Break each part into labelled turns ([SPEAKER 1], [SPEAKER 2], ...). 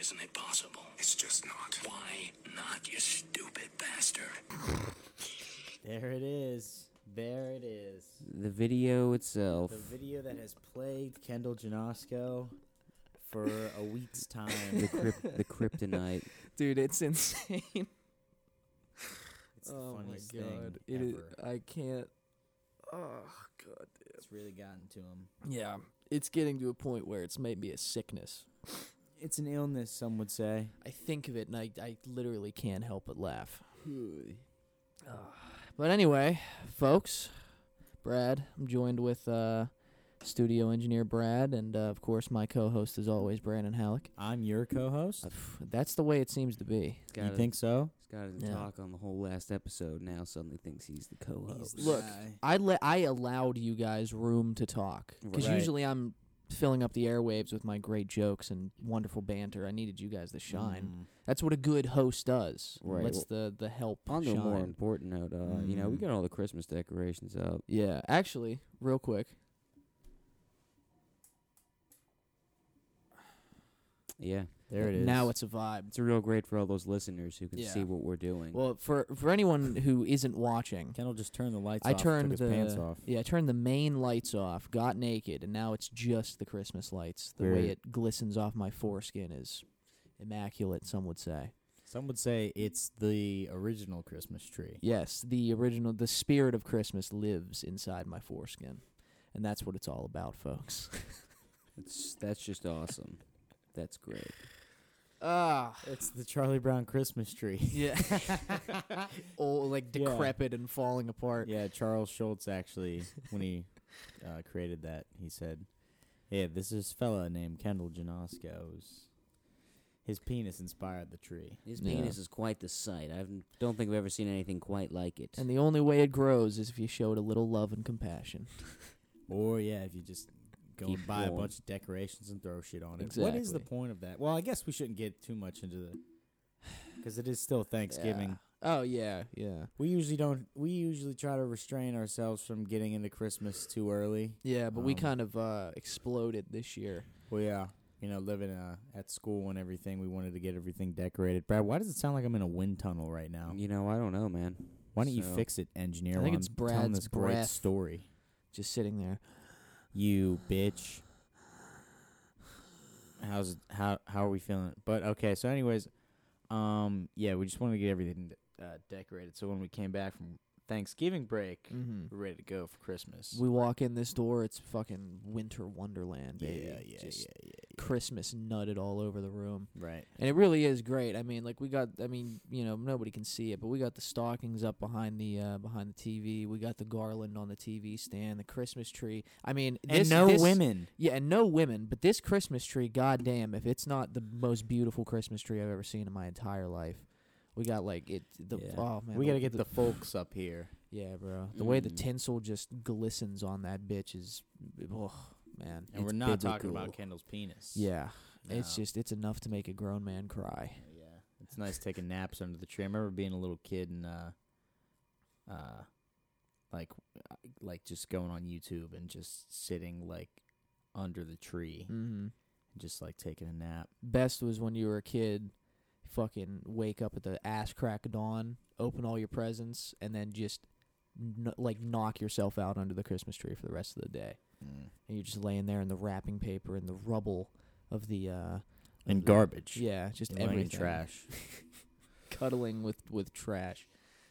[SPEAKER 1] isn't it possible?
[SPEAKER 2] It's just not.
[SPEAKER 1] Why not, you stupid bastard?
[SPEAKER 3] There it is. There it is.
[SPEAKER 4] The video itself.
[SPEAKER 3] The video that has plagued Kendall Janosko for a week's time.
[SPEAKER 4] the, crypt, the kryptonite.
[SPEAKER 5] Dude, it's insane.
[SPEAKER 3] It's the
[SPEAKER 5] oh my
[SPEAKER 3] funniest
[SPEAKER 5] god.
[SPEAKER 3] thing
[SPEAKER 5] It is
[SPEAKER 3] ever.
[SPEAKER 5] I can't Oh god damn.
[SPEAKER 3] It's really gotten to him.
[SPEAKER 5] Yeah. It's getting to a point where it's made me a sickness.
[SPEAKER 3] It's an illness, some would say.
[SPEAKER 5] I think of it and I, I literally can't help but laugh. But anyway, folks, Brad, I'm joined with uh, studio engineer Brad, and uh, of course, my co host is always Brandon Halleck.
[SPEAKER 3] I'm your co-host.
[SPEAKER 5] That's the way it seems to be.
[SPEAKER 4] It's
[SPEAKER 3] You
[SPEAKER 4] got,
[SPEAKER 3] think so?
[SPEAKER 4] has got his
[SPEAKER 5] Yeah.
[SPEAKER 4] talk on the whole last episode. Now suddenly thinks he's the co-host.
[SPEAKER 3] He's the
[SPEAKER 5] Look,
[SPEAKER 3] guy.
[SPEAKER 5] I, le- I allowed you guys room to talk because
[SPEAKER 3] Right.
[SPEAKER 5] usually I'm filling up the airwaves with my great jokes and wonderful banter. I needed you guys
[SPEAKER 3] Mm.
[SPEAKER 5] to shine. That's what a good host does.
[SPEAKER 4] Right.
[SPEAKER 5] Lets the, the help
[SPEAKER 4] On the
[SPEAKER 5] shine.
[SPEAKER 4] more important note, uh, you know, we got all the Christmas decorations up.
[SPEAKER 5] Yeah, actually, real quick,
[SPEAKER 4] Yeah,
[SPEAKER 3] There it is.
[SPEAKER 5] now it's a vibe.
[SPEAKER 4] it's a real great for all those listeners who can
[SPEAKER 5] Yeah.
[SPEAKER 4] see what we're doing.
[SPEAKER 5] Well, for for anyone who isn't watching,
[SPEAKER 3] Kendall just turned the lights
[SPEAKER 5] I
[SPEAKER 3] off.
[SPEAKER 5] turned
[SPEAKER 3] took his
[SPEAKER 5] the
[SPEAKER 3] pants off.
[SPEAKER 5] yeah, I turned the main lights off, got naked, and now it's just the Christmas lights. The way
[SPEAKER 4] Very-
[SPEAKER 5] it glistens off my foreskin is immaculate. Some would say
[SPEAKER 3] Some would say it's the original Christmas tree.
[SPEAKER 5] yes, the original, the spirit of Christmas lives inside my foreskin, and that's what it's all about, folks.
[SPEAKER 4] it's, that's just awesome. That's great.
[SPEAKER 5] Ah,
[SPEAKER 3] It's the Charlie Brown Christmas tree.
[SPEAKER 5] yeah, old like
[SPEAKER 3] Yeah.
[SPEAKER 5] decrepit and falling apart.
[SPEAKER 3] yeah, Charles Schultz actually, when he uh, created that, he said, "Yeah, this is fella named Kendall Janosko's. His penis inspired the tree."
[SPEAKER 4] His
[SPEAKER 5] Yeah.
[SPEAKER 4] penis is quite the sight. I don't think we've ever seen anything quite like it.
[SPEAKER 5] And the only way it grows is if you show it a little love and compassion.
[SPEAKER 3] Or yeah, if you just go
[SPEAKER 4] Keep
[SPEAKER 3] and buy
[SPEAKER 4] going.
[SPEAKER 3] a bunch of decorations and throw shit on it. What is the
[SPEAKER 5] Exactly.
[SPEAKER 3] point of that? Well, I guess we shouldn't get too much into the because it is still Thanksgiving.
[SPEAKER 5] Yeah. Oh yeah, yeah,
[SPEAKER 3] We usually don't. We usually try to restrain ourselves from getting into Christmas too early.
[SPEAKER 5] yeah. But we
[SPEAKER 3] Um,
[SPEAKER 5] kind of uh, exploded this year.
[SPEAKER 3] Well, yeah, you know, living uh, at school and everything, we wanted to get everything decorated. Brad, why does it sound like I'm in a wind tunnel right now?
[SPEAKER 4] you know, I don't know, man.
[SPEAKER 3] Why don't you
[SPEAKER 4] So-
[SPEAKER 3] fix it, engineer?
[SPEAKER 5] I think
[SPEAKER 3] while
[SPEAKER 5] it's
[SPEAKER 3] I'm telling
[SPEAKER 5] Brad's
[SPEAKER 3] this great
[SPEAKER 5] breath.
[SPEAKER 3] story.
[SPEAKER 5] Just sitting there.
[SPEAKER 3] You bitch. How's how how are we feeling? But okay, so anyways, um, yeah, we just wanted to get everything uh, decorated. So when we came back from Thanksgiving break,
[SPEAKER 5] Mm-hmm.
[SPEAKER 3] we're ready to go for Christmas.
[SPEAKER 5] We walk in this door, it's fucking winter wonderland, baby.
[SPEAKER 3] yeah, yeah,
[SPEAKER 5] Just
[SPEAKER 3] yeah, yeah, yeah.
[SPEAKER 5] Christmas nutted all over the room.
[SPEAKER 3] Right.
[SPEAKER 5] And it really is great. I mean, like we got I mean, you know, nobody can see it, but we got the stockings up behind the uh behind the TV. We got the garland on the TV stand, the Christmas tree. I mean,
[SPEAKER 3] And
[SPEAKER 5] this,
[SPEAKER 3] no
[SPEAKER 5] this-
[SPEAKER 3] women.
[SPEAKER 5] Yeah, and no women, but this Christmas tree, goddamn, if it's not the most beautiful Christmas tree I've ever seen in my entire life. We got like it the
[SPEAKER 4] Yeah.
[SPEAKER 5] oh man.
[SPEAKER 3] we got to get the folks up here.
[SPEAKER 5] Yeah, bro. The way the
[SPEAKER 4] Mm.
[SPEAKER 5] tinsel just glistens on that bitch is, oh man.
[SPEAKER 3] And we're
[SPEAKER 5] It's
[SPEAKER 3] not talking
[SPEAKER 5] biblical.
[SPEAKER 3] about Kendall's penis.
[SPEAKER 5] Yeah, it's
[SPEAKER 3] No.
[SPEAKER 5] just it's enough to make a grown man cry.
[SPEAKER 3] Yeah. It's nice taking naps under the tree. I remember being a little kid and uh uh like uh, like just going on YouTube and just sitting like under the tree
[SPEAKER 5] Mm-hmm.
[SPEAKER 3] and just like taking a nap.
[SPEAKER 5] Best was when you were a kid, fucking wake up at the ass crack of dawn, open all your presents, and then just kn like knock yourself out under the Christmas tree for the rest of the day,
[SPEAKER 3] Mm.
[SPEAKER 5] and you're just laying there in the wrapping paper and the rubble of the uh
[SPEAKER 3] And garbage.
[SPEAKER 5] yeah, just
[SPEAKER 3] And laying in
[SPEAKER 5] everything
[SPEAKER 3] trash.
[SPEAKER 5] cuddling with with trash.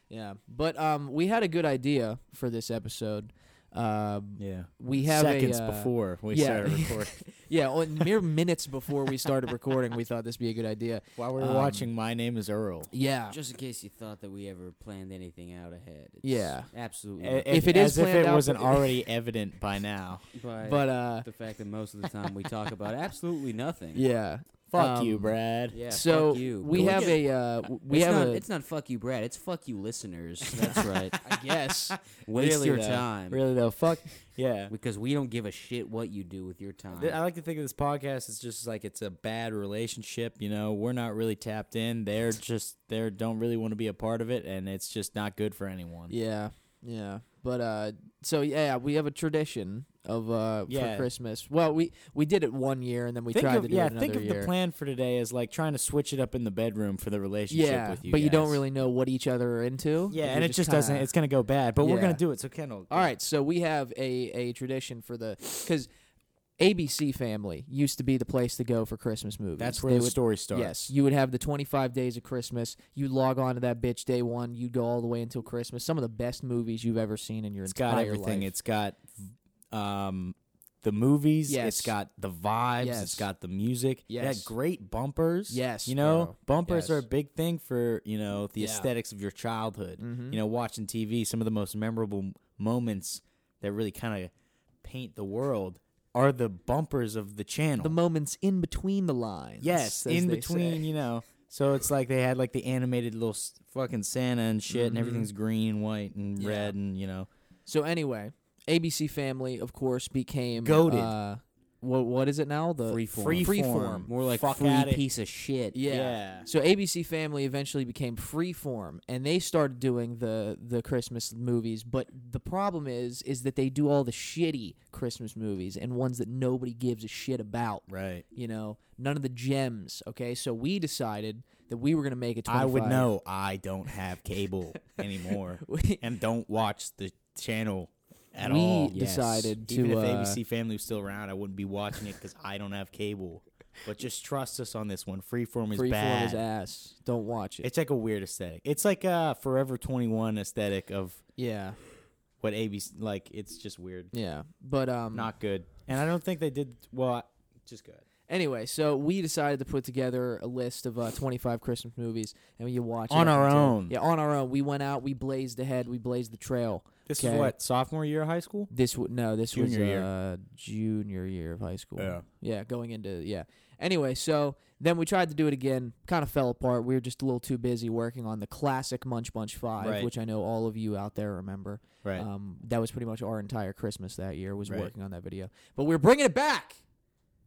[SPEAKER 5] Yeah, but um, we had a good idea for this episode. Um,
[SPEAKER 3] Yeah.
[SPEAKER 5] we have a,
[SPEAKER 3] seconds
[SPEAKER 5] uh,
[SPEAKER 3] before we
[SPEAKER 5] yeah.
[SPEAKER 3] started recording.
[SPEAKER 5] Yeah, on mere minutes before we started recording, we thought this would be a good idea.
[SPEAKER 3] While we were
[SPEAKER 5] Um,
[SPEAKER 3] watching My Name is Earl.
[SPEAKER 5] Yeah,
[SPEAKER 4] Just in case you thought that we ever planned anything out ahead. It's
[SPEAKER 5] Yeah.
[SPEAKER 4] Absolutely.
[SPEAKER 3] A-
[SPEAKER 5] if it
[SPEAKER 3] as
[SPEAKER 5] is
[SPEAKER 3] if
[SPEAKER 5] planned
[SPEAKER 3] it
[SPEAKER 5] out-
[SPEAKER 3] wasn't already evident by now.
[SPEAKER 4] but
[SPEAKER 5] but uh,
[SPEAKER 4] the fact that most of the time we talk about absolutely nothing.
[SPEAKER 5] yeah.
[SPEAKER 3] Fuck
[SPEAKER 5] Um,
[SPEAKER 3] you, Brad.
[SPEAKER 4] Yeah,
[SPEAKER 5] so
[SPEAKER 4] fuck you.
[SPEAKER 5] we have a uh, w- we
[SPEAKER 4] it's
[SPEAKER 5] have
[SPEAKER 4] not,
[SPEAKER 5] a
[SPEAKER 4] It's not fuck you, Brad. It's fuck you, listeners. That's right.
[SPEAKER 5] I guess
[SPEAKER 4] Waste
[SPEAKER 3] Really,
[SPEAKER 4] your
[SPEAKER 3] though.
[SPEAKER 4] time.
[SPEAKER 3] Really though, fuck yeah.
[SPEAKER 4] Because we don't give a shit what you do with your time.
[SPEAKER 3] Th- I like to think of this podcast as just like it's a bad relationship. You know, we're not really tapped in. They're just they are don't really want to be a part of it, and it's just not good for anyone.
[SPEAKER 5] yeah yeah. But uh, so yeah, we have a tradition of uh
[SPEAKER 3] Yeah.
[SPEAKER 5] for Christmas. Well, we we did it one year and then we
[SPEAKER 3] think
[SPEAKER 5] tried
[SPEAKER 3] of,
[SPEAKER 5] to do
[SPEAKER 3] yeah,
[SPEAKER 5] it another
[SPEAKER 3] think of
[SPEAKER 5] year.
[SPEAKER 3] the plan for today as like trying to switch it up in the bedroom for the relationship
[SPEAKER 5] yeah,
[SPEAKER 3] with you.
[SPEAKER 5] but you don't
[SPEAKER 3] guys.
[SPEAKER 5] really know what each other are into.
[SPEAKER 3] Yeah,
[SPEAKER 5] Like,
[SPEAKER 3] and
[SPEAKER 5] you're
[SPEAKER 3] it just doesn't.
[SPEAKER 5] kinda-
[SPEAKER 3] It's gonna go bad, but we're
[SPEAKER 5] Yeah.
[SPEAKER 3] gonna do it. So Kendall,
[SPEAKER 5] All right, so we have a a tradition for the because ABC Family used to be the place to go for Christmas movies.
[SPEAKER 3] that's where
[SPEAKER 5] They
[SPEAKER 3] the
[SPEAKER 5] would-
[SPEAKER 3] story starts.
[SPEAKER 5] Yes, you would have the 25 days of Christmas. You log on to that bitch day one. You go all the way until Christmas. Some of the best movies you've ever seen in your
[SPEAKER 3] it's
[SPEAKER 5] entire
[SPEAKER 3] got everything.
[SPEAKER 5] life.
[SPEAKER 3] It's got um the movies.
[SPEAKER 5] Yes.
[SPEAKER 3] It's got the vibes.
[SPEAKER 5] Yes.
[SPEAKER 3] It's got the music. It had
[SPEAKER 5] Yes.
[SPEAKER 3] great bumpers.
[SPEAKER 5] Yes,
[SPEAKER 3] you know
[SPEAKER 5] bro.
[SPEAKER 3] bumpers
[SPEAKER 5] Yes.
[SPEAKER 3] are a big thing for you know the
[SPEAKER 5] Yeah.
[SPEAKER 3] aesthetics of your childhood.
[SPEAKER 5] Mhm.
[SPEAKER 3] You know, watching TV, some of the most memorable m- moments that really kind of paint the world are the bumpers of the channel.
[SPEAKER 5] the moments in between the lines.
[SPEAKER 3] Yes,
[SPEAKER 5] as
[SPEAKER 3] in
[SPEAKER 5] they say.
[SPEAKER 3] between, you know. So it's like they had like the animated little s- fucking Santa and shit, and
[SPEAKER 5] Mhm.
[SPEAKER 3] everything's green and white and
[SPEAKER 5] Yeah.
[SPEAKER 3] red, and you know.
[SPEAKER 5] So anyway, ABC Family, of course, became
[SPEAKER 3] Goated.
[SPEAKER 5] Uh, what what is it now? The
[SPEAKER 3] Freeform.
[SPEAKER 5] Freeform.
[SPEAKER 4] More like
[SPEAKER 3] Fuck
[SPEAKER 4] free
[SPEAKER 3] outta-
[SPEAKER 4] piece of shit.
[SPEAKER 5] Yeah.
[SPEAKER 3] Yeah.
[SPEAKER 5] So ABC Family eventually became Freeform, and they started doing the the Christmas movies. But the problem is, is that they do all the shitty Christmas movies and ones that nobody gives a shit about.
[SPEAKER 3] Right.
[SPEAKER 5] You know, none of the gems. Okay, so we decided that we were gonna make a. 25.
[SPEAKER 3] I would know. I don't have cable anymore,
[SPEAKER 5] We-
[SPEAKER 3] and don't watch the channel at
[SPEAKER 5] We
[SPEAKER 3] all.
[SPEAKER 5] Yes. decided to,
[SPEAKER 3] Even if
[SPEAKER 5] uh,
[SPEAKER 3] ABC Family was still around, I wouldn't be watching it because I don't have cable. But just trust us on this one. Freeform is
[SPEAKER 5] Freeform
[SPEAKER 3] bad.
[SPEAKER 5] is ass. Don't watch it.
[SPEAKER 3] It's like a weird aesthetic. It's like a Forever Twenty One aesthetic of
[SPEAKER 5] yeah,
[SPEAKER 3] what ABC like. It's just weird.
[SPEAKER 5] yeah. But um,
[SPEAKER 3] not good. And I don't think they did well. I- Just good.
[SPEAKER 5] Anyway, so we decided to put together a list of uh, 25 Christmas movies, and we watch it
[SPEAKER 3] On
[SPEAKER 5] up
[SPEAKER 3] our
[SPEAKER 5] until-
[SPEAKER 3] own.
[SPEAKER 5] Yeah, on our own. We went out, we blazed ahead, we blazed the trail.
[SPEAKER 3] This
[SPEAKER 5] Okay.
[SPEAKER 3] is what sophomore year of high school.
[SPEAKER 5] This w- no, this
[SPEAKER 3] Junior
[SPEAKER 5] was
[SPEAKER 3] year.
[SPEAKER 5] uh, junior year of high school.
[SPEAKER 3] Yeah.
[SPEAKER 5] yeah, going into yeah. Anyway, so then we tried to do it again, kind of fell apart. We were just a little too busy working on the classic Munch Bunch Five,
[SPEAKER 3] Right.
[SPEAKER 5] which I know all of you out there remember.
[SPEAKER 3] Right.
[SPEAKER 5] Um, that was pretty much our entire Christmas that year was
[SPEAKER 3] Right.
[SPEAKER 5] working on that video, but we're bringing it back.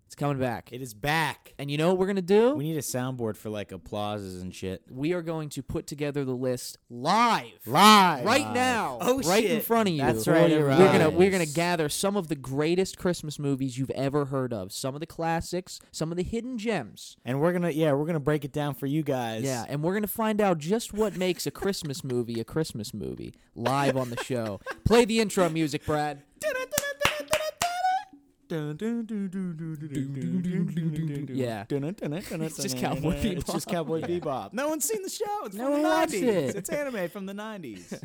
[SPEAKER 5] It's coming back,
[SPEAKER 3] it is back.
[SPEAKER 5] and you know what we're gonna do?
[SPEAKER 3] We need a soundboard for like applauses and shit.
[SPEAKER 5] we are going to put together the list live,
[SPEAKER 3] Live
[SPEAKER 5] right now,
[SPEAKER 3] Oh
[SPEAKER 5] right in
[SPEAKER 3] shit.
[SPEAKER 5] front of you.
[SPEAKER 3] That's right,
[SPEAKER 5] We're
[SPEAKER 3] everybody.
[SPEAKER 5] gonna we're gonna gather some of the greatest Christmas movies you've ever heard of, some of the classics, some of the hidden gems.
[SPEAKER 3] And we're gonna yeah we're gonna break it down for you guys.
[SPEAKER 5] Yeah, and we're gonna find out just what makes a Christmas movie a Christmas movie live on the show. Play the intro music, Brad. Yeah.
[SPEAKER 3] it's
[SPEAKER 5] just Cowboy
[SPEAKER 3] It's just
[SPEAKER 5] Bebop.
[SPEAKER 3] Cowboy Bebop. No one's seen the show. It's
[SPEAKER 5] No
[SPEAKER 3] from
[SPEAKER 5] one
[SPEAKER 3] the
[SPEAKER 5] watched
[SPEAKER 3] 90s.
[SPEAKER 5] it.
[SPEAKER 3] It's anime from the 90s.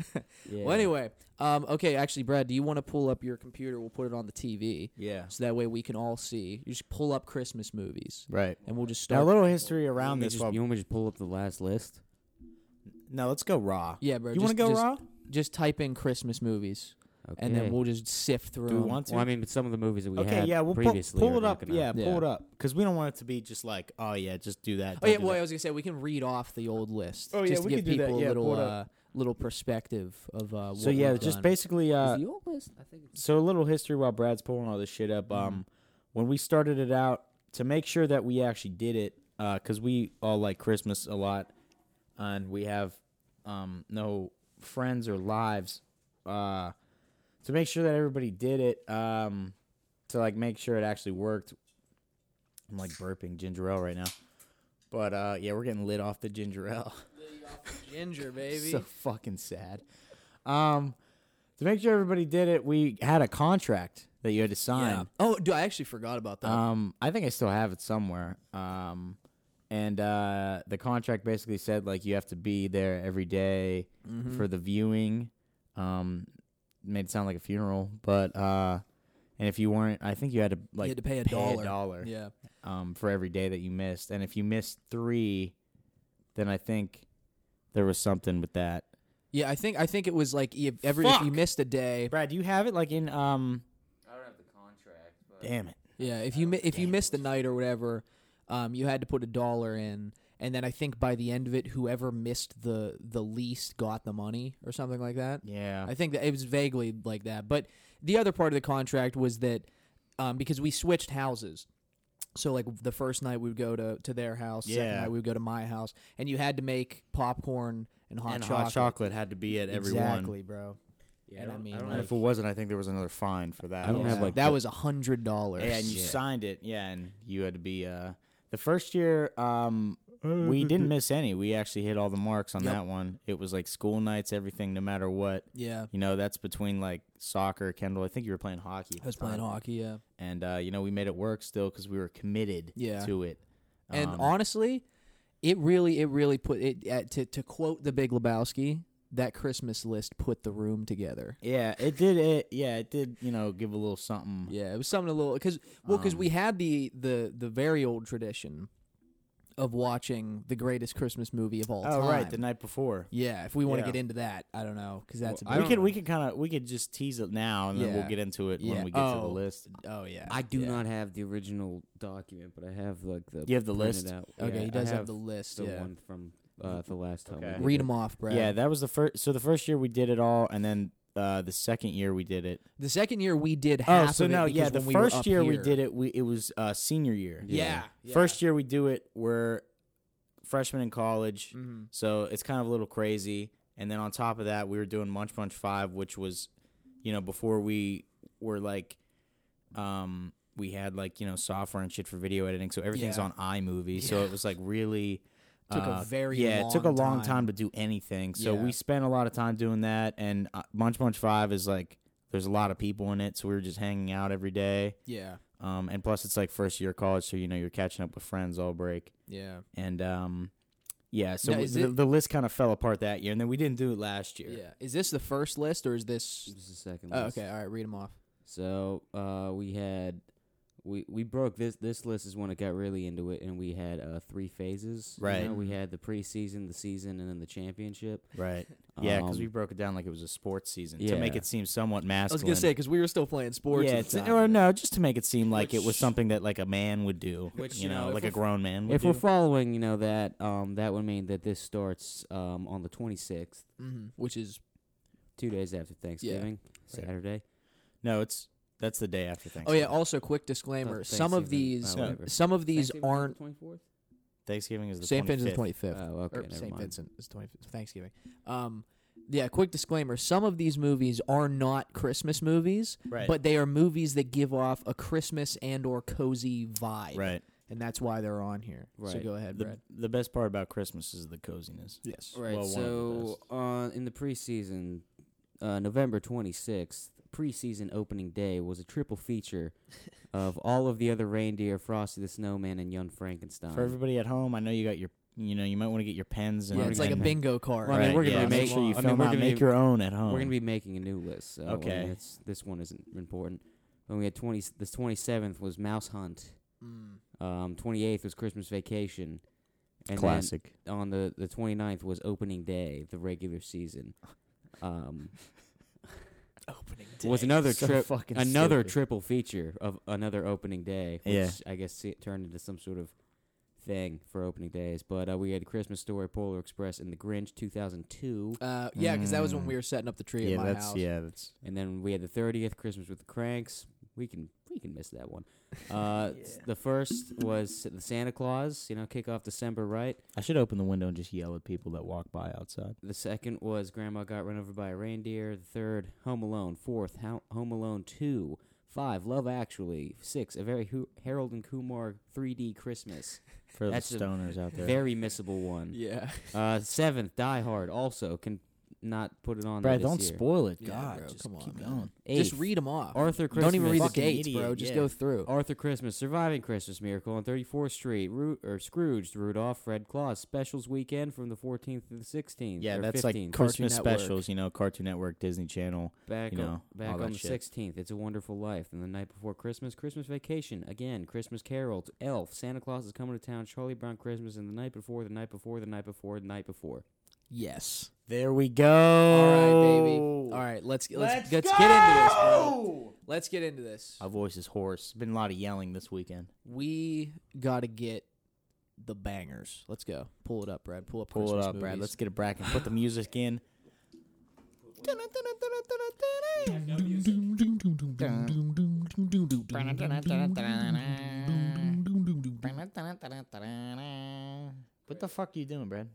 [SPEAKER 4] Yeah.
[SPEAKER 5] Well, anyway, um, okay, actually, Brad, do you want to pull up your computer? We'll put it on the TV.
[SPEAKER 3] yeah.
[SPEAKER 5] So that way we can all see. You just pull up Christmas movies,
[SPEAKER 3] Right.
[SPEAKER 5] and we'll just
[SPEAKER 3] Now a
[SPEAKER 5] start.
[SPEAKER 3] little history
[SPEAKER 4] You
[SPEAKER 3] around
[SPEAKER 4] want me
[SPEAKER 3] this.
[SPEAKER 4] just-
[SPEAKER 3] while-
[SPEAKER 4] you want me to just pull up the last list?
[SPEAKER 3] No, let's go raw.
[SPEAKER 5] Yeah, bro.
[SPEAKER 3] You
[SPEAKER 5] want to
[SPEAKER 3] go raw?
[SPEAKER 5] Just type in Christmas movies,
[SPEAKER 4] Okay.
[SPEAKER 5] and then we'll just sift through.
[SPEAKER 3] Do we
[SPEAKER 5] 'em.
[SPEAKER 3] want to?
[SPEAKER 4] Well, I mean, but some of the movies that we
[SPEAKER 3] okay,
[SPEAKER 4] had
[SPEAKER 3] yeah, we'll pull-
[SPEAKER 4] previously.
[SPEAKER 3] pull,
[SPEAKER 4] are
[SPEAKER 3] it
[SPEAKER 4] not
[SPEAKER 3] up.
[SPEAKER 4] gonna-
[SPEAKER 3] Yeah,
[SPEAKER 5] Yeah.
[SPEAKER 3] pull it up because we don't want it to be just like, oh yeah, just do that.
[SPEAKER 5] Oh
[SPEAKER 3] don't
[SPEAKER 5] yeah,
[SPEAKER 3] do
[SPEAKER 5] well, I
[SPEAKER 3] that.
[SPEAKER 5] was gonna say we can read off the old list.
[SPEAKER 3] Oh, yeah,
[SPEAKER 5] just to
[SPEAKER 3] we
[SPEAKER 5] give
[SPEAKER 3] could do that.
[SPEAKER 5] people a
[SPEAKER 3] Yeah,
[SPEAKER 5] little
[SPEAKER 3] pull it
[SPEAKER 5] uh,
[SPEAKER 3] up.
[SPEAKER 5] little perspective of uh. What
[SPEAKER 3] so yeah,
[SPEAKER 5] we've
[SPEAKER 3] just
[SPEAKER 5] done.
[SPEAKER 3] basically, uh,
[SPEAKER 4] Is the old list? I think it's
[SPEAKER 3] so a little history while Brad's pulling all this shit up. Um, when we started it out to make sure that we actually did it, because we all like Christmas a lot, and we have um no friends or lives, uh, to make sure that everybody did it, um, to like make sure it actually worked. I'm like burping ginger ale right now, but uh, yeah, we're getting lit off the ginger ale.
[SPEAKER 5] ginger baby.
[SPEAKER 3] So fucking sad. Um, to make sure everybody did it, we had a contract that you had to
[SPEAKER 5] yeah.
[SPEAKER 3] sign.
[SPEAKER 5] Oh, dude, I actually forgot about that.
[SPEAKER 3] Um, I think I still have it somewhere. Um, and uh, the contract basically said like you have to be there every day
[SPEAKER 5] Mm-hmm.
[SPEAKER 3] for the viewing. Um, made it sound like a funeral, but uh, and if you weren't, I think you had to like
[SPEAKER 5] you had to pay a
[SPEAKER 3] pay
[SPEAKER 5] dollar.
[SPEAKER 3] a dollar
[SPEAKER 5] Yeah.
[SPEAKER 3] um, for every day that you missed. And if you missed three, then I think there was something with that.
[SPEAKER 5] Yeah, I think I think it was like if every if you
[SPEAKER 3] Fuck.
[SPEAKER 5] missed a day.
[SPEAKER 3] Brad, do you have it like in um?
[SPEAKER 4] I don't have the contract. But
[SPEAKER 3] Damn it.
[SPEAKER 5] Yeah, if you mi- if you missed a night or whatever, um, you had to put a dollar in, and then I think by the end of it, whoever missed the the least got the money or something like that.
[SPEAKER 3] Yeah.
[SPEAKER 5] I think that it was vaguely like that. But the other part of the contract was that um, because we switched houses. So like the first night we would go to, to their house, second
[SPEAKER 3] Yeah.
[SPEAKER 5] night we would go to my house, and you had to make popcorn and hot
[SPEAKER 3] and
[SPEAKER 5] chocolate.
[SPEAKER 3] hot chocolate had to be at everyone.
[SPEAKER 5] Exactly, bro.
[SPEAKER 4] Yeah,
[SPEAKER 5] And I
[SPEAKER 4] don't-
[SPEAKER 5] mean,
[SPEAKER 4] don't
[SPEAKER 5] like-
[SPEAKER 3] And if it wasn't, I think there was another fine for that.
[SPEAKER 4] I don't
[SPEAKER 5] Yeah.
[SPEAKER 3] also.
[SPEAKER 4] have, like,
[SPEAKER 5] that
[SPEAKER 4] the-
[SPEAKER 5] was a hundred dollars.
[SPEAKER 3] Yeah, and you signed it. Yeah, and you had to be. Uh, the first year, um, we didn't miss any. We actually hit all the marks on
[SPEAKER 5] Yep.
[SPEAKER 3] that one. It was like school nights, everything, no matter what.
[SPEAKER 5] yeah.
[SPEAKER 3] You know, that's between like soccer, Kendall. I think you were playing hockey. at
[SPEAKER 5] I was
[SPEAKER 3] the time.
[SPEAKER 5] playing hockey. Yeah,
[SPEAKER 3] and uh, you know, we made it work still because we were committed
[SPEAKER 5] Yeah.
[SPEAKER 3] to it.
[SPEAKER 5] and
[SPEAKER 3] Um,
[SPEAKER 5] honestly, it really, it really put it uh, to to quote the Big Lebowski. That Christmas list put the room together.
[SPEAKER 3] yeah, it did. It yeah, it did. You know, give a little something.
[SPEAKER 5] Yeah, it was something a little because well, because
[SPEAKER 3] Um.
[SPEAKER 5] we had the the the very old tradition of watching the greatest Christmas movie of all
[SPEAKER 3] oh
[SPEAKER 5] time.
[SPEAKER 3] right, the night before.
[SPEAKER 5] yeah, if we want to
[SPEAKER 3] Yeah.
[SPEAKER 5] get into that, I don't know because that's
[SPEAKER 4] Well,
[SPEAKER 5] a
[SPEAKER 4] I
[SPEAKER 3] we
[SPEAKER 5] big,
[SPEAKER 3] could we could kind of we could just tease it now, and then
[SPEAKER 5] Yeah.
[SPEAKER 3] we'll get into it
[SPEAKER 5] Yeah.
[SPEAKER 3] when we get to the
[SPEAKER 5] Oh.
[SPEAKER 3] list.
[SPEAKER 5] oh yeah.
[SPEAKER 4] I do
[SPEAKER 5] yeah.
[SPEAKER 4] not have the original document, but I have like the.
[SPEAKER 3] You have the
[SPEAKER 4] printed
[SPEAKER 3] list?
[SPEAKER 4] Out.
[SPEAKER 5] Okay,
[SPEAKER 4] Yeah,
[SPEAKER 5] he does
[SPEAKER 4] I
[SPEAKER 5] have, the list.
[SPEAKER 4] the
[SPEAKER 5] yeah,
[SPEAKER 4] one from uh, the last time. we
[SPEAKER 3] Okay.
[SPEAKER 4] did
[SPEAKER 5] read
[SPEAKER 4] it.
[SPEAKER 5] them off, Brad.
[SPEAKER 3] Yeah, that was the first. So the first year we did it all, and then uh, the second year we did it.
[SPEAKER 5] the second year we did half.
[SPEAKER 3] oh, so
[SPEAKER 5] of it
[SPEAKER 3] no, yeah,
[SPEAKER 5] because
[SPEAKER 3] the
[SPEAKER 5] when we were
[SPEAKER 3] first
[SPEAKER 5] up
[SPEAKER 3] year we
[SPEAKER 5] here-
[SPEAKER 3] did it, we it was uh, senior year.
[SPEAKER 5] Yeah,
[SPEAKER 3] First year we do it, we're freshmen in college,
[SPEAKER 5] hmm
[SPEAKER 3] so it's kind of a little crazy. And then on top of that, we were doing Munch Munch Five, which was, you know, before we were like, um, we had like you know software and shit for video editing, so everything's
[SPEAKER 5] Yeah.
[SPEAKER 3] on iMovie, so
[SPEAKER 5] Yeah.
[SPEAKER 3] it was like really.
[SPEAKER 5] Took a
[SPEAKER 3] uh,
[SPEAKER 5] very
[SPEAKER 3] yeah, it took a long time.
[SPEAKER 5] time.
[SPEAKER 3] to do anything. So
[SPEAKER 5] Yeah.
[SPEAKER 3] we spent a lot of time doing that. And uh, Munch Munch Five is like there's a lot of people in it, so we were just hanging out every day.
[SPEAKER 5] Yeah,
[SPEAKER 3] Um, and plus it's like first year of college, so you know you're catching up with friends all break.
[SPEAKER 5] yeah,
[SPEAKER 3] And um, yeah, so
[SPEAKER 5] Now,
[SPEAKER 3] we-
[SPEAKER 5] is
[SPEAKER 3] the,
[SPEAKER 5] it-
[SPEAKER 3] the list kind of fell apart that year, and then we didn't do it last year.
[SPEAKER 5] yeah. Is this the first list or is this?
[SPEAKER 4] This is the second.
[SPEAKER 5] Oh,
[SPEAKER 4] list.
[SPEAKER 5] okay, all right, read them off.
[SPEAKER 4] So uh, we had we we broke this this list is when it got really into it, and we had uh, three phases. you
[SPEAKER 3] Right.
[SPEAKER 4] know? we had the preseason, the season, and then the championship.
[SPEAKER 3] Right. Yeah, because
[SPEAKER 4] Um,
[SPEAKER 3] we broke it down like it was a sports season to
[SPEAKER 4] yeah.
[SPEAKER 3] make it seem somewhat masculine.
[SPEAKER 5] I was gonna say because we were still playing sports.
[SPEAKER 3] yeah,
[SPEAKER 5] at the
[SPEAKER 3] it's-
[SPEAKER 5] time.
[SPEAKER 3] or no, just to make it seem like it was
[SPEAKER 4] Which-
[SPEAKER 3] something that like a man would do,
[SPEAKER 4] Which,
[SPEAKER 3] you
[SPEAKER 4] you
[SPEAKER 3] know,
[SPEAKER 4] know, if
[SPEAKER 3] like
[SPEAKER 4] we're
[SPEAKER 3] a
[SPEAKER 4] f-
[SPEAKER 3] grown man would
[SPEAKER 4] if
[SPEAKER 3] do.
[SPEAKER 4] we're following, you know that um, that would mean that this starts um, on the twenty sixth,
[SPEAKER 5] Mhm, which is
[SPEAKER 4] two days after Thanksgiving, Saturday.
[SPEAKER 3] no, it's that's the day after Thanksgiving.
[SPEAKER 5] oh yeah. Also, quick disclaimer: some of these,
[SPEAKER 3] uh,
[SPEAKER 5] some of these aren't
[SPEAKER 4] twenty fourth.
[SPEAKER 3] Thanksgiving is the
[SPEAKER 5] St.
[SPEAKER 3] 25th.
[SPEAKER 5] Vincent's twenty fifth.
[SPEAKER 4] Oh, okay,
[SPEAKER 5] or
[SPEAKER 4] never
[SPEAKER 5] St.
[SPEAKER 4] mind.
[SPEAKER 5] Vincent is 20th, Thanksgiving. Um, yeah, quick disclaimer. Some of these movies are not Christmas movies,
[SPEAKER 3] Right.
[SPEAKER 5] but they are movies that give off a Christmas and or cozy vibe.
[SPEAKER 3] right.
[SPEAKER 5] And that's why they're on here. So
[SPEAKER 4] Right.
[SPEAKER 5] go ahead,
[SPEAKER 3] The,
[SPEAKER 5] Brad.
[SPEAKER 3] the best part about Christmas is the coziness.
[SPEAKER 5] Yes.
[SPEAKER 4] Right.
[SPEAKER 3] Well, one of the
[SPEAKER 4] so uh, in the preseason, uh, November 26th, preseason opening day was a triple feature of all of the other reindeer, Frosty the Snowman, and Young Frankenstein.
[SPEAKER 3] For everybody at home, I know you got your, you know, you might want to get your pens and
[SPEAKER 5] um, Yeah, it's like a
[SPEAKER 3] and-
[SPEAKER 5] bingo card.
[SPEAKER 4] Well, I mean,
[SPEAKER 3] Right,
[SPEAKER 4] we're gonna
[SPEAKER 3] yeah,
[SPEAKER 4] be
[SPEAKER 3] make
[SPEAKER 4] making-
[SPEAKER 3] sure you
[SPEAKER 4] I mean,
[SPEAKER 3] film
[SPEAKER 4] we're
[SPEAKER 3] out,
[SPEAKER 4] gonna be-
[SPEAKER 3] make your own at home.
[SPEAKER 4] We're gonna be making a new list. So, I mean,
[SPEAKER 3] Oh. Okay.
[SPEAKER 4] it's- this one isn't important. Then we had 20. The 27th was Mouse Hunt.
[SPEAKER 5] Mm.
[SPEAKER 4] Um, 28th was Christmas Vacation. And then
[SPEAKER 3] classic.
[SPEAKER 4] on the the 29th was opening day, the regular season. Um,
[SPEAKER 5] Opening
[SPEAKER 4] was
[SPEAKER 5] day.
[SPEAKER 4] another
[SPEAKER 3] So
[SPEAKER 4] trip,
[SPEAKER 3] fucking
[SPEAKER 4] another
[SPEAKER 3] stupid.
[SPEAKER 4] triple feature of another opening day, which
[SPEAKER 3] Yeah.
[SPEAKER 4] I guess it turned into some sort of thing for opening days. But uh, we had Christmas Story, Polar Express, and The Grinch 2002,
[SPEAKER 5] Uh, yeah, because that was when
[SPEAKER 3] Mm.
[SPEAKER 5] we were setting up the tree at
[SPEAKER 3] yeah,
[SPEAKER 5] my
[SPEAKER 3] that's
[SPEAKER 5] house.
[SPEAKER 3] yeah, that's
[SPEAKER 4] and then we had the 30th Christmas with the Cranks. We can we can miss that one. Uh, s- The first was the Santa Claus, you know, kick off December right.
[SPEAKER 3] I should open the window and just yell at people that walk by outside.
[SPEAKER 4] The second was Grandma Got Run Over by a Reindeer. The third, Home Alone. Fourth, Ho- Home Alone 2. Five, Love Actually. Six, A Very Hu- Harold and Kumar 3D Christmas.
[SPEAKER 3] For
[SPEAKER 4] That's
[SPEAKER 3] the
[SPEAKER 4] a
[SPEAKER 3] stoners out there.
[SPEAKER 4] Very missable one.
[SPEAKER 5] Yeah.
[SPEAKER 4] Uh, seventh, Die Hard. Also, can not put it on there
[SPEAKER 3] Brad,
[SPEAKER 4] this
[SPEAKER 3] don't
[SPEAKER 4] year.
[SPEAKER 3] spoil it.
[SPEAKER 5] Yeah,
[SPEAKER 3] God,
[SPEAKER 5] bro,
[SPEAKER 3] just
[SPEAKER 5] come on,
[SPEAKER 3] keep
[SPEAKER 5] man.
[SPEAKER 3] going.
[SPEAKER 4] Eighth,
[SPEAKER 5] Just read them off.
[SPEAKER 4] Arthur Christmas.
[SPEAKER 5] Don't even read the
[SPEAKER 3] Fucking
[SPEAKER 5] dates,
[SPEAKER 3] idiot,
[SPEAKER 5] bro. Just
[SPEAKER 3] yeah.
[SPEAKER 5] go through.
[SPEAKER 4] Arthur Christmas, Surviving Christmas Miracle on 34th Street, Ru- or Scrooge, Rudolph, Red Claus, Specials Weekend from the 14th to the 16th.
[SPEAKER 3] Yeah,
[SPEAKER 4] or
[SPEAKER 3] that's
[SPEAKER 4] 15th.
[SPEAKER 3] like Christmas
[SPEAKER 5] Network.
[SPEAKER 3] specials, you know, Cartoon Network, Disney Channel.
[SPEAKER 4] back
[SPEAKER 3] you
[SPEAKER 4] on,
[SPEAKER 3] know,
[SPEAKER 4] back
[SPEAKER 3] all that
[SPEAKER 4] on the
[SPEAKER 3] shit.
[SPEAKER 4] 16th it's a wonderful life and the night before christmas christmas vacation again christmas carol t- elf santa claus is coming to town charlie brown christmas and the night before the night before the night before the night before
[SPEAKER 5] Yes.
[SPEAKER 3] There we go.
[SPEAKER 5] All right, baby.
[SPEAKER 3] Oh.
[SPEAKER 5] All right, let's let's, let's, get into this, bro. Let's get into this.
[SPEAKER 3] My voice is hoarse. Been a lot of yelling this weekend.
[SPEAKER 5] we gotta get the bangers. Let's go. Pull it up, Brad. Pull up.
[SPEAKER 3] Pull
[SPEAKER 5] Christmas
[SPEAKER 3] it up, Brad.
[SPEAKER 5] movies.
[SPEAKER 3] Let's get a bracket. Put the music in. What the fuck are you doing, Brad?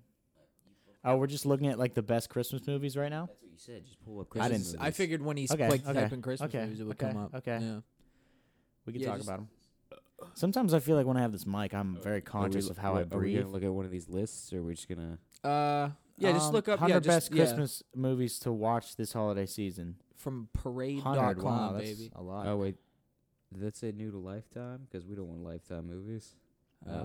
[SPEAKER 3] Oh, we're just looking at like the best Christmas movies right now.
[SPEAKER 4] That's what you said. Just pull up.
[SPEAKER 3] I
[SPEAKER 4] Christmas
[SPEAKER 3] didn't-
[SPEAKER 4] Movies.
[SPEAKER 5] I figured when he
[SPEAKER 3] Okay,
[SPEAKER 5] like
[SPEAKER 3] okay,
[SPEAKER 5] typed in Christmas
[SPEAKER 3] okay,
[SPEAKER 5] movies, it would
[SPEAKER 3] okay,
[SPEAKER 5] come up.
[SPEAKER 3] okay.
[SPEAKER 5] Yeah.
[SPEAKER 3] We can
[SPEAKER 4] Yeah,
[SPEAKER 3] talk
[SPEAKER 4] just-
[SPEAKER 3] about 'em. about them. Sometimes I feel like when I have this mic,
[SPEAKER 5] Oh,
[SPEAKER 3] I'm very
[SPEAKER 4] Are we
[SPEAKER 3] conscious
[SPEAKER 4] lo-
[SPEAKER 3] of how
[SPEAKER 4] what-
[SPEAKER 3] I
[SPEAKER 4] Are we
[SPEAKER 3] breathe.
[SPEAKER 4] gonna look at one of these lists, or we're just gonna?
[SPEAKER 5] Uh, yeah. just
[SPEAKER 3] Um,
[SPEAKER 5] look up
[SPEAKER 3] 100
[SPEAKER 5] yeah, just,
[SPEAKER 3] best
[SPEAKER 5] yeah,
[SPEAKER 3] Christmas movies to watch this holiday season.
[SPEAKER 5] from
[SPEAKER 3] 100,
[SPEAKER 5] Parade.com,
[SPEAKER 3] wow, that's
[SPEAKER 5] baby.
[SPEAKER 3] a lot.
[SPEAKER 4] Oh wait, did that say new to Lifetime? Because we don't want Lifetime movies. Uh,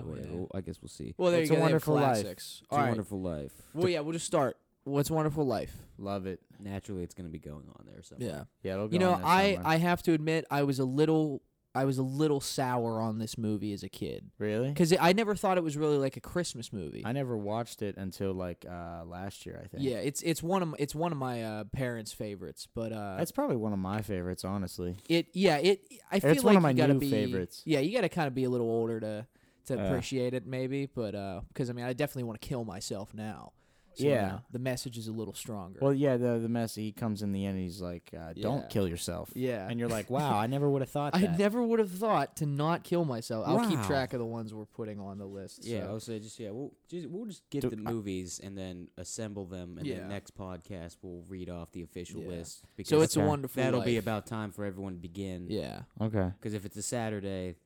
[SPEAKER 5] Oh,
[SPEAKER 4] whatever.
[SPEAKER 5] yeah.
[SPEAKER 4] Well, I guess we'll see.
[SPEAKER 5] Well, there
[SPEAKER 3] It's
[SPEAKER 5] you
[SPEAKER 3] a
[SPEAKER 5] go.
[SPEAKER 3] Wonderful
[SPEAKER 5] they have
[SPEAKER 3] Life.
[SPEAKER 5] classics.
[SPEAKER 4] It's
[SPEAKER 5] All
[SPEAKER 4] a
[SPEAKER 5] right.
[SPEAKER 4] Wonderful Life.
[SPEAKER 5] Well, yeah. We'll just start. What's Wonderful Life?
[SPEAKER 3] Love it.
[SPEAKER 4] Naturally, it's gonna be going on there. So
[SPEAKER 5] Yeah.
[SPEAKER 3] Yeah, it'll go
[SPEAKER 5] You know,
[SPEAKER 3] on there
[SPEAKER 5] I
[SPEAKER 3] somewhere.
[SPEAKER 5] I have to admit, I was a little I was a little sour on this movie as a kid
[SPEAKER 3] really.
[SPEAKER 5] because I never thought it was really like a Christmas movie.
[SPEAKER 3] I never watched it until like uh, last year, I think.
[SPEAKER 5] Yeah, it's it's one of m- it's one of my uh, parents' favorites, but uh,
[SPEAKER 3] That's probably one of my favorites, honestly.
[SPEAKER 5] it yeah it I feel
[SPEAKER 3] It's
[SPEAKER 5] like
[SPEAKER 3] one of my
[SPEAKER 5] you gotta
[SPEAKER 3] new
[SPEAKER 5] be
[SPEAKER 3] favorites. Uh.
[SPEAKER 5] yeah you gotta kind of be a little older to to
[SPEAKER 3] Yeah.
[SPEAKER 5] appreciate it maybe, but because I mean I definitely want to kill myself now. So, you
[SPEAKER 3] Yeah.
[SPEAKER 5] know, the message is a little stronger.
[SPEAKER 3] Well, yeah, the the mess he comes in the end, he's like, uh,
[SPEAKER 5] Yeah.
[SPEAKER 3] "Don't kill yourself."
[SPEAKER 5] Yeah.
[SPEAKER 3] and you're like, "Wow, I never would have thought
[SPEAKER 5] I
[SPEAKER 3] that."
[SPEAKER 5] never would have thought to not kill myself. I'll keep
[SPEAKER 4] Wow.
[SPEAKER 5] track of the ones we're putting on the list.
[SPEAKER 4] Yeah,
[SPEAKER 5] so.
[SPEAKER 4] I'll say just yeah. We'll just we'll just get
[SPEAKER 3] Do-
[SPEAKER 4] the
[SPEAKER 3] I-
[SPEAKER 4] movies and then assemble them, and
[SPEAKER 5] Yeah.
[SPEAKER 4] the next podcast we'll read off the official
[SPEAKER 5] Yeah.
[SPEAKER 4] list. Because
[SPEAKER 5] so it's a
[SPEAKER 3] Okay.
[SPEAKER 5] wonderful.
[SPEAKER 4] that'll be
[SPEAKER 5] Life.
[SPEAKER 4] about time for everyone to begin.
[SPEAKER 5] yeah.
[SPEAKER 3] okay,
[SPEAKER 4] Because if it's a Saturday,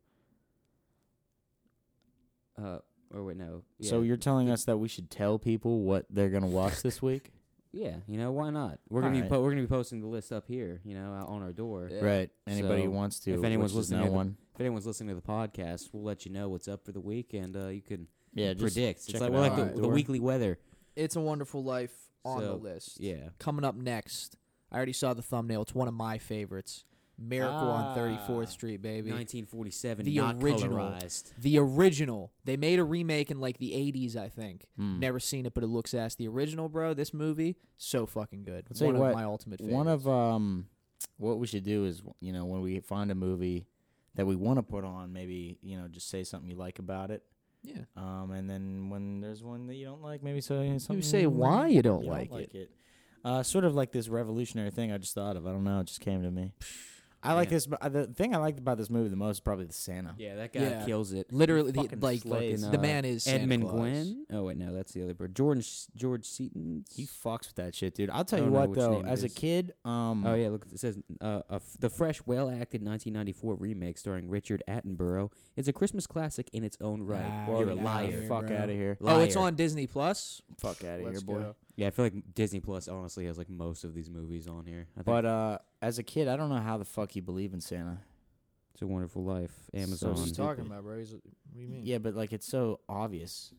[SPEAKER 4] uh, or wait, no. Yeah.
[SPEAKER 3] so you're telling us that we should tell people what they're gonna watch this week,
[SPEAKER 4] yeah, you know why not? We're gonna be
[SPEAKER 3] Alright.
[SPEAKER 4] po- we're gonna be posting the list up here, you know, out on our door.
[SPEAKER 5] Yeah.
[SPEAKER 3] right? Anybody who
[SPEAKER 4] So,
[SPEAKER 3] wants to.
[SPEAKER 4] if
[SPEAKER 3] which
[SPEAKER 4] anyone's
[SPEAKER 3] is
[SPEAKER 4] listening
[SPEAKER 3] no
[SPEAKER 4] to the-
[SPEAKER 3] one.
[SPEAKER 4] If anyone's listening to the podcast, we'll let you know what's up for the week, and uh, you can
[SPEAKER 3] Yeah, just
[SPEAKER 4] predict. It's
[SPEAKER 3] check
[SPEAKER 4] like
[SPEAKER 3] it
[SPEAKER 4] we're like
[SPEAKER 5] out.
[SPEAKER 4] the,
[SPEAKER 5] Alright.
[SPEAKER 4] the weekly weather.
[SPEAKER 5] It's a Wonderful Life on the
[SPEAKER 4] So,
[SPEAKER 5] list.
[SPEAKER 4] Yeah.
[SPEAKER 5] Coming up next, I already saw the thumbnail. It's one of my favorites. Miracle on 34th
[SPEAKER 3] Ah.
[SPEAKER 5] Street, baby.
[SPEAKER 4] 1947,
[SPEAKER 5] The
[SPEAKER 4] not
[SPEAKER 5] original.
[SPEAKER 4] colorized.
[SPEAKER 5] The original. They made a remake in like the 80s, I think.
[SPEAKER 3] Hmm.
[SPEAKER 5] Never seen it, but it looks ass. The original, bro. This movie, so fucking good.
[SPEAKER 3] I'll tell
[SPEAKER 5] one
[SPEAKER 3] you
[SPEAKER 5] of
[SPEAKER 3] what,
[SPEAKER 5] my ultimate favorites.
[SPEAKER 3] One of um, what we should do is you know when we find a movie that we want to put on, maybe you know just say something you like about it.
[SPEAKER 5] yeah.
[SPEAKER 3] Um, and then when there's one that you don't like, maybe say something.
[SPEAKER 5] You say why you don't, like, it.
[SPEAKER 3] Uh, sort of like this revolutionary thing I just thought of. I don't know. It just came to me. I like
[SPEAKER 4] Yeah.
[SPEAKER 3] this. uh, The thing I liked about this movie the most is probably the Santa.
[SPEAKER 4] Yeah, that guy
[SPEAKER 5] Yeah.
[SPEAKER 4] kills it.
[SPEAKER 5] Literally, the,
[SPEAKER 3] fucking
[SPEAKER 5] like
[SPEAKER 3] slays.
[SPEAKER 5] the
[SPEAKER 4] Fucking, uh,
[SPEAKER 5] man is Santa
[SPEAKER 4] Edmund
[SPEAKER 5] Claus.
[SPEAKER 4] Gwynn. Oh wait, no, that's the other bird. George George Seaton.
[SPEAKER 3] He fucks with that shit, dude. I'll tell
[SPEAKER 4] I
[SPEAKER 3] you
[SPEAKER 4] don't know
[SPEAKER 3] what
[SPEAKER 4] which
[SPEAKER 3] though,
[SPEAKER 4] name it
[SPEAKER 3] as a
[SPEAKER 4] is.
[SPEAKER 3] kid, um,
[SPEAKER 4] Oh yeah, look, it says uh, a f- the fresh, well-acted 1994 remake starring Richard Attenborough is a Christmas classic in its own right.
[SPEAKER 5] Ah,
[SPEAKER 4] You're
[SPEAKER 3] get
[SPEAKER 4] a
[SPEAKER 3] outta
[SPEAKER 4] liar.
[SPEAKER 3] here, Fuck
[SPEAKER 5] bro.
[SPEAKER 3] out of here.
[SPEAKER 5] Oh, it's
[SPEAKER 4] Liar.
[SPEAKER 5] on Disney Plus.
[SPEAKER 3] Fuck out of here,
[SPEAKER 5] Let's
[SPEAKER 3] boy.
[SPEAKER 5] go.
[SPEAKER 4] Yeah, I feel like Disney Plus honestly has like most of these movies on here. I think
[SPEAKER 3] But uh, as a kid, I don't know how the fuck you believe in Santa.
[SPEAKER 4] It's a Wonderful Life, Amazon.
[SPEAKER 5] What's he
[SPEAKER 3] stupid.
[SPEAKER 5] talking about, bro? He's, what do you mean?
[SPEAKER 3] Yeah, but like it's so obvious,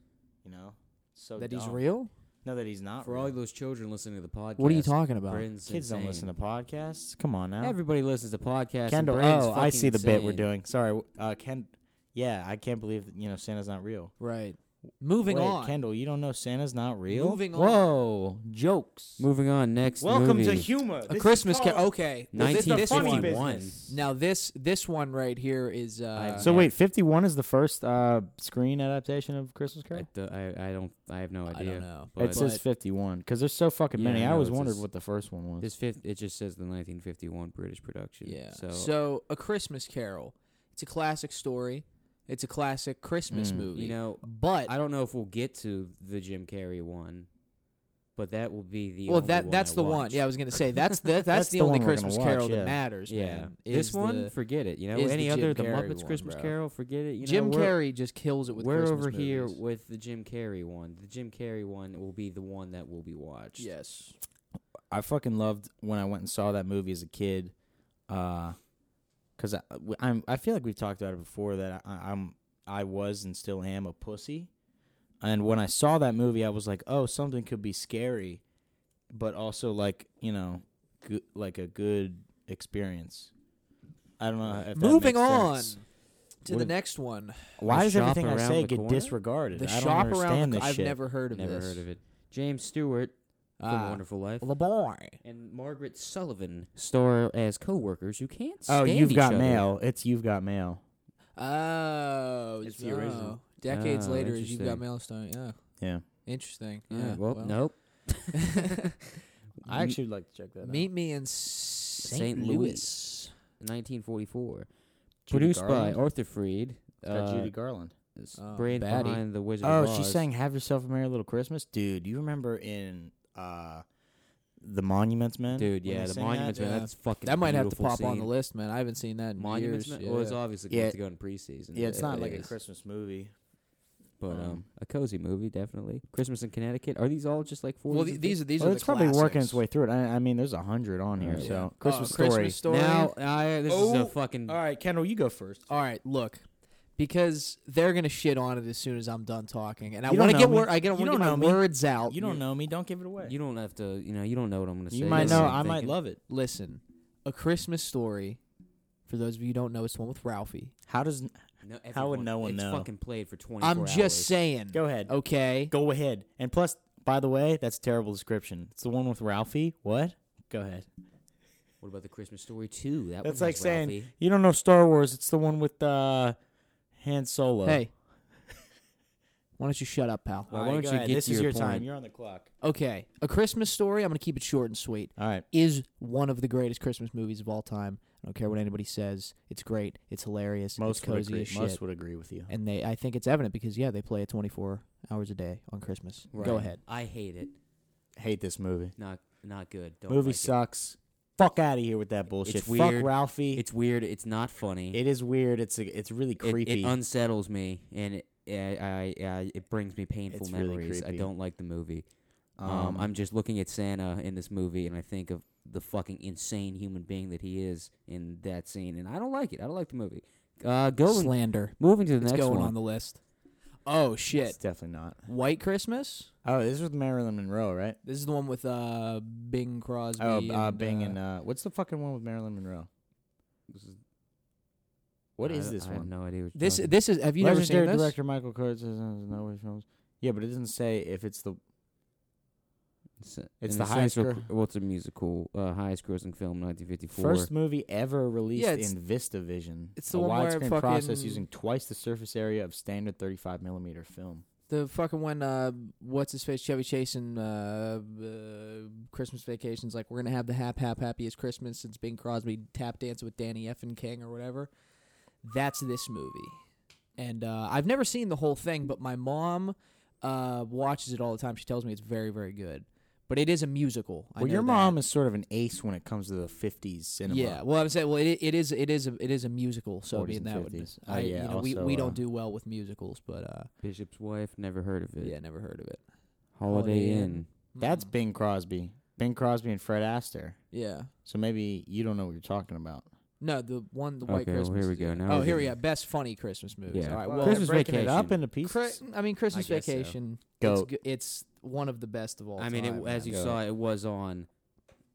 [SPEAKER 3] you know. So
[SPEAKER 5] that he's
[SPEAKER 3] dumb.
[SPEAKER 5] real.
[SPEAKER 3] No, that he's not.
[SPEAKER 4] For
[SPEAKER 3] real.
[SPEAKER 4] all those children listening to the podcast,
[SPEAKER 5] What are you talking about?
[SPEAKER 4] Bryn's
[SPEAKER 3] Kids don't listen to
[SPEAKER 4] insane.
[SPEAKER 3] podcasts. Come on now.
[SPEAKER 4] Everybody listens to podcasts.
[SPEAKER 3] Kendall,
[SPEAKER 4] and Bryn's
[SPEAKER 3] oh, I
[SPEAKER 4] fucking
[SPEAKER 3] see the bit we're
[SPEAKER 4] insane.
[SPEAKER 3] doing. Sorry, w- uh, Ken. Yeah, I can't believe that, you know Santa's not real.
[SPEAKER 5] Right. Moving
[SPEAKER 3] Wait,
[SPEAKER 5] on.
[SPEAKER 3] Kendall, you don't know Santa's not real.
[SPEAKER 5] Moving on.
[SPEAKER 3] Whoa, jokes.
[SPEAKER 4] Moving on, next
[SPEAKER 3] Welcome
[SPEAKER 4] movie.
[SPEAKER 3] to humor.
[SPEAKER 5] a Christmas ca- okay.
[SPEAKER 3] This is the funny
[SPEAKER 4] 1951.
[SPEAKER 3] business.
[SPEAKER 5] Now this this one right here is uh
[SPEAKER 3] so wait, fifty-one is the first uh, screen adaptation of Christmas
[SPEAKER 4] I,
[SPEAKER 3] Carol.
[SPEAKER 4] do- I, I don't. I have no
[SPEAKER 5] I
[SPEAKER 4] idea.
[SPEAKER 5] don't know.
[SPEAKER 4] but-
[SPEAKER 3] It says
[SPEAKER 5] but-
[SPEAKER 3] fifty-one because there's so fucking
[SPEAKER 4] Yeah,
[SPEAKER 3] many.
[SPEAKER 4] I
[SPEAKER 3] I,
[SPEAKER 4] know,
[SPEAKER 3] always
[SPEAKER 4] it's
[SPEAKER 3] wondered
[SPEAKER 4] just-
[SPEAKER 3] what the first one was.
[SPEAKER 4] This fifth, it just says the 1951 British production.
[SPEAKER 5] Yeah.
[SPEAKER 4] So,
[SPEAKER 5] So, a Christmas Carol. It's a classic story. It's a classic Christmas
[SPEAKER 3] Mm.
[SPEAKER 5] movie.
[SPEAKER 4] you know,
[SPEAKER 5] but
[SPEAKER 4] I don't know if we'll get to the Jim Carrey one, but that will be the.
[SPEAKER 5] well
[SPEAKER 4] only
[SPEAKER 5] that
[SPEAKER 4] one
[SPEAKER 5] that's
[SPEAKER 4] I
[SPEAKER 5] the one.
[SPEAKER 4] watch.
[SPEAKER 5] Yeah, I was gonna say that's the, that's,
[SPEAKER 3] That's
[SPEAKER 5] the,
[SPEAKER 3] the
[SPEAKER 5] only
[SPEAKER 3] one we're gonna
[SPEAKER 5] Christmas
[SPEAKER 3] watch,
[SPEAKER 5] Carol that
[SPEAKER 3] yeah.
[SPEAKER 5] matters.
[SPEAKER 4] Yeah.
[SPEAKER 5] man,
[SPEAKER 4] this
[SPEAKER 5] is
[SPEAKER 4] one,
[SPEAKER 5] the-
[SPEAKER 4] forget it. You know,
[SPEAKER 5] is the
[SPEAKER 4] any
[SPEAKER 5] Jim
[SPEAKER 4] other the
[SPEAKER 5] Carrey
[SPEAKER 4] Muppets
[SPEAKER 5] one,
[SPEAKER 4] Christmas
[SPEAKER 5] bro.
[SPEAKER 4] Carol, forget it. You know,
[SPEAKER 5] Jim
[SPEAKER 4] we're-
[SPEAKER 5] Carrey just kills it with
[SPEAKER 4] we're
[SPEAKER 5] Christmas
[SPEAKER 4] over here
[SPEAKER 5] movies.
[SPEAKER 4] with the Jim Carrey one. The Jim Carrey one will be the one that will be watched.
[SPEAKER 5] Yes.
[SPEAKER 3] I fucking loved when I went and saw that movie as a kid, because I w I, am I feel like we've talked about it before that I, I'm I was and still am a pussy, and when I saw that movie, I was like, oh, something could be scary, but also like you know, good, like a good experience. I don't
[SPEAKER 4] Uh,
[SPEAKER 3] know. If that
[SPEAKER 5] Moving
[SPEAKER 3] makes
[SPEAKER 5] on
[SPEAKER 3] sense.
[SPEAKER 5] to
[SPEAKER 3] What
[SPEAKER 5] the
[SPEAKER 3] is-
[SPEAKER 5] next one.
[SPEAKER 3] Why
[SPEAKER 4] The
[SPEAKER 3] does everything
[SPEAKER 4] Shop
[SPEAKER 3] I
[SPEAKER 4] Around
[SPEAKER 3] say
[SPEAKER 4] the
[SPEAKER 3] get
[SPEAKER 4] Corner?
[SPEAKER 3] disregarded?
[SPEAKER 5] The
[SPEAKER 3] I don't
[SPEAKER 5] shop around
[SPEAKER 3] understand
[SPEAKER 5] the,
[SPEAKER 3] this
[SPEAKER 5] I've
[SPEAKER 3] shit.
[SPEAKER 5] never heard of
[SPEAKER 4] Never
[SPEAKER 5] this.
[SPEAKER 4] heard of it. James Stewart from
[SPEAKER 5] Ah.
[SPEAKER 4] Wonderful Life
[SPEAKER 5] The boy.
[SPEAKER 4] and Margaret Sullivan star as coworkers who can't
[SPEAKER 3] Oh,
[SPEAKER 4] stand
[SPEAKER 3] you've
[SPEAKER 4] each
[SPEAKER 3] got
[SPEAKER 4] other.
[SPEAKER 3] mail. It's you've got mail.
[SPEAKER 5] Oh,
[SPEAKER 4] It's the
[SPEAKER 5] oh.
[SPEAKER 4] original.
[SPEAKER 5] Decades
[SPEAKER 4] Oh,
[SPEAKER 5] later, as you've got
[SPEAKER 4] interesting.
[SPEAKER 5] milestone. Yeah,
[SPEAKER 3] Ah, Yeah,
[SPEAKER 5] interesting.
[SPEAKER 4] Yeah,
[SPEAKER 5] Yeah.
[SPEAKER 4] well, nope.
[SPEAKER 3] I actually would like to check that. out.
[SPEAKER 5] Meet me in St.
[SPEAKER 4] St.
[SPEAKER 5] Louis.
[SPEAKER 4] Louis. 1944.
[SPEAKER 3] Judy
[SPEAKER 4] Produced by
[SPEAKER 3] Garland?
[SPEAKER 4] Arthur Freed.
[SPEAKER 3] It's got
[SPEAKER 4] uh,
[SPEAKER 3] Judy Garland.
[SPEAKER 4] It's
[SPEAKER 5] Oh,
[SPEAKER 4] brain
[SPEAKER 5] baddie.
[SPEAKER 4] behind the Wizard
[SPEAKER 3] Oh,
[SPEAKER 4] of Oz.
[SPEAKER 3] she's saying "Have Yourself a Merry Little Christmas," dude. You remember in uh, the Monuments Men?
[SPEAKER 4] Dude,
[SPEAKER 3] when they
[SPEAKER 4] yeah, the
[SPEAKER 3] sing that?
[SPEAKER 4] Monuments Man.
[SPEAKER 5] yeah.
[SPEAKER 4] That's fucking.
[SPEAKER 5] That might have to
[SPEAKER 4] beautiful
[SPEAKER 5] pop on the
[SPEAKER 4] scene.
[SPEAKER 5] list, man. I haven't seen that in
[SPEAKER 4] Monuments
[SPEAKER 5] years.
[SPEAKER 4] Man. Well, it's
[SPEAKER 5] yeah.
[SPEAKER 4] obviously
[SPEAKER 3] Yeah.
[SPEAKER 4] going to go in preseason.
[SPEAKER 3] Yeah, it's
[SPEAKER 4] if
[SPEAKER 3] not
[SPEAKER 4] it
[SPEAKER 3] like a
[SPEAKER 4] is.
[SPEAKER 3] Christmas movie.
[SPEAKER 4] but um,
[SPEAKER 3] um,
[SPEAKER 4] a cozy movie definitely. Christmas in Connecticut. Are these all just like four?
[SPEAKER 2] Well, th- these are these
[SPEAKER 3] well,
[SPEAKER 2] are
[SPEAKER 3] it's
[SPEAKER 2] the
[SPEAKER 3] probably working
[SPEAKER 2] classics.
[SPEAKER 3] its way through it. I, I mean, there's a hundred on here,
[SPEAKER 4] Yeah. Uh,
[SPEAKER 3] so
[SPEAKER 5] Oh,
[SPEAKER 3] Christmas, story.
[SPEAKER 5] Christmas Story.
[SPEAKER 4] Now, I, this is a
[SPEAKER 5] Oh,
[SPEAKER 4] fucking.
[SPEAKER 3] All right, Kendall, you go first.
[SPEAKER 5] All right, look, because they're gonna shit on it as soon as I'm done talking, and I
[SPEAKER 3] You don't
[SPEAKER 5] want to get
[SPEAKER 3] know
[SPEAKER 5] word.
[SPEAKER 3] me.
[SPEAKER 5] I get,
[SPEAKER 3] You
[SPEAKER 5] want to
[SPEAKER 3] don't
[SPEAKER 5] get my
[SPEAKER 3] know me.
[SPEAKER 5] words out.
[SPEAKER 3] You don't know me. Don't give it away.
[SPEAKER 4] Oh, You don't have to. You know, you don't know what I'm gonna say.
[SPEAKER 3] You might
[SPEAKER 5] Yes,
[SPEAKER 3] know.
[SPEAKER 5] I'm
[SPEAKER 3] I might love it.
[SPEAKER 5] Listen, A Christmas Story. For those of you who don't know, it's the one with Ralphie.
[SPEAKER 3] How does?
[SPEAKER 4] No,
[SPEAKER 3] How would
[SPEAKER 4] everyone-
[SPEAKER 3] no one
[SPEAKER 4] it's
[SPEAKER 3] know?
[SPEAKER 4] Fucking played for 24
[SPEAKER 5] I'm just
[SPEAKER 4] hours.
[SPEAKER 5] saying.
[SPEAKER 3] Go ahead.
[SPEAKER 5] Okay.
[SPEAKER 3] Go ahead. And plus, by the way, that's a terrible description. It's the one with Ralphie. What? Go ahead.
[SPEAKER 4] What about the Christmas story too? That
[SPEAKER 3] That's
[SPEAKER 4] one
[SPEAKER 3] like
[SPEAKER 4] has
[SPEAKER 3] saying
[SPEAKER 4] Ralphie.
[SPEAKER 3] you don't know Star Wars. It's the one with uh, Han Solo.
[SPEAKER 5] Hey. Why don't you shut up, pal?
[SPEAKER 4] Well, why don't you get
[SPEAKER 3] this
[SPEAKER 4] to
[SPEAKER 3] is your
[SPEAKER 4] your
[SPEAKER 3] time.
[SPEAKER 4] point.
[SPEAKER 3] You're on the clock.
[SPEAKER 5] Okay. A Christmas Story, I'm going to keep it short and sweet,
[SPEAKER 3] All right.
[SPEAKER 5] is one of the greatest Christmas movies of all time. I don't care what anybody says. It's great. It's hilarious.
[SPEAKER 3] Most
[SPEAKER 5] it's
[SPEAKER 3] would
[SPEAKER 5] cozy
[SPEAKER 3] agree.
[SPEAKER 5] as shit.
[SPEAKER 3] Most would agree with you.
[SPEAKER 5] and they, I think it's evident because, yeah, they play it 24 hours a day on Christmas. Go
[SPEAKER 4] Right.
[SPEAKER 5] ahead.
[SPEAKER 4] I hate it.
[SPEAKER 3] Hate this movie.
[SPEAKER 4] Not not good. Don't
[SPEAKER 3] movie
[SPEAKER 4] like it.
[SPEAKER 3] sucks. Fuck out of here with that bullshit.
[SPEAKER 4] weird.
[SPEAKER 3] Fuck Ralphie.
[SPEAKER 4] It's weird. It's not funny.
[SPEAKER 3] It is weird. It's a, it's really
[SPEAKER 4] It-
[SPEAKER 3] creepy.
[SPEAKER 4] It, unsettles me, and it I, I, I it brings me painful
[SPEAKER 3] It's really
[SPEAKER 4] memories. I
[SPEAKER 3] creepy.
[SPEAKER 4] don't like the movie. Um, I'm just looking at Santa in this movie, and I think of the fucking insane human being that he is in that scene, and I don't like it. I don't like the movie. Uh, going
[SPEAKER 5] Slander.
[SPEAKER 4] moving to the
[SPEAKER 5] It's
[SPEAKER 4] next
[SPEAKER 5] going
[SPEAKER 4] one.
[SPEAKER 5] on the list. Oh,
[SPEAKER 3] It's
[SPEAKER 5] shit.
[SPEAKER 3] definitely not.
[SPEAKER 5] White Christmas?
[SPEAKER 3] Oh, this is with Marilyn Monroe, right?
[SPEAKER 5] This is the one with uh, Bing Crosby.
[SPEAKER 3] Oh, uh,
[SPEAKER 5] and,
[SPEAKER 3] Bing
[SPEAKER 5] uh,
[SPEAKER 3] and uh, what's the fucking one with Marilyn Monroe? What
[SPEAKER 4] What is
[SPEAKER 3] is this
[SPEAKER 4] I
[SPEAKER 3] one?
[SPEAKER 4] have no idea. What you're
[SPEAKER 5] This,
[SPEAKER 4] talking
[SPEAKER 5] this is. Have you never seen
[SPEAKER 3] Legendary
[SPEAKER 5] this?
[SPEAKER 3] director Michael Kurtz is in uh, No Way Films. Yeah, but it doesn't say if it's the.
[SPEAKER 4] It's, a-
[SPEAKER 3] It's
[SPEAKER 4] an
[SPEAKER 3] the highest
[SPEAKER 4] essential-
[SPEAKER 3] gro-
[SPEAKER 4] well, it's a musical, uh, highest grossing film, 1954.
[SPEAKER 3] First movie ever released
[SPEAKER 5] Yeah, it's-
[SPEAKER 3] in VistaVision.
[SPEAKER 5] it's the
[SPEAKER 3] a
[SPEAKER 5] one where
[SPEAKER 3] widescreen
[SPEAKER 5] fucking-
[SPEAKER 3] process using twice the surface area of standard 35 millimeter film.
[SPEAKER 5] The fucking one, uh, what's his face, Chevy Chase and uh, uh, Christmas Vacations, like we're gonna have the hap hap happiest Christmas since Bing Crosby tap danced with Danny F and King or whatever. That's this movie, and uh, I've never seen the whole thing, but my mom uh, watches it all the time. She tells me it's very very good, but it is a musical. I
[SPEAKER 3] well,
[SPEAKER 5] know
[SPEAKER 3] your
[SPEAKER 5] that.
[SPEAKER 3] mom is sort of an ace when it comes to the 50s cinema.
[SPEAKER 5] Yeah, well, I'm saying, well, it, it is it is a it is a musical, so I
[SPEAKER 3] 40s
[SPEAKER 5] mean
[SPEAKER 3] and
[SPEAKER 5] that would be,
[SPEAKER 3] 50s. Uh,
[SPEAKER 5] I,
[SPEAKER 3] yeah,
[SPEAKER 5] you know, we,
[SPEAKER 3] also,
[SPEAKER 5] we
[SPEAKER 3] uh,
[SPEAKER 5] don't do well with musicals, but uh,
[SPEAKER 4] Bishop's Wife, never heard of it.
[SPEAKER 5] yeah, never heard of it.
[SPEAKER 4] Holiday,
[SPEAKER 5] Holiday
[SPEAKER 4] Inn.
[SPEAKER 5] Inn.
[SPEAKER 3] That's
[SPEAKER 5] Mm.
[SPEAKER 3] Bing Crosby. Bing Crosby and Fred Astaire.
[SPEAKER 5] yeah.
[SPEAKER 3] So maybe you don't know what you're talking about.
[SPEAKER 5] No, the one, the White
[SPEAKER 4] Okay, well,
[SPEAKER 5] Christmas.
[SPEAKER 4] here we
[SPEAKER 5] is
[SPEAKER 4] go.
[SPEAKER 5] the-
[SPEAKER 4] Now
[SPEAKER 5] oh,
[SPEAKER 4] we're
[SPEAKER 5] here we
[SPEAKER 4] getting-
[SPEAKER 5] go. Best funny Christmas movies.
[SPEAKER 4] Yeah.
[SPEAKER 5] All right.
[SPEAKER 4] Well,
[SPEAKER 5] Well,
[SPEAKER 3] Christmas
[SPEAKER 4] Christmas
[SPEAKER 3] breaking it up
[SPEAKER 4] Vacation.
[SPEAKER 3] into pieces.
[SPEAKER 5] Cri- I mean, Christmas
[SPEAKER 4] guess so.
[SPEAKER 5] Vacation.
[SPEAKER 3] Go.
[SPEAKER 5] It's, go- it's one of the best of all.
[SPEAKER 4] I mean,
[SPEAKER 5] time,
[SPEAKER 4] it,
[SPEAKER 5] man.
[SPEAKER 4] as you
[SPEAKER 3] Go.
[SPEAKER 4] saw, it was on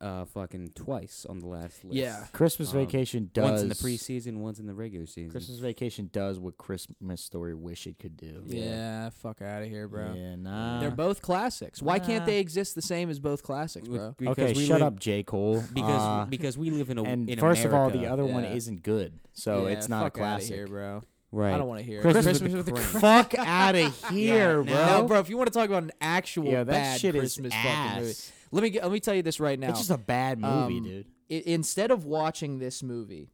[SPEAKER 4] uh, fucking twice on the last list.
[SPEAKER 5] Yeah.
[SPEAKER 3] Christmas
[SPEAKER 4] Um,
[SPEAKER 3] Vacation does.
[SPEAKER 4] Once in the preseason, once in the regular season.
[SPEAKER 3] Christmas Vacation does what Christmas Story wish it could do.
[SPEAKER 5] Yeah, fuck out of here, bro.
[SPEAKER 3] Yeah, nah.
[SPEAKER 5] They're both classics. Why can't
[SPEAKER 3] Nah.
[SPEAKER 5] they exist the same as both classics,
[SPEAKER 4] We-
[SPEAKER 5] bro?
[SPEAKER 4] because
[SPEAKER 3] okay,
[SPEAKER 4] we
[SPEAKER 3] shut
[SPEAKER 4] live-
[SPEAKER 3] up, J. Cole.
[SPEAKER 4] Because
[SPEAKER 3] Uh,
[SPEAKER 4] because we live in a
[SPEAKER 3] and
[SPEAKER 4] in
[SPEAKER 3] first of all, the
[SPEAKER 4] America.
[SPEAKER 3] other one
[SPEAKER 5] Yeah.
[SPEAKER 3] isn't good, so
[SPEAKER 5] Yeah,
[SPEAKER 3] it's not a
[SPEAKER 5] fuck outta
[SPEAKER 3] classic.
[SPEAKER 5] here, bro.
[SPEAKER 4] right.
[SPEAKER 5] I don't want to hear
[SPEAKER 3] Christmas
[SPEAKER 5] it.
[SPEAKER 3] with
[SPEAKER 4] the Cranks.
[SPEAKER 3] Fuck out of here,
[SPEAKER 5] Yeah,
[SPEAKER 3] bro.
[SPEAKER 5] No, bro. If you want to talk about an actual
[SPEAKER 3] yeah, that
[SPEAKER 5] bad
[SPEAKER 3] shit
[SPEAKER 5] Christmas
[SPEAKER 3] is
[SPEAKER 5] fucking movie,
[SPEAKER 3] ass.
[SPEAKER 5] let me get, let me tell you this right now.
[SPEAKER 3] It's just a bad movie,
[SPEAKER 5] Um,
[SPEAKER 3] dude.
[SPEAKER 5] I instead of watching this movie,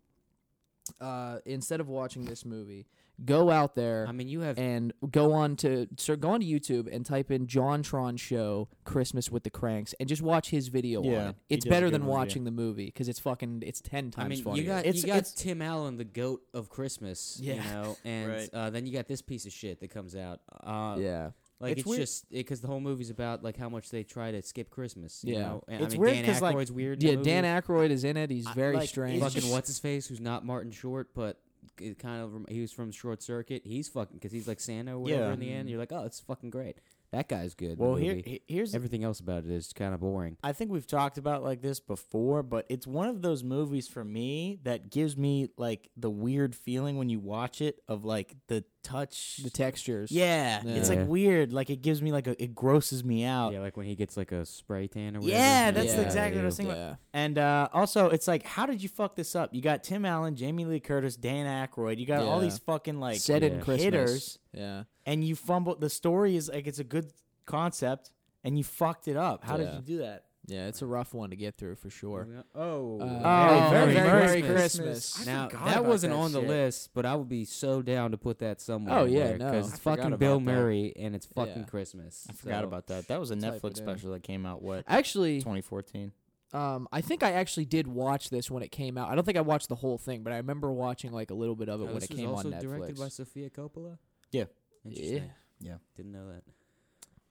[SPEAKER 5] uh, instead of watching this movie, go out there
[SPEAKER 4] I mean, you have
[SPEAKER 5] and go on to so go on to YouTube and type in John Tron show Christmas with the Cranks and just watch his video on
[SPEAKER 3] Yeah,
[SPEAKER 5] it.
[SPEAKER 3] he
[SPEAKER 5] It's
[SPEAKER 3] does a
[SPEAKER 5] better
[SPEAKER 3] good
[SPEAKER 5] than
[SPEAKER 3] review.
[SPEAKER 5] watching the movie because it's fucking it's ten times
[SPEAKER 4] I mean,
[SPEAKER 5] funnier.
[SPEAKER 4] you got
[SPEAKER 3] It's-
[SPEAKER 4] you got
[SPEAKER 3] it's-
[SPEAKER 4] Tim Allen, the goat of Christmas, you
[SPEAKER 5] Yeah.
[SPEAKER 4] know, and
[SPEAKER 3] Right.
[SPEAKER 4] uh, then you got this piece of shit that comes out. Uh,
[SPEAKER 5] yeah,
[SPEAKER 4] like
[SPEAKER 3] It's
[SPEAKER 4] it's,
[SPEAKER 3] weird.
[SPEAKER 4] just because the whole movie's about like how much they try to skip Christmas. You
[SPEAKER 5] Yeah.
[SPEAKER 4] know? and,
[SPEAKER 3] It's
[SPEAKER 4] I mean,
[SPEAKER 3] weird
[SPEAKER 4] Dan
[SPEAKER 3] 'cause, like,
[SPEAKER 4] Aykroyd's weird. in
[SPEAKER 5] yeah.
[SPEAKER 4] the
[SPEAKER 5] Dan
[SPEAKER 4] movie.
[SPEAKER 5] Aykroyd is in it. He's
[SPEAKER 3] I-
[SPEAKER 5] very
[SPEAKER 3] like,
[SPEAKER 5] strange.
[SPEAKER 3] Aykroyd- it's
[SPEAKER 4] fucking
[SPEAKER 3] just-
[SPEAKER 4] what's his face, who's not Martin Short, but it kind of rem- he was from Short Circuit. He's fucking because he's like Santa or whatever.
[SPEAKER 3] Yeah.
[SPEAKER 4] In the end, you're like, oh, it's fucking great. That guy's good. in the
[SPEAKER 3] Well, here,
[SPEAKER 4] movie.
[SPEAKER 3] he- here's the
[SPEAKER 4] everything else about it is kind of boring.
[SPEAKER 3] I think we've talked about like this before, but it's one of those movies for me that gives me like the weird feeling when you watch it of like the touch.
[SPEAKER 5] the textures.
[SPEAKER 3] yeah, it's
[SPEAKER 4] Yeah.
[SPEAKER 3] like weird. Like it gives me like a, it grosses me out.
[SPEAKER 4] Yeah, like when he gets like a spray tan or whatever.
[SPEAKER 3] Yeah,
[SPEAKER 4] and
[SPEAKER 3] that's
[SPEAKER 4] he's
[SPEAKER 3] exactly what I
[SPEAKER 4] out
[SPEAKER 3] was thinking.
[SPEAKER 5] Yeah.
[SPEAKER 3] About. And uh, also, it's like, how did you fuck this up? You got Tim Allen, Jamie Lee Curtis, Dan Aykroyd. You got all
[SPEAKER 5] Yeah.
[SPEAKER 3] these fucking like
[SPEAKER 5] Set in
[SPEAKER 4] yeah.
[SPEAKER 5] Christmas.
[SPEAKER 3] hitters,
[SPEAKER 5] Yeah.
[SPEAKER 3] and you fumbled. The story is like it's a good concept, and you fucked it up. How
[SPEAKER 5] Yeah.
[SPEAKER 3] did you do that?
[SPEAKER 5] Yeah, it's a rough one to get through for sure.
[SPEAKER 4] Moving on- Oh,
[SPEAKER 5] Uh,
[SPEAKER 3] Oh, Merry
[SPEAKER 4] Merry,
[SPEAKER 3] Merry
[SPEAKER 4] Merry,
[SPEAKER 5] Christmas.
[SPEAKER 3] Christmas.
[SPEAKER 5] I
[SPEAKER 4] Now
[SPEAKER 2] forgot
[SPEAKER 4] that
[SPEAKER 2] about
[SPEAKER 4] wasn't
[SPEAKER 2] that
[SPEAKER 4] on the
[SPEAKER 2] shit.
[SPEAKER 4] list, but I would be so down to put that somewhere.
[SPEAKER 5] Oh, yeah, no.
[SPEAKER 4] because
[SPEAKER 5] I
[SPEAKER 4] it's
[SPEAKER 2] forgot
[SPEAKER 4] fucking
[SPEAKER 2] about
[SPEAKER 4] Bill
[SPEAKER 2] that.
[SPEAKER 4] Murray and it's fucking
[SPEAKER 5] Yeah.
[SPEAKER 4] Christmas.
[SPEAKER 3] I forgot
[SPEAKER 4] so-
[SPEAKER 3] about that. That was a
[SPEAKER 4] type
[SPEAKER 3] Netflix
[SPEAKER 4] it in.
[SPEAKER 3] special that came out what
[SPEAKER 5] Actually,
[SPEAKER 3] 2014.
[SPEAKER 5] um, I think I actually did watch this when it came out. I don't think I watched the whole thing, but I remember watching like a little bit of it
[SPEAKER 4] Oh,
[SPEAKER 5] when
[SPEAKER 4] this
[SPEAKER 5] it
[SPEAKER 4] was
[SPEAKER 5] came on
[SPEAKER 4] also
[SPEAKER 5] Netflix.
[SPEAKER 4] directed by Sophia Coppola.
[SPEAKER 3] Yeah.
[SPEAKER 4] Interesting.
[SPEAKER 3] Yeah.
[SPEAKER 4] Didn't know that.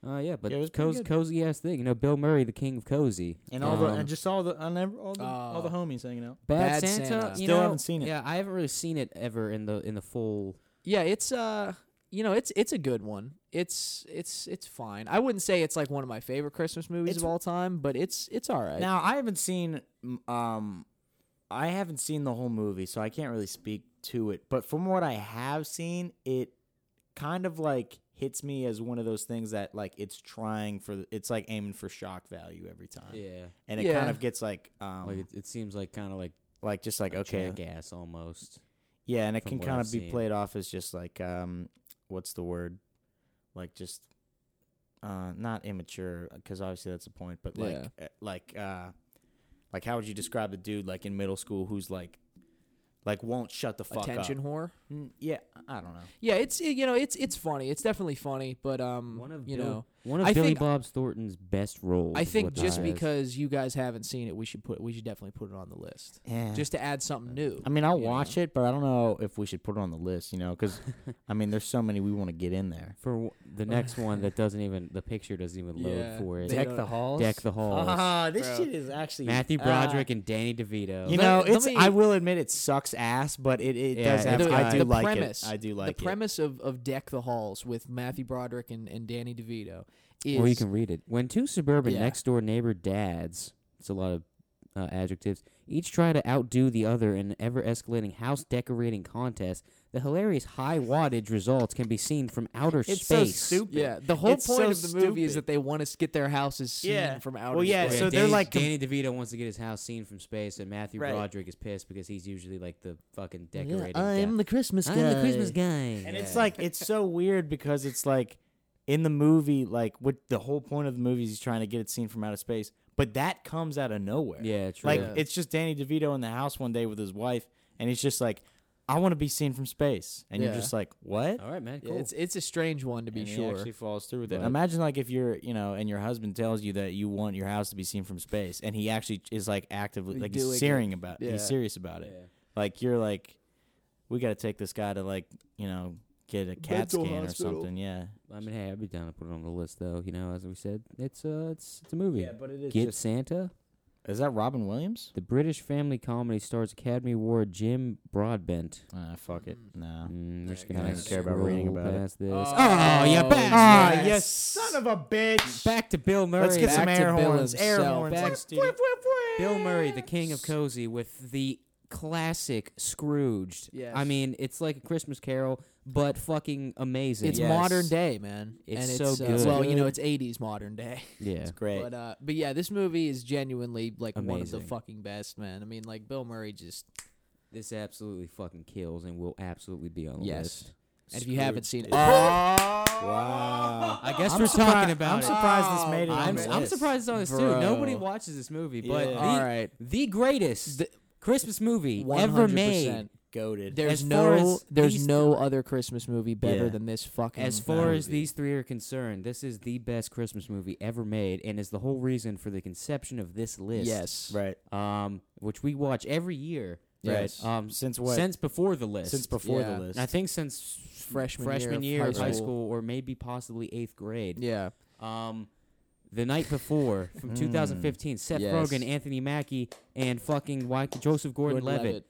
[SPEAKER 4] Uh, yeah, but
[SPEAKER 3] Yeah, it was pretty
[SPEAKER 4] cozy,
[SPEAKER 3] good.
[SPEAKER 4] cozy ass thing. You know, Bill Murray, the king of cozy,
[SPEAKER 3] And all the
[SPEAKER 4] Um,
[SPEAKER 3] and just all the on every, all the all the
[SPEAKER 5] Oh.
[SPEAKER 3] homies hanging out.
[SPEAKER 5] Bad
[SPEAKER 4] Bad, Santa.
[SPEAKER 5] Santa.
[SPEAKER 4] You
[SPEAKER 3] Still
[SPEAKER 4] know,
[SPEAKER 3] haven't seen it.
[SPEAKER 4] Yeah, I haven't really seen it ever in the in the full.
[SPEAKER 5] Yeah, it's uh, you know, it's it's a good one. It's it's it's fine. I wouldn't say it's like one of my favorite Christmas movies
[SPEAKER 3] It's-
[SPEAKER 5] of all time, but it's it's all right.
[SPEAKER 3] Now I haven't seen mm, um I haven't seen the whole movie, so I can't really speak to it. But from what I have seen, it kind of like hits me as one of those things that like it's trying for it's like aiming for shock value every time.
[SPEAKER 4] Yeah,
[SPEAKER 3] And it
[SPEAKER 5] Yeah.
[SPEAKER 3] kind of gets like um
[SPEAKER 4] like
[SPEAKER 3] like,
[SPEAKER 4] it, it seems like kind of like
[SPEAKER 3] just like okay.
[SPEAKER 4] okay, gas almost.
[SPEAKER 3] Yeah, and it
[SPEAKER 4] from
[SPEAKER 3] can
[SPEAKER 4] what
[SPEAKER 3] kind
[SPEAKER 4] I've
[SPEAKER 3] of be
[SPEAKER 4] seen.
[SPEAKER 3] played off as just like um what's the word? Like just uh not immature cuz obviously that's the point, but like
[SPEAKER 5] Yeah.
[SPEAKER 3] uh, like uh like how would you describe the dude like in middle school who's like like won't shut the fuck
[SPEAKER 5] Attention
[SPEAKER 3] up?
[SPEAKER 5] whore.
[SPEAKER 3] Mm, yeah, I don't know.
[SPEAKER 5] Yeah, it's it, you know, it's it's funny. It's definitely funny, but um,
[SPEAKER 4] One of
[SPEAKER 5] you
[SPEAKER 4] Bill-
[SPEAKER 5] know,
[SPEAKER 4] One of
[SPEAKER 5] I
[SPEAKER 4] Billy
[SPEAKER 5] think-
[SPEAKER 4] Bob Thornton's best roles.
[SPEAKER 5] I
[SPEAKER 4] is
[SPEAKER 5] think
[SPEAKER 4] what
[SPEAKER 5] just
[SPEAKER 4] that is.
[SPEAKER 5] because you guys haven't seen it, we should put we should definitely put it on the list
[SPEAKER 3] Yeah.
[SPEAKER 5] just to add something new.
[SPEAKER 3] I mean, I'll
[SPEAKER 5] you
[SPEAKER 3] watch it, but I don't know if we should put it on the list, you know, cuz I mean, there's so many we want to get in there.
[SPEAKER 4] for w- the next one that doesn't even the picture doesn't even load
[SPEAKER 5] Yeah,
[SPEAKER 4] for it.
[SPEAKER 5] they
[SPEAKER 4] Deck,
[SPEAKER 5] don't-
[SPEAKER 3] the halls.
[SPEAKER 4] Deck the halls.
[SPEAKER 3] Ah, this
[SPEAKER 5] Bro.
[SPEAKER 3] shit is actually
[SPEAKER 4] Matthew
[SPEAKER 3] ah.
[SPEAKER 4] Broderick and Danny DeVito.
[SPEAKER 3] You
[SPEAKER 5] Let-
[SPEAKER 3] know,
[SPEAKER 5] let
[SPEAKER 3] it's.
[SPEAKER 5] me-
[SPEAKER 3] I will admit it sucks ass, but it, it
[SPEAKER 4] Yeah,
[SPEAKER 3] does
[SPEAKER 4] it
[SPEAKER 3] have.
[SPEAKER 5] does.
[SPEAKER 3] I do
[SPEAKER 5] The
[SPEAKER 3] like
[SPEAKER 5] premise-
[SPEAKER 3] it. I do
[SPEAKER 5] the
[SPEAKER 3] like it.
[SPEAKER 5] premise of, of Deck the Halls with Matthew Broderick and, and Danny DeVito is
[SPEAKER 4] or you can read it. When two suburban
[SPEAKER 5] Yeah.
[SPEAKER 4] next door neighbor dads, it's a lot of uh, adjectives, each try to outdo the other in an ever escalating house decorating contest, the hilarious high wattage results can be seen from outer
[SPEAKER 3] It's so
[SPEAKER 4] space.
[SPEAKER 3] stupid.
[SPEAKER 5] yeah. The whole
[SPEAKER 3] It's
[SPEAKER 5] point
[SPEAKER 3] so
[SPEAKER 5] of the movie is that
[SPEAKER 3] stupid.
[SPEAKER 5] they want us to get their houses seen
[SPEAKER 3] Yeah.
[SPEAKER 5] from outer.
[SPEAKER 3] Well, yeah,
[SPEAKER 4] Oh,
[SPEAKER 5] space.
[SPEAKER 3] so they're
[SPEAKER 4] Danny,
[SPEAKER 3] like com-
[SPEAKER 4] Danny DeVito wants to get his house seen from space, and Matthew
[SPEAKER 3] Right.
[SPEAKER 4] Broderick is pissed because he's usually like the fucking decorating. guy.
[SPEAKER 3] the Christmas
[SPEAKER 4] I'm the Christmas guy,
[SPEAKER 3] And it's
[SPEAKER 4] Yeah.
[SPEAKER 3] like it's so weird because it's like in the movie, like what the whole point of the movie is he's trying to get it seen from outer space, but that comes out of nowhere.
[SPEAKER 4] yeah, true.
[SPEAKER 3] like
[SPEAKER 5] Yeah.
[SPEAKER 3] it's just Danny DeVito in the house one day with his wife, and he's just like, "I want to be seen from space," and you're
[SPEAKER 5] Yeah.
[SPEAKER 3] just like, "What?"
[SPEAKER 4] all right, man,
[SPEAKER 5] Yeah,
[SPEAKER 4] cool.
[SPEAKER 5] It's it's a strange one to be
[SPEAKER 3] and he
[SPEAKER 5] sure.
[SPEAKER 3] actually falls through with it.
[SPEAKER 4] Right.
[SPEAKER 3] Imagine like if you're, you know, and your husband tells you that you want your house to be seen from space, and he actually is like actively,
[SPEAKER 5] He's
[SPEAKER 3] like
[SPEAKER 5] doing
[SPEAKER 3] he's
[SPEAKER 5] it.
[SPEAKER 3] searing about, it.
[SPEAKER 5] Yeah.
[SPEAKER 3] he's serious about
[SPEAKER 4] Yeah.
[SPEAKER 3] it. Like you're like, we got to take this guy to like, you know, get a CAT
[SPEAKER 5] Mental
[SPEAKER 3] scan
[SPEAKER 5] hospital.
[SPEAKER 3] or something. Yeah.
[SPEAKER 4] I mean, hey, I'd be down to put it on the list, though. You know, as we said, it's uh, it's it's a movie.
[SPEAKER 3] but it is.
[SPEAKER 4] Get Santa.
[SPEAKER 3] is that Robin Williams?
[SPEAKER 4] The British family comedy stars Academy Award Jim Broadbent.
[SPEAKER 3] Ah, fuck it. No.
[SPEAKER 4] Mm, we're just
[SPEAKER 5] Okay,
[SPEAKER 4] gonna
[SPEAKER 5] I don't care about
[SPEAKER 4] roll
[SPEAKER 3] reading about it.
[SPEAKER 4] past This.
[SPEAKER 5] Oh,
[SPEAKER 4] you
[SPEAKER 5] Oh,
[SPEAKER 4] bastard.
[SPEAKER 5] Ah,
[SPEAKER 3] Ah,
[SPEAKER 5] yes.
[SPEAKER 3] yes, son of a bitch.
[SPEAKER 4] Back to Bill Murray.
[SPEAKER 3] Let's get some
[SPEAKER 5] Back to
[SPEAKER 3] air
[SPEAKER 5] Bill
[SPEAKER 3] horns. Air
[SPEAKER 5] himself.
[SPEAKER 3] horns.
[SPEAKER 5] Back-
[SPEAKER 3] Let's do it.
[SPEAKER 4] Bill Murray, the king of cozy, with the classic Scrooged.
[SPEAKER 5] Yes.
[SPEAKER 4] I mean, it's like a Christmas Carol, but fucking amazing.
[SPEAKER 5] it's
[SPEAKER 3] Yes.
[SPEAKER 5] modern day, man.
[SPEAKER 4] It's
[SPEAKER 5] and
[SPEAKER 4] so
[SPEAKER 5] it's,
[SPEAKER 4] good.
[SPEAKER 5] Uh, well, you know,
[SPEAKER 4] Good.
[SPEAKER 5] it's '80s modern day.
[SPEAKER 4] Yeah.
[SPEAKER 3] Great.
[SPEAKER 5] But uh, but yeah, this movie is genuinely like one of the
[SPEAKER 4] Amazing.
[SPEAKER 5] fucking best, man. I mean, like Bill Murray just
[SPEAKER 4] This absolutely fucking kills and will absolutely be on the list.
[SPEAKER 5] yes. And if you haven't seen it,
[SPEAKER 3] Wow.
[SPEAKER 4] I guess
[SPEAKER 3] I'm
[SPEAKER 4] we're
[SPEAKER 3] surpri-
[SPEAKER 4] talking about
[SPEAKER 3] I'm
[SPEAKER 4] it.
[SPEAKER 3] surprised this made it. on
[SPEAKER 4] I'm,
[SPEAKER 3] the
[SPEAKER 4] I'm
[SPEAKER 3] list.
[SPEAKER 4] surprised it's on this too.
[SPEAKER 5] Bro.
[SPEAKER 4] Nobody watches this movie, but
[SPEAKER 3] Yeah.
[SPEAKER 4] the,
[SPEAKER 5] all right,
[SPEAKER 4] the greatest Christmas movie ever
[SPEAKER 5] 100%.
[SPEAKER 4] made.
[SPEAKER 3] Goaded.
[SPEAKER 5] There's
[SPEAKER 4] As far
[SPEAKER 5] no
[SPEAKER 4] as
[SPEAKER 5] there's
[SPEAKER 4] these
[SPEAKER 5] no other Christmas movie better
[SPEAKER 3] Yeah.
[SPEAKER 5] than this fucking.
[SPEAKER 4] As far as
[SPEAKER 5] movie.
[SPEAKER 4] these three are concerned, this is the best Christmas movie ever made, and is the whole reason for the conception of this list.
[SPEAKER 5] yes,
[SPEAKER 3] Right.
[SPEAKER 4] Um, which we watch every year.
[SPEAKER 5] Yes.
[SPEAKER 3] Right.
[SPEAKER 4] Um,
[SPEAKER 3] Since what?
[SPEAKER 4] since before the list.
[SPEAKER 3] Since before
[SPEAKER 5] Yeah.
[SPEAKER 3] the list.
[SPEAKER 4] I think since
[SPEAKER 5] Freshman year
[SPEAKER 4] freshman
[SPEAKER 5] of
[SPEAKER 4] year,
[SPEAKER 5] high
[SPEAKER 4] of high
[SPEAKER 5] school.
[SPEAKER 4] school, or maybe possibly eighth grade.
[SPEAKER 5] yeah, Hmm.
[SPEAKER 4] Um, the night before from
[SPEAKER 3] Mm.
[SPEAKER 4] 2015, Seth
[SPEAKER 5] Yes.
[SPEAKER 4] Rogen, Anthony Mackie, and fucking Wy- Joseph Gordon-Levitt.
[SPEAKER 5] Gordon-Levitt.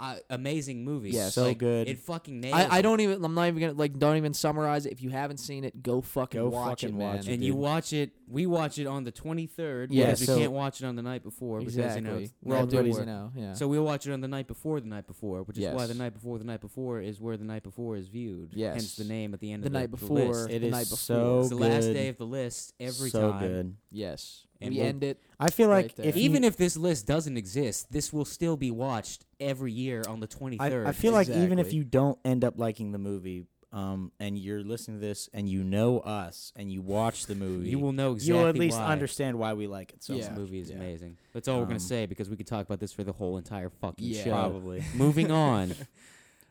[SPEAKER 4] Uh, amazing movie.
[SPEAKER 5] Yes.
[SPEAKER 3] So
[SPEAKER 4] Like,
[SPEAKER 3] good.
[SPEAKER 4] It fucking nails.
[SPEAKER 5] I, I
[SPEAKER 4] it.
[SPEAKER 5] don't even. I'm not even gonna like. Don't even summarize it. If you haven't seen it, go fucking
[SPEAKER 3] Go
[SPEAKER 5] watch it,
[SPEAKER 3] fucking
[SPEAKER 5] man.
[SPEAKER 3] watch it.
[SPEAKER 4] And you
[SPEAKER 3] dude.
[SPEAKER 4] watch it. We watch it on the 23rd.
[SPEAKER 5] Yeah,
[SPEAKER 4] because
[SPEAKER 3] so-
[SPEAKER 4] we can't watch it on the night before because you know
[SPEAKER 5] Exactly.
[SPEAKER 4] it's- we're all doing
[SPEAKER 5] Everybody's, you
[SPEAKER 4] work.
[SPEAKER 5] know, yeah.
[SPEAKER 4] So we watch it on the night before the night before, which is why the
[SPEAKER 5] Yes.
[SPEAKER 4] night before the night before is where the night before is viewed.
[SPEAKER 5] Yes.
[SPEAKER 4] Hence the name at the end
[SPEAKER 5] the
[SPEAKER 4] of the
[SPEAKER 5] night
[SPEAKER 4] the
[SPEAKER 5] before,
[SPEAKER 4] list.
[SPEAKER 3] It
[SPEAKER 5] the
[SPEAKER 3] is
[SPEAKER 5] night before.
[SPEAKER 3] so
[SPEAKER 4] it's the last
[SPEAKER 3] good.
[SPEAKER 4] day of the list every
[SPEAKER 3] so
[SPEAKER 4] time.
[SPEAKER 3] good.
[SPEAKER 5] yes,
[SPEAKER 4] And
[SPEAKER 5] we
[SPEAKER 4] we'll-
[SPEAKER 5] end it.
[SPEAKER 3] I feel
[SPEAKER 5] Right
[SPEAKER 3] like
[SPEAKER 5] there.
[SPEAKER 3] if
[SPEAKER 4] Even
[SPEAKER 3] you,
[SPEAKER 4] if this list doesn't exist, this will still be watched every year on the 23rd.
[SPEAKER 3] I, I feel like even if
[SPEAKER 5] Exactly.
[SPEAKER 3] you don't end up liking the movie, um, and you're listening to this and you know us and you watch the movie,
[SPEAKER 4] You will know exactly.
[SPEAKER 3] you'll at least
[SPEAKER 4] why
[SPEAKER 3] understand why we like it so
[SPEAKER 4] This
[SPEAKER 5] Yeah.
[SPEAKER 3] much.
[SPEAKER 4] movie is
[SPEAKER 3] Yeah.
[SPEAKER 4] amazing. That's all we're gonna
[SPEAKER 3] Um,
[SPEAKER 4] say because we could talk about this for the whole entire fucking
[SPEAKER 5] Yeah.
[SPEAKER 4] show.
[SPEAKER 3] Probably.
[SPEAKER 4] Moving on.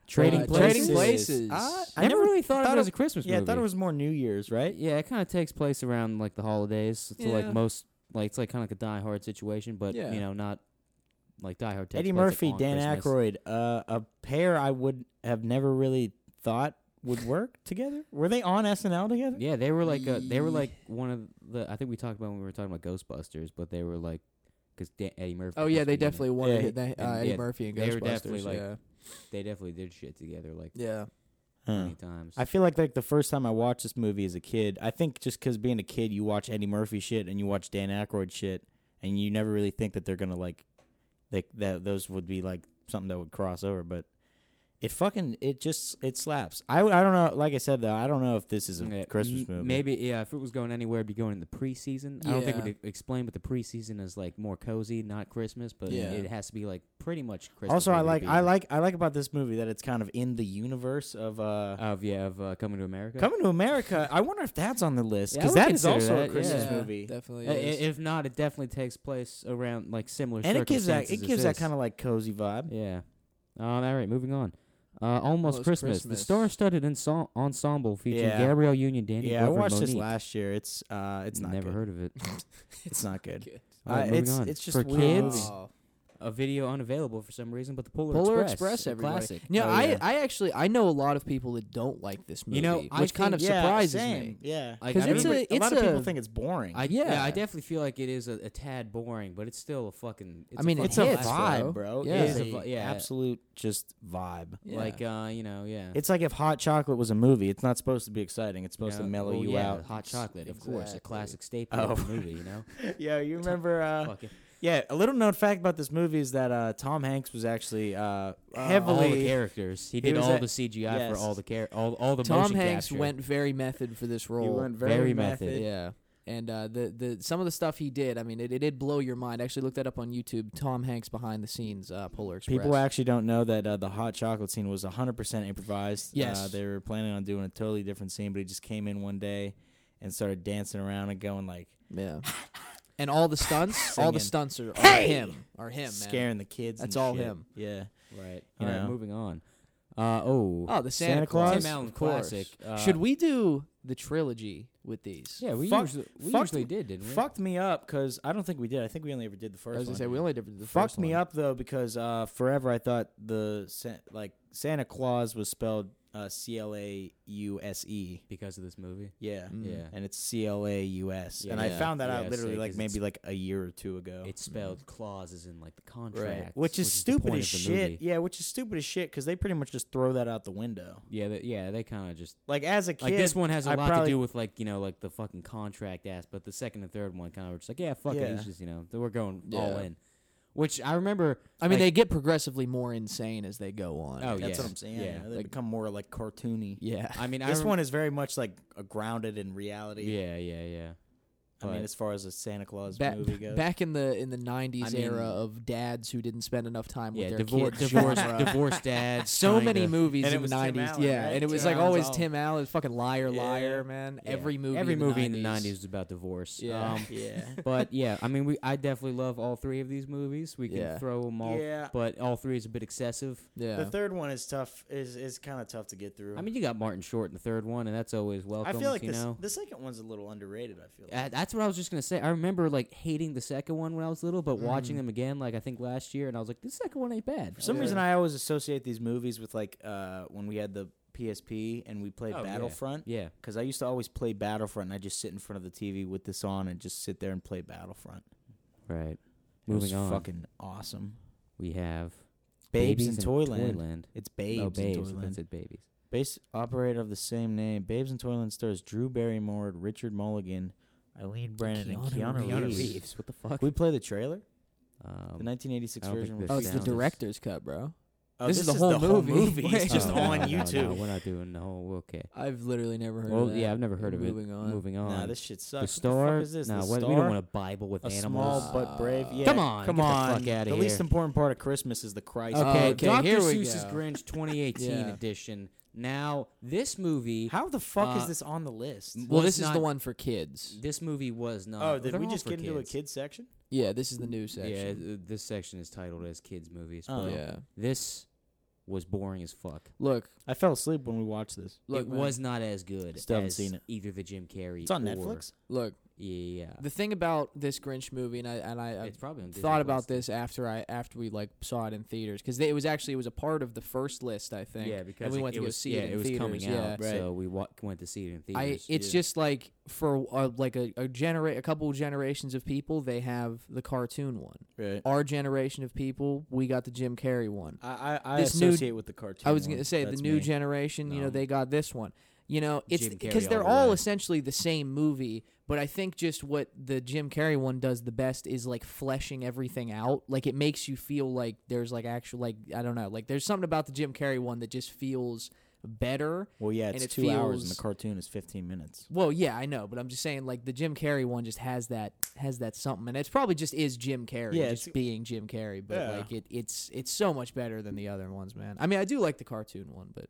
[SPEAKER 4] Trading
[SPEAKER 5] Uh,
[SPEAKER 4] Places.
[SPEAKER 5] Trading Places.
[SPEAKER 3] Ah,
[SPEAKER 4] I never, really thought, of it as a Christmas
[SPEAKER 3] Yeah,
[SPEAKER 4] movie.
[SPEAKER 3] I thought it was more New Year's, right?
[SPEAKER 4] Yeah, it kind of takes place around like the holidays. It's like
[SPEAKER 5] Yeah.
[SPEAKER 4] most like it's like kind of like a Die Hard situation, but
[SPEAKER 5] Yeah.
[SPEAKER 4] you know not like Die Hard. Takes
[SPEAKER 3] Eddie
[SPEAKER 4] place, like,
[SPEAKER 3] Murphy,
[SPEAKER 4] on
[SPEAKER 3] Dan
[SPEAKER 4] Christmas.
[SPEAKER 3] Aykroyd, uh, a pair I would have never really thought would work together. Were they on SNL together?
[SPEAKER 4] Yeah, they were like a, they were
[SPEAKER 5] Ye-
[SPEAKER 4] like one of the. I think we talked about when we were talking about Ghostbusters, but they were like because Eddie Murphy.
[SPEAKER 5] Oh yeah,
[SPEAKER 4] must
[SPEAKER 5] they
[SPEAKER 4] be in it.
[SPEAKER 5] definitely wanted
[SPEAKER 3] Yeah,
[SPEAKER 5] it. They, uh,
[SPEAKER 4] and-
[SPEAKER 5] Eddie
[SPEAKER 4] yeah,
[SPEAKER 5] Murphy and
[SPEAKER 4] they
[SPEAKER 5] Ghostbusters.
[SPEAKER 4] were definitely, like-
[SPEAKER 5] yeah,
[SPEAKER 4] they definitely did shit together like
[SPEAKER 5] yeah.
[SPEAKER 3] Huh.
[SPEAKER 4] many times.
[SPEAKER 3] I feel like like the first time I watched this movie as a kid, I think just because being a kid, you watch Eddie Murphy shit and you watch Dan Aykroyd shit, and you never really think that they're gonna like, like that those would be like something that would cross over, but it fucking it just it slaps. I I don't know. Like I said though, I don't know if this is a
[SPEAKER 4] Yeah,
[SPEAKER 3] Christmas
[SPEAKER 4] Mm, m-
[SPEAKER 3] movie.
[SPEAKER 4] Maybe yeah, if it was going anywhere, it'd be going in the preseason. I don't think
[SPEAKER 5] Yeah.
[SPEAKER 4] we'd e, explain, but the preseason is like more cozy, not Christmas, but
[SPEAKER 5] Yeah.
[SPEAKER 4] it has to be like pretty much Christmas.
[SPEAKER 3] Also, I
[SPEAKER 4] movie to
[SPEAKER 3] like
[SPEAKER 4] be
[SPEAKER 3] I like I like about this movie that it's kind of in the universe of uh
[SPEAKER 4] of yeah of uh, coming to America.
[SPEAKER 3] Coming to America. I wonder if that's on the list
[SPEAKER 4] Yeah, I
[SPEAKER 3] because
[SPEAKER 4] would
[SPEAKER 3] that is
[SPEAKER 4] consider
[SPEAKER 3] also
[SPEAKER 4] that,
[SPEAKER 3] a Christmas
[SPEAKER 4] yeah.
[SPEAKER 3] movie.
[SPEAKER 5] Definitely.
[SPEAKER 4] I- i-
[SPEAKER 5] is.
[SPEAKER 4] if not, it definitely takes place around like similar.
[SPEAKER 3] and it gives that it
[SPEAKER 4] circumstances as
[SPEAKER 3] gives that
[SPEAKER 4] this.
[SPEAKER 3] kind of like cozy vibe.
[SPEAKER 4] Yeah. Um, all right, moving on. Uh, Almost
[SPEAKER 5] Almost
[SPEAKER 4] Christmas.
[SPEAKER 5] Christmas.
[SPEAKER 4] The star-studded enso- ensemble featuring
[SPEAKER 3] Yeah.
[SPEAKER 4] Gabrielle Union, Danny
[SPEAKER 3] yeah, I
[SPEAKER 4] Glover,
[SPEAKER 3] watched this
[SPEAKER 4] Monique.
[SPEAKER 3] last year. It's uh, it's not
[SPEAKER 4] Never
[SPEAKER 3] good.
[SPEAKER 4] heard of it.
[SPEAKER 3] It's not good.
[SPEAKER 5] Good.
[SPEAKER 4] All right,
[SPEAKER 3] Uh,
[SPEAKER 4] moving
[SPEAKER 3] it's
[SPEAKER 4] on.
[SPEAKER 3] it's just
[SPEAKER 4] For
[SPEAKER 3] weird.
[SPEAKER 4] kids?
[SPEAKER 5] Oh.
[SPEAKER 4] A video unavailable for some reason, but the Polar,
[SPEAKER 5] Polar
[SPEAKER 4] Express,
[SPEAKER 5] Express,
[SPEAKER 4] a
[SPEAKER 5] everybody.
[SPEAKER 4] classic.
[SPEAKER 5] Yeah,
[SPEAKER 3] Oh, yeah.
[SPEAKER 5] I I actually I know a lot of people that don't like this movie,
[SPEAKER 4] You know, I
[SPEAKER 5] which kind of
[SPEAKER 4] think-
[SPEAKER 3] yeah,
[SPEAKER 5] surprises
[SPEAKER 3] same.
[SPEAKER 5] me.
[SPEAKER 3] Yeah,
[SPEAKER 4] Like,
[SPEAKER 5] 'Cause
[SPEAKER 4] I
[SPEAKER 5] it's
[SPEAKER 4] mean,
[SPEAKER 5] a-
[SPEAKER 3] a lot of
[SPEAKER 5] it's
[SPEAKER 3] people
[SPEAKER 5] a-
[SPEAKER 3] think it's boring.
[SPEAKER 4] I, yeah. I
[SPEAKER 5] Yeah.
[SPEAKER 4] definitely feel like it is a, a tad boring, but it's still a fucking. It's
[SPEAKER 5] I mean,
[SPEAKER 4] a
[SPEAKER 3] it's
[SPEAKER 5] it
[SPEAKER 4] fucking
[SPEAKER 3] a
[SPEAKER 5] hits,
[SPEAKER 4] classic.
[SPEAKER 5] bro.
[SPEAKER 3] vibe, bro.
[SPEAKER 5] Yeah.
[SPEAKER 3] It is a
[SPEAKER 4] It's a
[SPEAKER 3] vi-
[SPEAKER 4] vi- yeah.
[SPEAKER 3] absolute just vibe.
[SPEAKER 5] Yeah.
[SPEAKER 4] Like, uh, you know, yeah.
[SPEAKER 3] It's like if hot chocolate was a movie. It's not supposed to be exciting. It's supposed
[SPEAKER 4] know,
[SPEAKER 3] to mellow
[SPEAKER 4] well,
[SPEAKER 3] you
[SPEAKER 4] yeah,
[SPEAKER 3] out.
[SPEAKER 4] Hot chocolate, of course, a
[SPEAKER 5] Exactly.
[SPEAKER 4] classic staple
[SPEAKER 3] Oh.
[SPEAKER 4] of the movie. You know,
[SPEAKER 3] yeah, you remember? Uh,
[SPEAKER 4] Fuck it.
[SPEAKER 3] yeah, a little known fact about this movie is that uh, Tom Hanks was actually uh, heavily
[SPEAKER 4] all the characters. He did
[SPEAKER 3] was
[SPEAKER 4] all
[SPEAKER 3] at-
[SPEAKER 4] the CGI for
[SPEAKER 3] yes.
[SPEAKER 4] all the char- all all the
[SPEAKER 5] Tom
[SPEAKER 4] motion
[SPEAKER 5] Hanks
[SPEAKER 4] capture.
[SPEAKER 5] went very method for this
[SPEAKER 3] He
[SPEAKER 5] role.
[SPEAKER 3] went
[SPEAKER 4] Very method.
[SPEAKER 5] yeah. And uh, the the some of the stuff he did, I mean, it, it did blow your mind. I actually looked that up on YouTube. Tom Hanks behind the scenes, uh, Polar Express.
[SPEAKER 3] People actually don't know that uh, the hot chocolate scene was 100% improvised. Uh,
[SPEAKER 5] Yes.
[SPEAKER 3] they were planning on doing a totally different scene, but he just came in one day and started dancing around and going like
[SPEAKER 5] yeah. And all the stunts, all the
[SPEAKER 3] Singing.
[SPEAKER 5] stunts are, are him, are him, man.
[SPEAKER 3] scaring the kids.
[SPEAKER 5] That's
[SPEAKER 3] and
[SPEAKER 5] all
[SPEAKER 3] shit.
[SPEAKER 5] him.
[SPEAKER 3] Yeah.
[SPEAKER 4] right.
[SPEAKER 3] you
[SPEAKER 4] All right,
[SPEAKER 3] know.
[SPEAKER 4] moving on. Uh oh.
[SPEAKER 5] Oh, the Santa,
[SPEAKER 3] Santa
[SPEAKER 5] Claus,
[SPEAKER 3] Claus?
[SPEAKER 4] Tim Allen
[SPEAKER 5] of course.
[SPEAKER 4] classic. Uh,
[SPEAKER 5] Should we do the trilogy with these?
[SPEAKER 4] Yeah, we
[SPEAKER 3] Fuck-
[SPEAKER 4] usually we
[SPEAKER 3] fucked
[SPEAKER 4] usually
[SPEAKER 3] me-
[SPEAKER 4] did, didn't we?
[SPEAKER 3] Fucked me up because I don't think we did. I think we only ever did the
[SPEAKER 5] I
[SPEAKER 3] first
[SPEAKER 5] was gonna
[SPEAKER 3] one.
[SPEAKER 5] say we only did the
[SPEAKER 3] Fucked
[SPEAKER 5] first
[SPEAKER 3] me
[SPEAKER 5] one.
[SPEAKER 3] up though because uh, forever I thought the Sa- like Santa Claus was spelled uh, C L A U S E.
[SPEAKER 4] Because of this movie.
[SPEAKER 3] Yeah.
[SPEAKER 5] Mm.
[SPEAKER 4] Yeah.
[SPEAKER 3] And it's C L A U S. And I
[SPEAKER 4] Yeah.
[SPEAKER 3] found that
[SPEAKER 4] Yeah,
[SPEAKER 3] out literally
[SPEAKER 4] sick,
[SPEAKER 3] like
[SPEAKER 4] 'cause it's-
[SPEAKER 3] maybe like a year or two ago.
[SPEAKER 4] It's spelled clauses in like the contract,
[SPEAKER 3] Right. Which is
[SPEAKER 4] the
[SPEAKER 3] stupid
[SPEAKER 4] point
[SPEAKER 3] as
[SPEAKER 4] of the
[SPEAKER 3] shit.
[SPEAKER 4] movie.
[SPEAKER 3] Yeah, which is stupid as shit because they pretty much just throw that out the window.
[SPEAKER 4] Yeah, they, yeah, they kind of just
[SPEAKER 3] Like as a kid,
[SPEAKER 4] like this one has a
[SPEAKER 3] I
[SPEAKER 4] lot
[SPEAKER 3] probably-
[SPEAKER 4] to do with like you know like the fucking contract ass, but the second and third one kind of were just like yeah, fuck it,
[SPEAKER 3] Yeah.
[SPEAKER 4] it's just you know we're going all
[SPEAKER 5] Yeah.
[SPEAKER 4] in. Which I remember.
[SPEAKER 5] I mean,
[SPEAKER 4] like,
[SPEAKER 5] they get progressively more insane as they go on.
[SPEAKER 4] Oh,
[SPEAKER 3] That's
[SPEAKER 4] yeah.
[SPEAKER 3] what I'm saying.
[SPEAKER 4] Yeah.
[SPEAKER 3] Yeah, they
[SPEAKER 5] Like-
[SPEAKER 3] become more like cartoony.
[SPEAKER 5] yeah.
[SPEAKER 4] I mean,
[SPEAKER 3] This
[SPEAKER 4] I rem-
[SPEAKER 3] one is very much like uh, grounded in reality.
[SPEAKER 4] Yeah, yeah, yeah.
[SPEAKER 3] I mean,
[SPEAKER 4] but-
[SPEAKER 3] as far as a Santa Claus
[SPEAKER 5] Ba-
[SPEAKER 3] movie goes,
[SPEAKER 5] back in the in the '90s
[SPEAKER 4] I mean-
[SPEAKER 5] era of dads who didn't spend enough time
[SPEAKER 4] Yeah,
[SPEAKER 5] with their
[SPEAKER 4] divorce,
[SPEAKER 5] kids.
[SPEAKER 4] divorce,
[SPEAKER 5] genre.
[SPEAKER 4] divorce dads.
[SPEAKER 5] So
[SPEAKER 4] trying
[SPEAKER 5] many
[SPEAKER 4] to-
[SPEAKER 5] movies
[SPEAKER 3] And it
[SPEAKER 5] in the
[SPEAKER 3] was Tim
[SPEAKER 5] '90s,
[SPEAKER 3] Allen,
[SPEAKER 5] yeah,
[SPEAKER 3] right?
[SPEAKER 5] and it was
[SPEAKER 3] Tim
[SPEAKER 5] like
[SPEAKER 3] Allen's
[SPEAKER 5] always
[SPEAKER 3] all-
[SPEAKER 5] Tim Allen, fucking liar, liar,
[SPEAKER 3] Yeah.
[SPEAKER 5] man.
[SPEAKER 4] Yeah.
[SPEAKER 5] Every movie,
[SPEAKER 4] every
[SPEAKER 5] in the
[SPEAKER 4] movie
[SPEAKER 5] 90s.
[SPEAKER 4] in the nineties was about divorce.
[SPEAKER 5] Yeah.
[SPEAKER 4] Um,
[SPEAKER 3] yeah,
[SPEAKER 4] but yeah, I mean, we I definitely love all three of these movies. We can
[SPEAKER 5] Yeah.
[SPEAKER 4] throw them all,
[SPEAKER 3] yeah.
[SPEAKER 4] but all three is a bit excessive.
[SPEAKER 5] yeah,
[SPEAKER 3] The third one is tough. Is is kind of tough to get through.
[SPEAKER 4] I mean, you got Martin Short in the third one, and that's always welcome.
[SPEAKER 3] I feel like
[SPEAKER 4] you
[SPEAKER 3] this,
[SPEAKER 4] know.
[SPEAKER 3] the second one's a little underrated. I feel. Like.
[SPEAKER 4] Uh, that's what I was just gonna say. I remember like hating the second one when I was little, but watching them again, like I think last year, and I was like, this second one ain't bad.
[SPEAKER 3] Mm-hmm. For some
[SPEAKER 5] Yeah.
[SPEAKER 3] reason, I always associate these movies with like uh, when we had the PSP and we played
[SPEAKER 4] Oh, yeah.
[SPEAKER 3] Battlefront.
[SPEAKER 4] yeah,
[SPEAKER 3] Because I used to always play Battlefront, and I just sit in front of the TV with this on and just sit there and play Battlefront. It
[SPEAKER 4] right.
[SPEAKER 3] was
[SPEAKER 4] Moving on,
[SPEAKER 3] fucking awesome.
[SPEAKER 4] we have
[SPEAKER 3] Babes, in
[SPEAKER 4] in
[SPEAKER 3] Toyland.
[SPEAKER 4] Toyland.
[SPEAKER 3] It's Babes,
[SPEAKER 4] oh, babes.
[SPEAKER 3] in
[SPEAKER 4] I thought it
[SPEAKER 3] Toyland.
[SPEAKER 4] said babies.
[SPEAKER 3] Base operator of the same name. Babes in Toyland stars Drew Barrymore, Richard Mulligan, Eileen Brandon,
[SPEAKER 4] Oh,
[SPEAKER 3] and
[SPEAKER 5] Keanu
[SPEAKER 3] Keanu,
[SPEAKER 5] Reeves.
[SPEAKER 3] Reeves.
[SPEAKER 4] What the fuck?
[SPEAKER 3] We play the trailer.
[SPEAKER 4] um,
[SPEAKER 3] The 1986
[SPEAKER 4] I don't
[SPEAKER 3] version.
[SPEAKER 4] think
[SPEAKER 3] was
[SPEAKER 5] oh, it's the
[SPEAKER 4] sounds-
[SPEAKER 5] director's cut, bro.
[SPEAKER 3] Oh,
[SPEAKER 5] this is the whole movie.
[SPEAKER 3] It's just
[SPEAKER 5] Oh,
[SPEAKER 3] on
[SPEAKER 4] no, no,
[SPEAKER 3] YouTube.
[SPEAKER 4] No, we're not doing the whole. Okay.
[SPEAKER 5] I've literally never heard.
[SPEAKER 4] Well,
[SPEAKER 5] of that.
[SPEAKER 4] yeah, I've never heard of it.
[SPEAKER 5] Moving on.
[SPEAKER 4] Moving on.
[SPEAKER 3] Nah, this shit
[SPEAKER 4] the
[SPEAKER 3] sucks. what the
[SPEAKER 4] star.
[SPEAKER 3] fuck is this?
[SPEAKER 4] Nah,
[SPEAKER 3] the
[SPEAKER 4] what,
[SPEAKER 3] star,
[SPEAKER 4] we don't want a Bible with
[SPEAKER 3] a
[SPEAKER 4] animals.
[SPEAKER 3] small but brave. Yeah,
[SPEAKER 4] Come on,
[SPEAKER 3] come
[SPEAKER 4] get the
[SPEAKER 3] on.
[SPEAKER 4] fuck outta
[SPEAKER 3] The least
[SPEAKER 4] here.
[SPEAKER 3] important part of Christmas is the Christ.
[SPEAKER 5] Okay,
[SPEAKER 4] Okay,
[SPEAKER 5] okay,
[SPEAKER 4] Dr.
[SPEAKER 5] here we
[SPEAKER 4] uh, Seuss's
[SPEAKER 5] go.
[SPEAKER 4] Grinch 2018
[SPEAKER 5] Yeah.
[SPEAKER 4] edition. Now this movie,
[SPEAKER 3] How the fuck
[SPEAKER 4] Uh,
[SPEAKER 3] is this on the list?
[SPEAKER 4] m-
[SPEAKER 5] Well,
[SPEAKER 4] was
[SPEAKER 5] this is the
[SPEAKER 4] not-
[SPEAKER 5] one for kids.
[SPEAKER 4] this movie was not.
[SPEAKER 3] Oh, did
[SPEAKER 4] they're
[SPEAKER 3] we
[SPEAKER 4] all
[SPEAKER 3] just
[SPEAKER 4] for
[SPEAKER 3] get into a
[SPEAKER 4] kids.
[SPEAKER 3] kids section?
[SPEAKER 5] Yeah, this is the new section.
[SPEAKER 4] Yeah, uh, th- this section is titled as kids movies.
[SPEAKER 3] Oh.
[SPEAKER 4] but
[SPEAKER 5] yeah.
[SPEAKER 4] This was boring as fuck.
[SPEAKER 5] Look,
[SPEAKER 3] I fell asleep when we watched this.
[SPEAKER 5] look,
[SPEAKER 4] it
[SPEAKER 5] man.
[SPEAKER 4] was not as good
[SPEAKER 6] Still haven't
[SPEAKER 4] as
[SPEAKER 6] seen it.
[SPEAKER 4] either the Jim Carrey.
[SPEAKER 3] It's on
[SPEAKER 4] or-
[SPEAKER 3] Netflix.
[SPEAKER 5] look.
[SPEAKER 4] Yeah, yeah.
[SPEAKER 5] The thing about this Grinch movie, and I and I, I
[SPEAKER 4] it's probably on Disney
[SPEAKER 5] thought about
[SPEAKER 4] Plus, too.
[SPEAKER 5] this after I after we like saw it in theaters because it was actually it was a part of the first list I think.
[SPEAKER 4] Yeah, because
[SPEAKER 5] and we
[SPEAKER 4] it,
[SPEAKER 5] went
[SPEAKER 4] it
[SPEAKER 5] to go
[SPEAKER 4] was,
[SPEAKER 5] see
[SPEAKER 4] yeah,
[SPEAKER 5] it. in
[SPEAKER 4] was
[SPEAKER 5] theaters,
[SPEAKER 4] coming
[SPEAKER 5] yeah.
[SPEAKER 4] out, so we wa- went to see it in
[SPEAKER 5] I
[SPEAKER 4] theaters.
[SPEAKER 5] it's
[SPEAKER 4] yeah.
[SPEAKER 5] just like for uh, like a a, genera- a couple generations of people they have the cartoon one.
[SPEAKER 3] Right.
[SPEAKER 5] Our generation of people we got the Jim Carrey one.
[SPEAKER 3] I I, I
[SPEAKER 5] This new-
[SPEAKER 3] associate with the cartoon.
[SPEAKER 5] I was
[SPEAKER 3] one.
[SPEAKER 5] gonna say
[SPEAKER 3] That's
[SPEAKER 5] the new
[SPEAKER 3] me.
[SPEAKER 5] generation. You know,
[SPEAKER 4] No.
[SPEAKER 5] they got this one. You know, it's
[SPEAKER 4] Um, Jim
[SPEAKER 5] because
[SPEAKER 4] Carrey
[SPEAKER 5] they're
[SPEAKER 4] all the
[SPEAKER 5] all
[SPEAKER 4] way.
[SPEAKER 5] essentially the same movie. But I think just what the Jim Carrey one does the best is like fleshing everything out. Like it makes you feel like there's like actual like I don't know like there's something about the Jim Carrey one that just feels better.
[SPEAKER 6] Well, yeah,
[SPEAKER 5] And
[SPEAKER 6] it's
[SPEAKER 5] it
[SPEAKER 6] two hours and the
[SPEAKER 5] feels-
[SPEAKER 6] cartoon is 15 minutes.
[SPEAKER 5] Well, yeah, I know, but I'm just saying like the Jim Carrey one just has that has that something, and it's probably just is Jim Carrey,
[SPEAKER 3] Yeah,
[SPEAKER 5] just
[SPEAKER 3] it's-
[SPEAKER 5] being Jim Carrey. But
[SPEAKER 3] Yeah.
[SPEAKER 5] like it, it's it's so much better than the other ones, man. I mean, I do like the cartoon one, but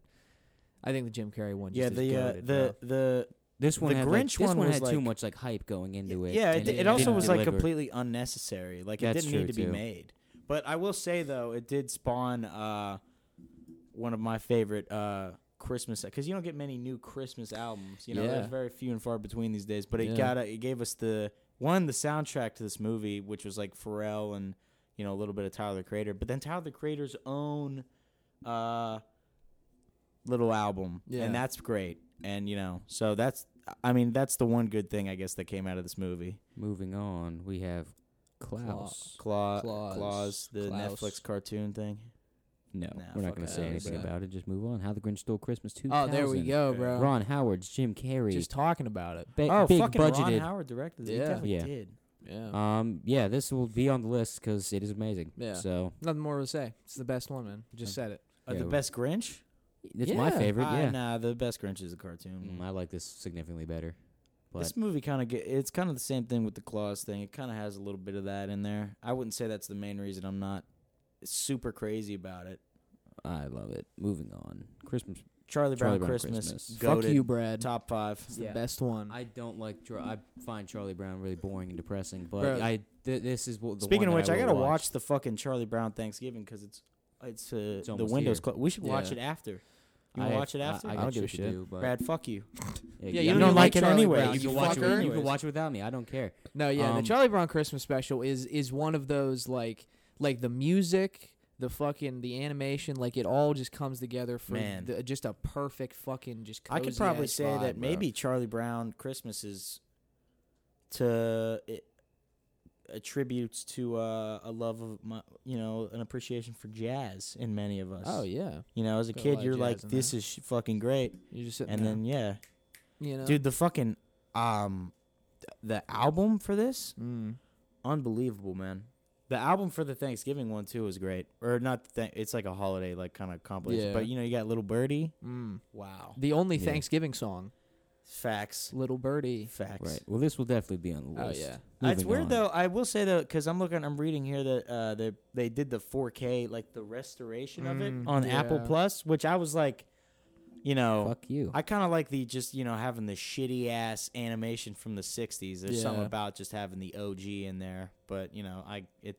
[SPEAKER 5] I think the Jim Carrey one. Just
[SPEAKER 3] Yeah,
[SPEAKER 5] is
[SPEAKER 3] the uh,
[SPEAKER 5] goated,
[SPEAKER 3] the
[SPEAKER 5] bro.
[SPEAKER 3] the
[SPEAKER 4] this one.
[SPEAKER 3] the
[SPEAKER 4] had, like,
[SPEAKER 3] Grinch
[SPEAKER 4] this
[SPEAKER 3] one was
[SPEAKER 4] had too
[SPEAKER 3] like-
[SPEAKER 4] much like hype going into it.
[SPEAKER 3] yeah. It,
[SPEAKER 4] and
[SPEAKER 3] it
[SPEAKER 5] it
[SPEAKER 3] also
[SPEAKER 4] didn't
[SPEAKER 3] was like
[SPEAKER 4] deliver.
[SPEAKER 3] completely unnecessary. Like it
[SPEAKER 4] That's
[SPEAKER 3] didn't need
[SPEAKER 4] true,
[SPEAKER 3] to be
[SPEAKER 4] too.
[SPEAKER 3] made. But I will say though, it did spawn uh, one of my favorite uh, Christmas because you don't get many new Christmas albums. You know,
[SPEAKER 5] Yeah.
[SPEAKER 3] there's very few and far between these days. But it
[SPEAKER 5] Yeah.
[SPEAKER 3] got it gave us the one the soundtrack to this movie, which was like Pharrell and you know a little bit of Tyler the Creator. But then Tyler the Creator's own uh, little album,
[SPEAKER 5] Yeah.
[SPEAKER 3] and that's great. And you know, so that's I mean that's the one good thing I guess that came out of this movie.
[SPEAKER 4] Moving on, we have Klaus.
[SPEAKER 3] Claw,
[SPEAKER 5] Claws.
[SPEAKER 3] Claus, the
[SPEAKER 5] Klaus.
[SPEAKER 3] Netflix cartoon thing.
[SPEAKER 4] No,
[SPEAKER 3] Nah,
[SPEAKER 4] we're not
[SPEAKER 3] fuck
[SPEAKER 4] going to
[SPEAKER 5] that.
[SPEAKER 4] say anything
[SPEAKER 5] Yeah.
[SPEAKER 4] about it. Just move on. How the Grinch Stole Christmas 2000.
[SPEAKER 5] oh, there we go, bro.
[SPEAKER 4] Ron Howard's Jim Carrey.
[SPEAKER 5] Just talking about it.
[SPEAKER 4] Ba-
[SPEAKER 3] Oh,
[SPEAKER 4] big
[SPEAKER 3] fucking Ron
[SPEAKER 4] budgeted.
[SPEAKER 3] Howard directed this.
[SPEAKER 5] Yeah.
[SPEAKER 3] He definitely
[SPEAKER 4] Yeah.
[SPEAKER 3] did.
[SPEAKER 5] Yeah,
[SPEAKER 4] Um, yeah, this will be on the list because it is amazing.
[SPEAKER 5] Yeah.
[SPEAKER 4] So
[SPEAKER 5] nothing more to say. It's the best one, man. Just said it.
[SPEAKER 3] Uh,
[SPEAKER 4] Yeah,
[SPEAKER 3] the
[SPEAKER 4] we-
[SPEAKER 3] best Grinch?
[SPEAKER 4] it's my
[SPEAKER 5] Yeah.
[SPEAKER 4] favorite.
[SPEAKER 3] Ah,
[SPEAKER 4] Yeah.
[SPEAKER 3] Nah, the best Grinch is the cartoon.
[SPEAKER 4] Mm, I like this significantly better. But
[SPEAKER 3] This movie kind of get it's kind of the same thing with the claws thing. It kind of has a little bit of that in there. I wouldn't say that's the main reason I'm not super crazy about it.
[SPEAKER 4] I love it. Moving on. Christmas.
[SPEAKER 3] Charlie Brown,
[SPEAKER 4] Charlie Brown
[SPEAKER 3] Christmas,
[SPEAKER 4] Christmas.
[SPEAKER 5] Fuck
[SPEAKER 3] goated,
[SPEAKER 5] you, Brad.
[SPEAKER 3] top five.
[SPEAKER 5] it's the best one.
[SPEAKER 4] I don't like. Char- I find Charlie Brown really boring and depressing. But
[SPEAKER 5] Bro.
[SPEAKER 4] I th- this is what. The
[SPEAKER 3] Speaking of
[SPEAKER 4] one
[SPEAKER 3] which,
[SPEAKER 4] that
[SPEAKER 3] I,
[SPEAKER 4] will
[SPEAKER 3] gotta watch.
[SPEAKER 4] watch.
[SPEAKER 3] the fucking Charlie Brown Thanksgiving because it's it's, uh, the
[SPEAKER 4] almost
[SPEAKER 3] windows
[SPEAKER 4] here.
[SPEAKER 3] closed. We should watch
[SPEAKER 5] Yeah.
[SPEAKER 3] it after. You wanna
[SPEAKER 4] I-
[SPEAKER 3] watch it after?
[SPEAKER 4] I, I,
[SPEAKER 5] I
[SPEAKER 4] don't give a shit. Do, but
[SPEAKER 3] Brad, fuck you.
[SPEAKER 5] Yeah,
[SPEAKER 4] Yeah, I
[SPEAKER 5] you
[SPEAKER 4] mean,
[SPEAKER 5] don't even like
[SPEAKER 3] it
[SPEAKER 5] Charlie
[SPEAKER 3] anyway.
[SPEAKER 5] Brown,
[SPEAKER 4] You
[SPEAKER 5] you
[SPEAKER 4] can watch
[SPEAKER 5] fucker.
[SPEAKER 4] it. You can
[SPEAKER 3] Anyways.
[SPEAKER 4] watch it without me. I don't care.
[SPEAKER 5] No, yeah, the
[SPEAKER 4] Um,
[SPEAKER 5] Charlie Brown Christmas special is is one of those like like the music, the fucking the animation, like it all just comes together for
[SPEAKER 3] Man.
[SPEAKER 5] The, just a perfect fucking just.
[SPEAKER 3] I could probably
[SPEAKER 5] cozy-ass
[SPEAKER 3] say
[SPEAKER 5] vibe,
[SPEAKER 3] that
[SPEAKER 5] bro.
[SPEAKER 3] maybe Charlie Brown Christmas is to it attributes to uh, a love of my, you know, an appreciation for jazz in many of us.
[SPEAKER 5] Oh yeah,
[SPEAKER 3] You know, as a
[SPEAKER 5] Got a
[SPEAKER 3] kid,
[SPEAKER 5] lot of
[SPEAKER 3] you're
[SPEAKER 5] jazz
[SPEAKER 3] like,
[SPEAKER 5] in
[SPEAKER 3] this
[SPEAKER 5] there.
[SPEAKER 3] is sh- fucking great,
[SPEAKER 5] you just sitting
[SPEAKER 3] and
[SPEAKER 5] there,
[SPEAKER 3] then yeah,
[SPEAKER 5] you know,
[SPEAKER 3] dude, the fucking um, th- the album for this
[SPEAKER 5] Mm.
[SPEAKER 3] unbelievable, man. The album for the Thanksgiving one too is great, or not? Th- it's like a holiday, like kind of compilation.
[SPEAKER 5] Yeah.
[SPEAKER 3] But you know, you got Little Birdie.
[SPEAKER 5] Mm.
[SPEAKER 3] Wow.
[SPEAKER 5] The only
[SPEAKER 4] Yeah.
[SPEAKER 5] Thanksgiving song,
[SPEAKER 3] Facts.
[SPEAKER 5] "Little Birdie."
[SPEAKER 3] Facts.
[SPEAKER 4] Right. Well, this will definitely be on the
[SPEAKER 5] Oh
[SPEAKER 4] list.
[SPEAKER 5] yeah,
[SPEAKER 3] It's
[SPEAKER 4] Moving
[SPEAKER 3] weird
[SPEAKER 4] on.
[SPEAKER 3] though. I will say though, because I'm looking, I'm reading here that uh, they they did the 4K, like the restoration of it
[SPEAKER 5] Mm,
[SPEAKER 3] on Apple
[SPEAKER 5] yeah.
[SPEAKER 3] Plus, which I was like, you know,
[SPEAKER 4] Fuck you.
[SPEAKER 3] I kind of like the just you know having the shitty ass animation from the '60s. There's something
[SPEAKER 5] Yeah.
[SPEAKER 3] about just having the OG in there, but you know, I it.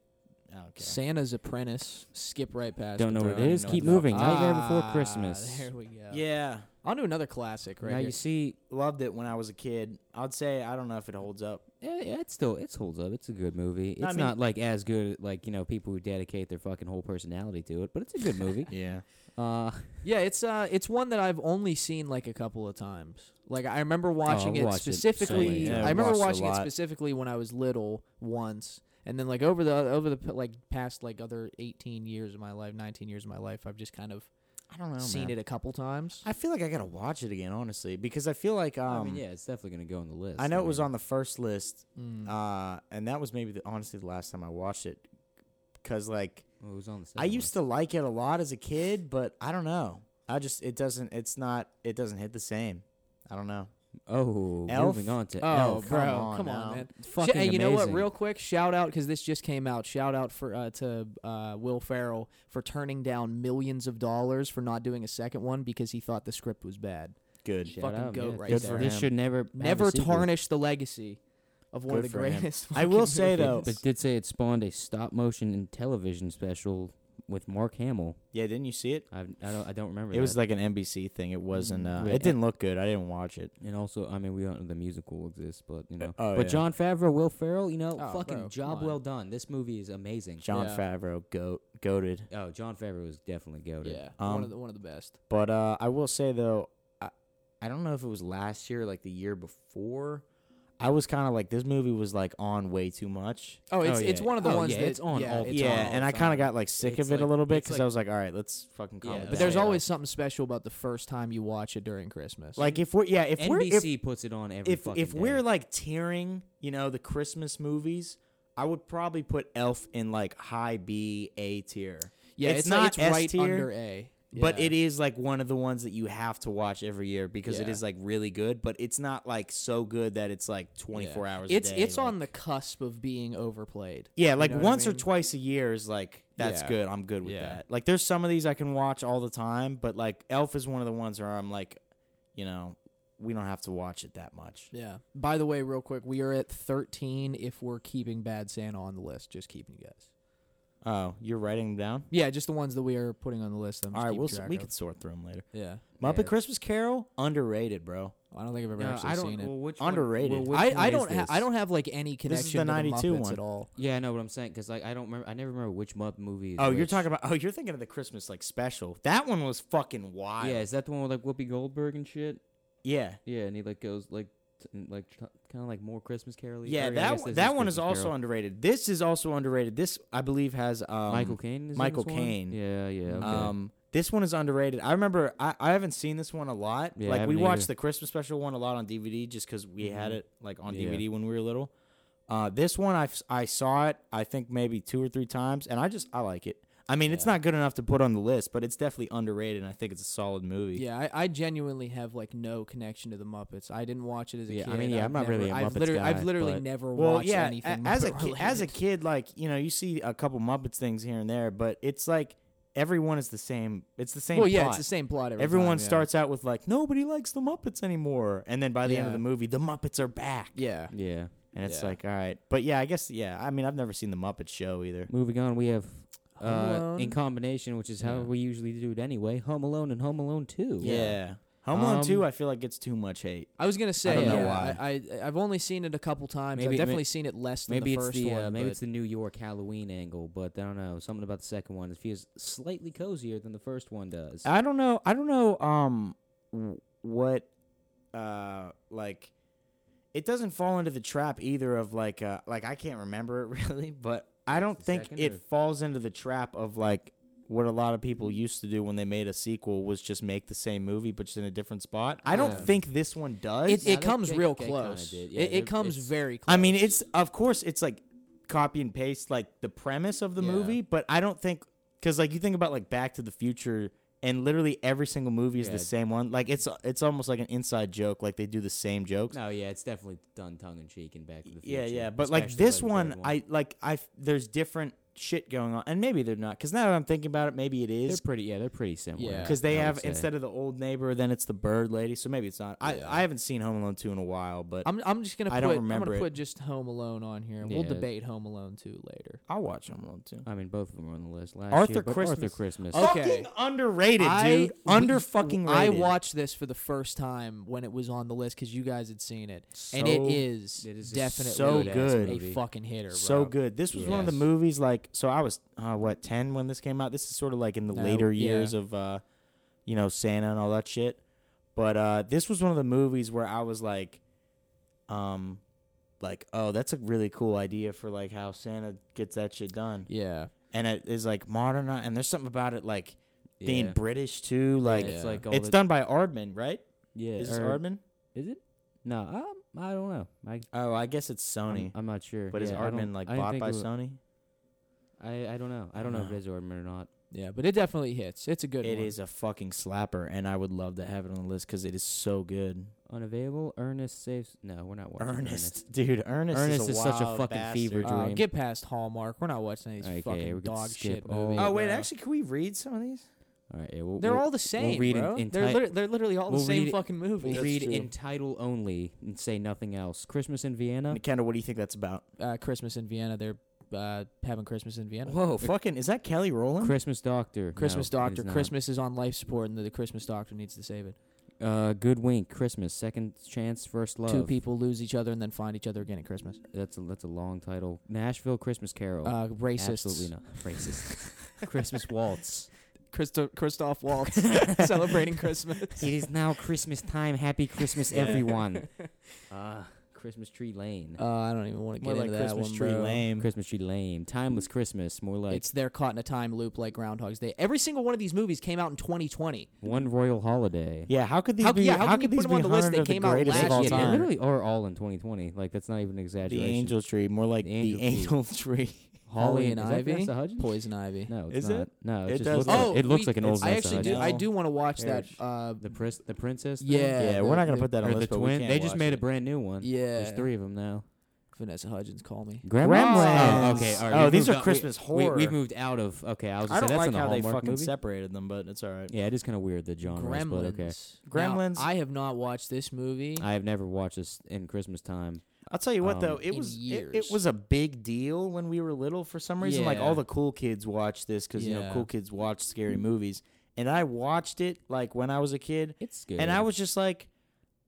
[SPEAKER 3] I don't care.
[SPEAKER 5] Santa's Apprentice. Skip right past.
[SPEAKER 4] Don't
[SPEAKER 5] it,
[SPEAKER 4] know
[SPEAKER 5] bro.
[SPEAKER 4] what
[SPEAKER 3] I
[SPEAKER 4] it is.
[SPEAKER 3] know
[SPEAKER 4] Keep
[SPEAKER 3] nothing.
[SPEAKER 4] moving. Nightmare Before
[SPEAKER 5] Ah,
[SPEAKER 4] Christmas.
[SPEAKER 5] There we go.
[SPEAKER 3] yeah.
[SPEAKER 5] On to another classic, right?
[SPEAKER 4] now
[SPEAKER 5] here.
[SPEAKER 4] you see,
[SPEAKER 3] loved it when I was a kid. I'd say I don't know if it holds up.
[SPEAKER 4] yeah, yeah, it still it holds up. It's a good movie. It's
[SPEAKER 3] No, I mean-
[SPEAKER 4] not like as good like you know people who dedicate their fucking whole personality to it, but it's a good movie.
[SPEAKER 3] Yeah.
[SPEAKER 4] uh,
[SPEAKER 5] Yeah, it's uh, it's one that I've only seen like a couple of times. Like I remember watching
[SPEAKER 4] Oh, I've
[SPEAKER 5] it
[SPEAKER 4] watched it so many
[SPEAKER 5] specifically.
[SPEAKER 4] times.
[SPEAKER 3] Yeah,
[SPEAKER 5] I remember
[SPEAKER 3] watched it a
[SPEAKER 5] watching it
[SPEAKER 3] lot.
[SPEAKER 5] specifically when I was little once, and then like over the over the p- like past like other eighteen years of my life, nineteen years of my life, I've just kind of
[SPEAKER 3] I
[SPEAKER 4] Oh,
[SPEAKER 3] don't know.
[SPEAKER 5] seen it a couple times.
[SPEAKER 3] I feel like I gotta watch it again, honestly, because I feel like um,
[SPEAKER 4] I mean, yeah, it's definitely gonna go on the list.
[SPEAKER 3] I know it was
[SPEAKER 4] mean,
[SPEAKER 3] on the first list,
[SPEAKER 5] Mm.
[SPEAKER 4] Oh,
[SPEAKER 3] uh, and that was maybe the, honestly the last time I watched it, because like
[SPEAKER 4] well, It was on the.
[SPEAKER 3] I used to like it a lot as a kid, but I don't know. I just it doesn't. It's not. It doesn't hit the same. I don't know.
[SPEAKER 4] Oh,
[SPEAKER 3] Elf?
[SPEAKER 4] moving on to
[SPEAKER 5] Oh,
[SPEAKER 4] Elf.
[SPEAKER 5] bro,
[SPEAKER 3] come
[SPEAKER 5] come
[SPEAKER 3] on
[SPEAKER 5] on,
[SPEAKER 3] now.
[SPEAKER 5] man.
[SPEAKER 4] Fucking
[SPEAKER 5] Sh- hey, you know what?
[SPEAKER 4] amazing.
[SPEAKER 5] Real quick, shout out because this just came out. Shout out for uh, to uh, Will Farrell for turning down millions of dollars for not doing a second one because he thought the script was bad.
[SPEAKER 3] Good.
[SPEAKER 4] Shout
[SPEAKER 5] fucking
[SPEAKER 4] out,
[SPEAKER 5] goat
[SPEAKER 4] yeah.
[SPEAKER 5] right
[SPEAKER 3] Good
[SPEAKER 5] there.
[SPEAKER 3] for
[SPEAKER 4] This
[SPEAKER 3] him.
[SPEAKER 4] should never have a
[SPEAKER 5] Never
[SPEAKER 4] sequel.
[SPEAKER 5] tarnish the legacy of one
[SPEAKER 3] Good
[SPEAKER 5] of the
[SPEAKER 3] for him.
[SPEAKER 5] greatest.
[SPEAKER 3] I will
[SPEAKER 5] fucking
[SPEAKER 3] say, though-
[SPEAKER 5] movies.
[SPEAKER 4] But did say it spawned a stop motion and television special with Mark Hamill.
[SPEAKER 3] Yeah, didn't you see it?
[SPEAKER 4] I I don't I don't remember.
[SPEAKER 3] It was
[SPEAKER 4] that.
[SPEAKER 3] like an NBC thing. It wasn't. Uh,
[SPEAKER 4] Yeah.
[SPEAKER 3] it didn't look good. I didn't watch it.
[SPEAKER 4] and also I mean we don't know the musical exists, but you know.
[SPEAKER 3] oh,
[SPEAKER 4] but
[SPEAKER 3] yeah.
[SPEAKER 4] John Favreau, Will Ferrell, you know,
[SPEAKER 5] Oh,
[SPEAKER 4] fucking
[SPEAKER 5] bro, come
[SPEAKER 4] job
[SPEAKER 5] on.
[SPEAKER 4] well done. This movie is amazing.
[SPEAKER 3] John
[SPEAKER 5] Yeah.
[SPEAKER 3] Favreau goat goaded.
[SPEAKER 4] oh, John Favreau is definitely goaded.
[SPEAKER 5] yeah,
[SPEAKER 3] Um,
[SPEAKER 5] one of the one of the best.
[SPEAKER 3] But uh, I will say though, I, I don't know if it was last year, or, like the year before. I was kind of like this movie was like on way too much.
[SPEAKER 5] Oh, it's
[SPEAKER 4] yeah.
[SPEAKER 5] it's one of the
[SPEAKER 4] Oh,
[SPEAKER 5] ones
[SPEAKER 4] yeah,
[SPEAKER 5] that
[SPEAKER 4] it's on
[SPEAKER 5] yeah,
[SPEAKER 4] all-
[SPEAKER 5] it's
[SPEAKER 3] yeah,
[SPEAKER 5] on all
[SPEAKER 3] and
[SPEAKER 5] the
[SPEAKER 3] I kind
[SPEAKER 5] time.
[SPEAKER 3] of got like sick
[SPEAKER 5] It's
[SPEAKER 3] of it a
[SPEAKER 5] like-
[SPEAKER 3] little bit
[SPEAKER 5] it's
[SPEAKER 3] because
[SPEAKER 5] like-
[SPEAKER 3] I was like, all right, let's fucking calm
[SPEAKER 4] Yeah,
[SPEAKER 3] it
[SPEAKER 4] but
[SPEAKER 3] down,
[SPEAKER 5] But there's
[SPEAKER 3] you know?
[SPEAKER 5] always something special about the first time you watch it during Christmas.
[SPEAKER 3] like if we're yeah if we're if
[SPEAKER 4] NBC puts it on every
[SPEAKER 3] if
[SPEAKER 4] fucking
[SPEAKER 3] if
[SPEAKER 4] day.
[SPEAKER 3] we're like tearing, you know, the Christmas movies, I would probably put Elf in like high B A tier.
[SPEAKER 5] yeah,
[SPEAKER 3] it's
[SPEAKER 5] it's, like it's
[SPEAKER 3] not
[SPEAKER 5] right
[SPEAKER 3] S tier,
[SPEAKER 5] under A.
[SPEAKER 3] But
[SPEAKER 5] Yeah.
[SPEAKER 3] it is like one of the ones that you have to watch every year because it
[SPEAKER 5] Yeah.
[SPEAKER 3] is like really good, but it's not like so good that it's like 24 hours a
[SPEAKER 5] It's
[SPEAKER 3] day,
[SPEAKER 5] it's
[SPEAKER 3] like-
[SPEAKER 5] on the cusp of being overplayed.
[SPEAKER 3] Yeah, like
[SPEAKER 5] know what I
[SPEAKER 3] once or
[SPEAKER 5] mean?
[SPEAKER 3] twice a year is like that's
[SPEAKER 5] Yeah.
[SPEAKER 3] good. I'm good with
[SPEAKER 5] Yeah.
[SPEAKER 3] that. Like there's some of these I can watch all the time, but like Elf is one of the ones where I'm like, you know, we don't have to watch it that much.
[SPEAKER 5] Yeah. By the way, real quick, we are at 13 if we're keeping Bad Santa on the list. Just keeping you guys.
[SPEAKER 3] Oh, you're writing them down?
[SPEAKER 5] Yeah, just the ones that we are putting on the list. I'm
[SPEAKER 3] All
[SPEAKER 5] just
[SPEAKER 3] right,
[SPEAKER 5] keeping
[SPEAKER 3] we'll s-
[SPEAKER 5] track
[SPEAKER 3] we
[SPEAKER 5] of.
[SPEAKER 3] can sort through them later.
[SPEAKER 5] Yeah.
[SPEAKER 3] Muppet
[SPEAKER 5] Yeah.
[SPEAKER 3] Christmas Carol underrated, bro.
[SPEAKER 5] I don't think I've ever
[SPEAKER 4] No,
[SPEAKER 5] actually
[SPEAKER 4] I don't.
[SPEAKER 5] seen it.
[SPEAKER 4] Well, which
[SPEAKER 3] Underrated.
[SPEAKER 4] One, well, which
[SPEAKER 5] I,
[SPEAKER 4] one
[SPEAKER 5] I
[SPEAKER 4] is
[SPEAKER 5] don't ha-
[SPEAKER 4] this?
[SPEAKER 5] I don't have like any
[SPEAKER 3] This is
[SPEAKER 5] connection
[SPEAKER 3] the
[SPEAKER 5] to
[SPEAKER 3] 92
[SPEAKER 5] Muppets
[SPEAKER 3] one.
[SPEAKER 5] at all.
[SPEAKER 4] Yeah, I know what I'm saying because like I don't remember. I never remember which Muppet movie. Is
[SPEAKER 3] Oh, you're
[SPEAKER 4] which.
[SPEAKER 3] talking about oh, you're thinking of the Christmas like special. That one was fucking wild.
[SPEAKER 4] Yeah, is that the one with like Whoopi Goldberg and shit?
[SPEAKER 3] Yeah.
[SPEAKER 4] Yeah, and he like goes like t- and, like t- kind of like more Christmas Carol.
[SPEAKER 3] Yeah, that one, that one is also underrated. This is also underrated. This I believe has um,
[SPEAKER 4] Michael Caine. Is
[SPEAKER 3] Michael
[SPEAKER 4] in this one?
[SPEAKER 3] Caine.
[SPEAKER 4] Yeah, yeah. Okay.
[SPEAKER 3] Um, this one is underrated. I remember I, I haven't seen this one a lot.
[SPEAKER 4] Yeah, I
[SPEAKER 3] like we
[SPEAKER 4] haven't
[SPEAKER 3] watched
[SPEAKER 4] either.
[SPEAKER 3] the Christmas special one a lot on DVD just because we had
[SPEAKER 4] Mhm.
[SPEAKER 3] it like on
[SPEAKER 4] Yeah.
[SPEAKER 3] DVD when we were little. Uh, this one I, f- I saw it I think maybe two or three times and I just I like it. I mean it's
[SPEAKER 4] Yeah.
[SPEAKER 3] not good enough to put on the list, but it's definitely underrated. and I think it's a solid movie.
[SPEAKER 5] Yeah, I, I genuinely have like no connection to the Muppets. I didn't watch it as a
[SPEAKER 4] Yeah, I
[SPEAKER 5] kid.
[SPEAKER 4] mean, yeah,
[SPEAKER 5] I've
[SPEAKER 4] I'm not
[SPEAKER 5] never-
[SPEAKER 4] really a
[SPEAKER 5] I've
[SPEAKER 4] Muppets
[SPEAKER 5] literally, I've
[SPEAKER 4] guy,
[SPEAKER 5] literally
[SPEAKER 4] but-
[SPEAKER 5] never
[SPEAKER 3] Well,
[SPEAKER 5] watched
[SPEAKER 3] yeah. a-
[SPEAKER 5] anything.
[SPEAKER 3] As a
[SPEAKER 5] Muppet
[SPEAKER 3] ki- as a
[SPEAKER 5] related.
[SPEAKER 3] kid, like you know, you see a couple Muppets things here and there, but it's like everyone is the same. It's the same.
[SPEAKER 5] well, yeah,
[SPEAKER 3] plot.
[SPEAKER 5] it's the same plot. Every
[SPEAKER 3] Everyone
[SPEAKER 5] time, yeah.
[SPEAKER 3] starts out with like nobody likes the Muppets anymore, and then by the end of
[SPEAKER 5] Yeah.
[SPEAKER 3] the movie, the Muppets are back.
[SPEAKER 5] Yeah,
[SPEAKER 4] yeah.
[SPEAKER 3] and it's
[SPEAKER 5] yeah.
[SPEAKER 3] like all right, but yeah, I guess yeah. I mean, I've never seen the Muppet Show either.
[SPEAKER 4] Moving on, we have
[SPEAKER 5] Home
[SPEAKER 4] uh,
[SPEAKER 5] Alone.
[SPEAKER 4] in combination, which is how
[SPEAKER 5] Yeah.
[SPEAKER 4] we usually do it anyway. Home Alone and Home Alone Two.
[SPEAKER 3] Yeah, Home Alone
[SPEAKER 4] Um,
[SPEAKER 3] Two, I feel like gets too much hate.
[SPEAKER 5] I was gonna say.
[SPEAKER 3] don't know
[SPEAKER 5] yeah,
[SPEAKER 3] why.
[SPEAKER 5] I, I I've only seen it a couple times.
[SPEAKER 4] Maybe-
[SPEAKER 5] I've
[SPEAKER 4] may-
[SPEAKER 5] definitely seen it less than
[SPEAKER 4] Maybe
[SPEAKER 5] the
[SPEAKER 4] it's
[SPEAKER 5] first
[SPEAKER 4] the
[SPEAKER 5] one.
[SPEAKER 4] uh, maybe
[SPEAKER 5] but-
[SPEAKER 4] it's the New York Halloween angle, but I don't know. Something about the second one it feels slightly cozier than the first one does.
[SPEAKER 3] I don't know. I don't know. Um, w- what, uh, like, it doesn't fall into the trap either of like, uh, like I can't remember it really, but I don't
[SPEAKER 4] The
[SPEAKER 3] think
[SPEAKER 4] second
[SPEAKER 3] it
[SPEAKER 4] or-
[SPEAKER 3] falls into the trap of like what a lot of people used to do when they made a sequel was just make the same movie but just in a different spot. I don't
[SPEAKER 4] Yeah.
[SPEAKER 3] think this one does.
[SPEAKER 5] it,
[SPEAKER 4] Yeah,
[SPEAKER 5] it
[SPEAKER 4] they-
[SPEAKER 5] comes
[SPEAKER 4] they-
[SPEAKER 5] real
[SPEAKER 4] they kinda
[SPEAKER 5] close.
[SPEAKER 4] did. Yeah,
[SPEAKER 5] it,
[SPEAKER 4] they're-
[SPEAKER 5] it comes
[SPEAKER 4] it's-
[SPEAKER 5] very close.
[SPEAKER 3] I mean, it's of course it's like copy and paste like the premise of the
[SPEAKER 5] Yeah.
[SPEAKER 3] movie, but I don't think because like you think about like Back to the Future and literally every single movie is
[SPEAKER 4] Yeah.
[SPEAKER 3] the same one. Like it's it's almost like an inside joke. Like they do the same jokes.
[SPEAKER 4] no, yeah, it's definitely done tongue in cheek and back to the future.
[SPEAKER 3] yeah, yeah, but like
[SPEAKER 4] especially by
[SPEAKER 3] this
[SPEAKER 4] the
[SPEAKER 3] one,
[SPEAKER 4] third
[SPEAKER 3] I like I f- there's different shit going on, and maybe they're not because now that I'm thinking about it, maybe it
[SPEAKER 4] they're
[SPEAKER 3] is.
[SPEAKER 4] pretty yeah they're pretty similar
[SPEAKER 5] Yeah.
[SPEAKER 3] Because they
[SPEAKER 4] I would
[SPEAKER 3] have
[SPEAKER 4] say.
[SPEAKER 3] instead of the old neighbor, then it's the bird lady. So maybe it's not. I,
[SPEAKER 5] Yeah.
[SPEAKER 3] I haven't seen Home Alone two in a while, but i
[SPEAKER 5] I'm I'm just gonna. Put,
[SPEAKER 3] I don't
[SPEAKER 5] am
[SPEAKER 3] remember
[SPEAKER 5] gonna
[SPEAKER 3] it.
[SPEAKER 5] put just Home Alone on here. and We'll
[SPEAKER 4] Yeah.
[SPEAKER 5] debate Home Alone too later.
[SPEAKER 3] will watch Home Alone two.
[SPEAKER 4] I mean, both of them were on the list last
[SPEAKER 3] Arthur
[SPEAKER 4] year. but
[SPEAKER 3] Christmas.
[SPEAKER 4] Arthur Christmas.
[SPEAKER 5] Okay.
[SPEAKER 3] Fucking underrated, dude.
[SPEAKER 5] I-
[SPEAKER 3] Under
[SPEAKER 5] we-
[SPEAKER 3] fucking
[SPEAKER 5] I
[SPEAKER 3] rated.
[SPEAKER 5] watched this for the first time when it was on the list because you guys had seen it, and
[SPEAKER 3] So-
[SPEAKER 5] it is,
[SPEAKER 4] it is a
[SPEAKER 5] definitely
[SPEAKER 3] so good
[SPEAKER 5] a
[SPEAKER 4] movie.
[SPEAKER 5] fucking hitter. Bro.
[SPEAKER 3] so good. This was one of the
[SPEAKER 4] Yes.
[SPEAKER 3] movies like so I was uh, what 10 when this came out. This is sort of like in the
[SPEAKER 5] No,
[SPEAKER 3] later
[SPEAKER 5] yeah.
[SPEAKER 3] years of uh you know Santa and all that shit. But uh this was one of the movies where I was like um like oh that's a really cool idea for like how Santa gets that shit done.
[SPEAKER 5] Yeah,
[SPEAKER 3] And it is like modern uh, and there's something about it like being
[SPEAKER 4] Yeah.
[SPEAKER 3] British too like
[SPEAKER 4] it's like all
[SPEAKER 3] it's
[SPEAKER 4] the-
[SPEAKER 3] done by Aardman, right?
[SPEAKER 4] Yeah,
[SPEAKER 3] Is this
[SPEAKER 4] or-
[SPEAKER 3] Aardman?
[SPEAKER 4] Is it? No, um, I don't know. I,
[SPEAKER 3] Oh, I guess it's
[SPEAKER 4] I'm,
[SPEAKER 3] Sony.
[SPEAKER 4] I'm not sure.
[SPEAKER 3] but is
[SPEAKER 4] Yeah, I don't-
[SPEAKER 3] Aardman like
[SPEAKER 4] I didn't
[SPEAKER 3] bought
[SPEAKER 4] think
[SPEAKER 3] by
[SPEAKER 4] it wa-
[SPEAKER 3] Sony?
[SPEAKER 4] I I don't know. I don't know if it is Aardman or not.
[SPEAKER 5] Yeah, but it definitely hits. It's a good
[SPEAKER 3] It
[SPEAKER 5] one.
[SPEAKER 3] is a fucking slapper, and I would love to have it on the list because it is so good.
[SPEAKER 4] Unavailable. Ernest saves. No, we're not watching
[SPEAKER 3] Ernest, dude, Ernest,
[SPEAKER 4] Ernest
[SPEAKER 3] is,
[SPEAKER 4] is
[SPEAKER 3] a
[SPEAKER 4] such a
[SPEAKER 3] wild
[SPEAKER 4] fucking
[SPEAKER 3] bastard.
[SPEAKER 4] fever
[SPEAKER 5] Uh,
[SPEAKER 4] dream.
[SPEAKER 5] get past Hallmark. We're not watching these
[SPEAKER 4] Okay,
[SPEAKER 5] fucking
[SPEAKER 4] we can
[SPEAKER 5] dog
[SPEAKER 4] skip
[SPEAKER 5] shit
[SPEAKER 4] all-
[SPEAKER 5] movies.
[SPEAKER 3] Oh wait,
[SPEAKER 5] bro.
[SPEAKER 3] actually, can we read some of these?
[SPEAKER 4] All right. Yeah, we'll,
[SPEAKER 5] They're
[SPEAKER 4] we'll,
[SPEAKER 5] all the same,
[SPEAKER 4] read in-
[SPEAKER 5] bro.
[SPEAKER 4] in
[SPEAKER 5] they're,
[SPEAKER 4] ti-
[SPEAKER 5] liter- they're literally all
[SPEAKER 4] we'll
[SPEAKER 5] the same
[SPEAKER 4] read-
[SPEAKER 5] fucking movie.
[SPEAKER 4] We'll
[SPEAKER 5] That's
[SPEAKER 4] read
[SPEAKER 5] true.
[SPEAKER 4] in title only and say nothing else. Christmas in Vienna.
[SPEAKER 3] Kendall, what do you think that's about?
[SPEAKER 5] uh, Christmas in Vienna. They're uh, having Christmas in Vienna.
[SPEAKER 3] Whoa, fucking, is that Kelly Rowland?
[SPEAKER 4] Christmas Doctor.
[SPEAKER 5] Christmas
[SPEAKER 4] No, it
[SPEAKER 5] Doctor.
[SPEAKER 4] is not.
[SPEAKER 5] Christmas is on life support, and the, the Christmas Doctor needs to save it.
[SPEAKER 4] Uh, Good Wink. Christmas. Second Chance. First Love.
[SPEAKER 5] Two people lose each other and then find each other again at Christmas.
[SPEAKER 4] That's a, that's a long title. Nashville Christmas Carol.
[SPEAKER 5] Uh, racists.
[SPEAKER 4] Oh, Absolutely not. Racist. Christmas Waltz.
[SPEAKER 5] Christo- Christoph Waltz celebrating Christmas.
[SPEAKER 4] It is now Christmas time. Happy Christmas, everyone. Uh, Christmas Tree Lane.
[SPEAKER 5] Uh, I don't even want to get
[SPEAKER 3] More like
[SPEAKER 5] into that
[SPEAKER 3] Christmas
[SPEAKER 5] one,
[SPEAKER 3] Tree
[SPEAKER 5] bro.
[SPEAKER 3] Lame.
[SPEAKER 4] Christmas Tree Lane. Timeless Christmas. More like
[SPEAKER 5] it's they're caught in a time loop like Groundhog's Day. Every single one of these movies came out in 2020.
[SPEAKER 4] One Royal Holiday.
[SPEAKER 3] Yeah, how could these
[SPEAKER 5] How-
[SPEAKER 3] be?
[SPEAKER 5] yeah, how can you
[SPEAKER 3] could
[SPEAKER 5] put
[SPEAKER 3] these
[SPEAKER 5] them
[SPEAKER 3] be
[SPEAKER 5] on the list?
[SPEAKER 3] hundred
[SPEAKER 5] They
[SPEAKER 3] of
[SPEAKER 5] came
[SPEAKER 3] the
[SPEAKER 5] out
[SPEAKER 3] greatest
[SPEAKER 5] last
[SPEAKER 3] of all
[SPEAKER 5] year.
[SPEAKER 4] they
[SPEAKER 3] time?
[SPEAKER 4] literally are all in 2020. Like that's not even an
[SPEAKER 3] the
[SPEAKER 4] exaggeration.
[SPEAKER 3] angel tree, more like
[SPEAKER 4] The
[SPEAKER 3] the
[SPEAKER 4] angel
[SPEAKER 3] angel,
[SPEAKER 4] tree.
[SPEAKER 3] tree.
[SPEAKER 5] Holly and
[SPEAKER 4] is that
[SPEAKER 5] Ivy?
[SPEAKER 4] Vanessa Hudgens?
[SPEAKER 5] Poison Ivy.
[SPEAKER 4] No, it's
[SPEAKER 3] Is
[SPEAKER 4] not.
[SPEAKER 3] it?
[SPEAKER 4] No, it,
[SPEAKER 3] It
[SPEAKER 4] just
[SPEAKER 3] does
[SPEAKER 4] looks.
[SPEAKER 3] look-
[SPEAKER 4] like, it looks
[SPEAKER 5] we-
[SPEAKER 4] like an old.
[SPEAKER 5] I
[SPEAKER 4] Vanessa
[SPEAKER 5] actually do.
[SPEAKER 4] Hudgens.
[SPEAKER 5] I do want to watch that.
[SPEAKER 3] Heritage.
[SPEAKER 5] Uh,
[SPEAKER 4] The prince, the princess. thing?
[SPEAKER 5] yeah,
[SPEAKER 3] Yeah,
[SPEAKER 5] the-
[SPEAKER 3] we're not gonna
[SPEAKER 5] the-
[SPEAKER 3] put that on
[SPEAKER 4] Or
[SPEAKER 3] the
[SPEAKER 4] the
[SPEAKER 3] list. but we
[SPEAKER 4] twin.
[SPEAKER 3] can't
[SPEAKER 4] They just
[SPEAKER 3] watch
[SPEAKER 4] made
[SPEAKER 3] it.
[SPEAKER 4] a brand new one. There's
[SPEAKER 5] Yeah.
[SPEAKER 4] three of them now.
[SPEAKER 5] Vanessa Hudgens, call me.
[SPEAKER 3] Gremlins.
[SPEAKER 4] Oh, okay. All right,
[SPEAKER 3] Oh,
[SPEAKER 4] we've
[SPEAKER 3] these
[SPEAKER 4] moved
[SPEAKER 3] are
[SPEAKER 4] on- we-
[SPEAKER 3] Christmas horror.
[SPEAKER 4] We, have moved out of. Okay, I was.
[SPEAKER 3] I
[SPEAKER 4] Gonna
[SPEAKER 3] don't
[SPEAKER 4] say, that's
[SPEAKER 3] like
[SPEAKER 4] in the
[SPEAKER 3] how they
[SPEAKER 4] Hallmark
[SPEAKER 3] fucking
[SPEAKER 4] movie.
[SPEAKER 3] separated them, but it's all right.
[SPEAKER 4] Yeah, it is kind of weird the genre, but okay.
[SPEAKER 5] Gremlins.
[SPEAKER 3] Gremlins.
[SPEAKER 5] Now, I have not watched this movie.
[SPEAKER 4] I have never watched this in Christmas time.
[SPEAKER 3] I'll tell you what,
[SPEAKER 4] Um,
[SPEAKER 3] though, it
[SPEAKER 5] in
[SPEAKER 3] was it, it
[SPEAKER 5] years.
[SPEAKER 3] was a big deal when we were little for some reason. Like
[SPEAKER 5] Yeah.
[SPEAKER 3] all the cool kids watched this because you know
[SPEAKER 5] Yeah.
[SPEAKER 3] cool kids watch scary movies, and I watched it like when I was a kid,
[SPEAKER 4] It's good.
[SPEAKER 3] and I was just like,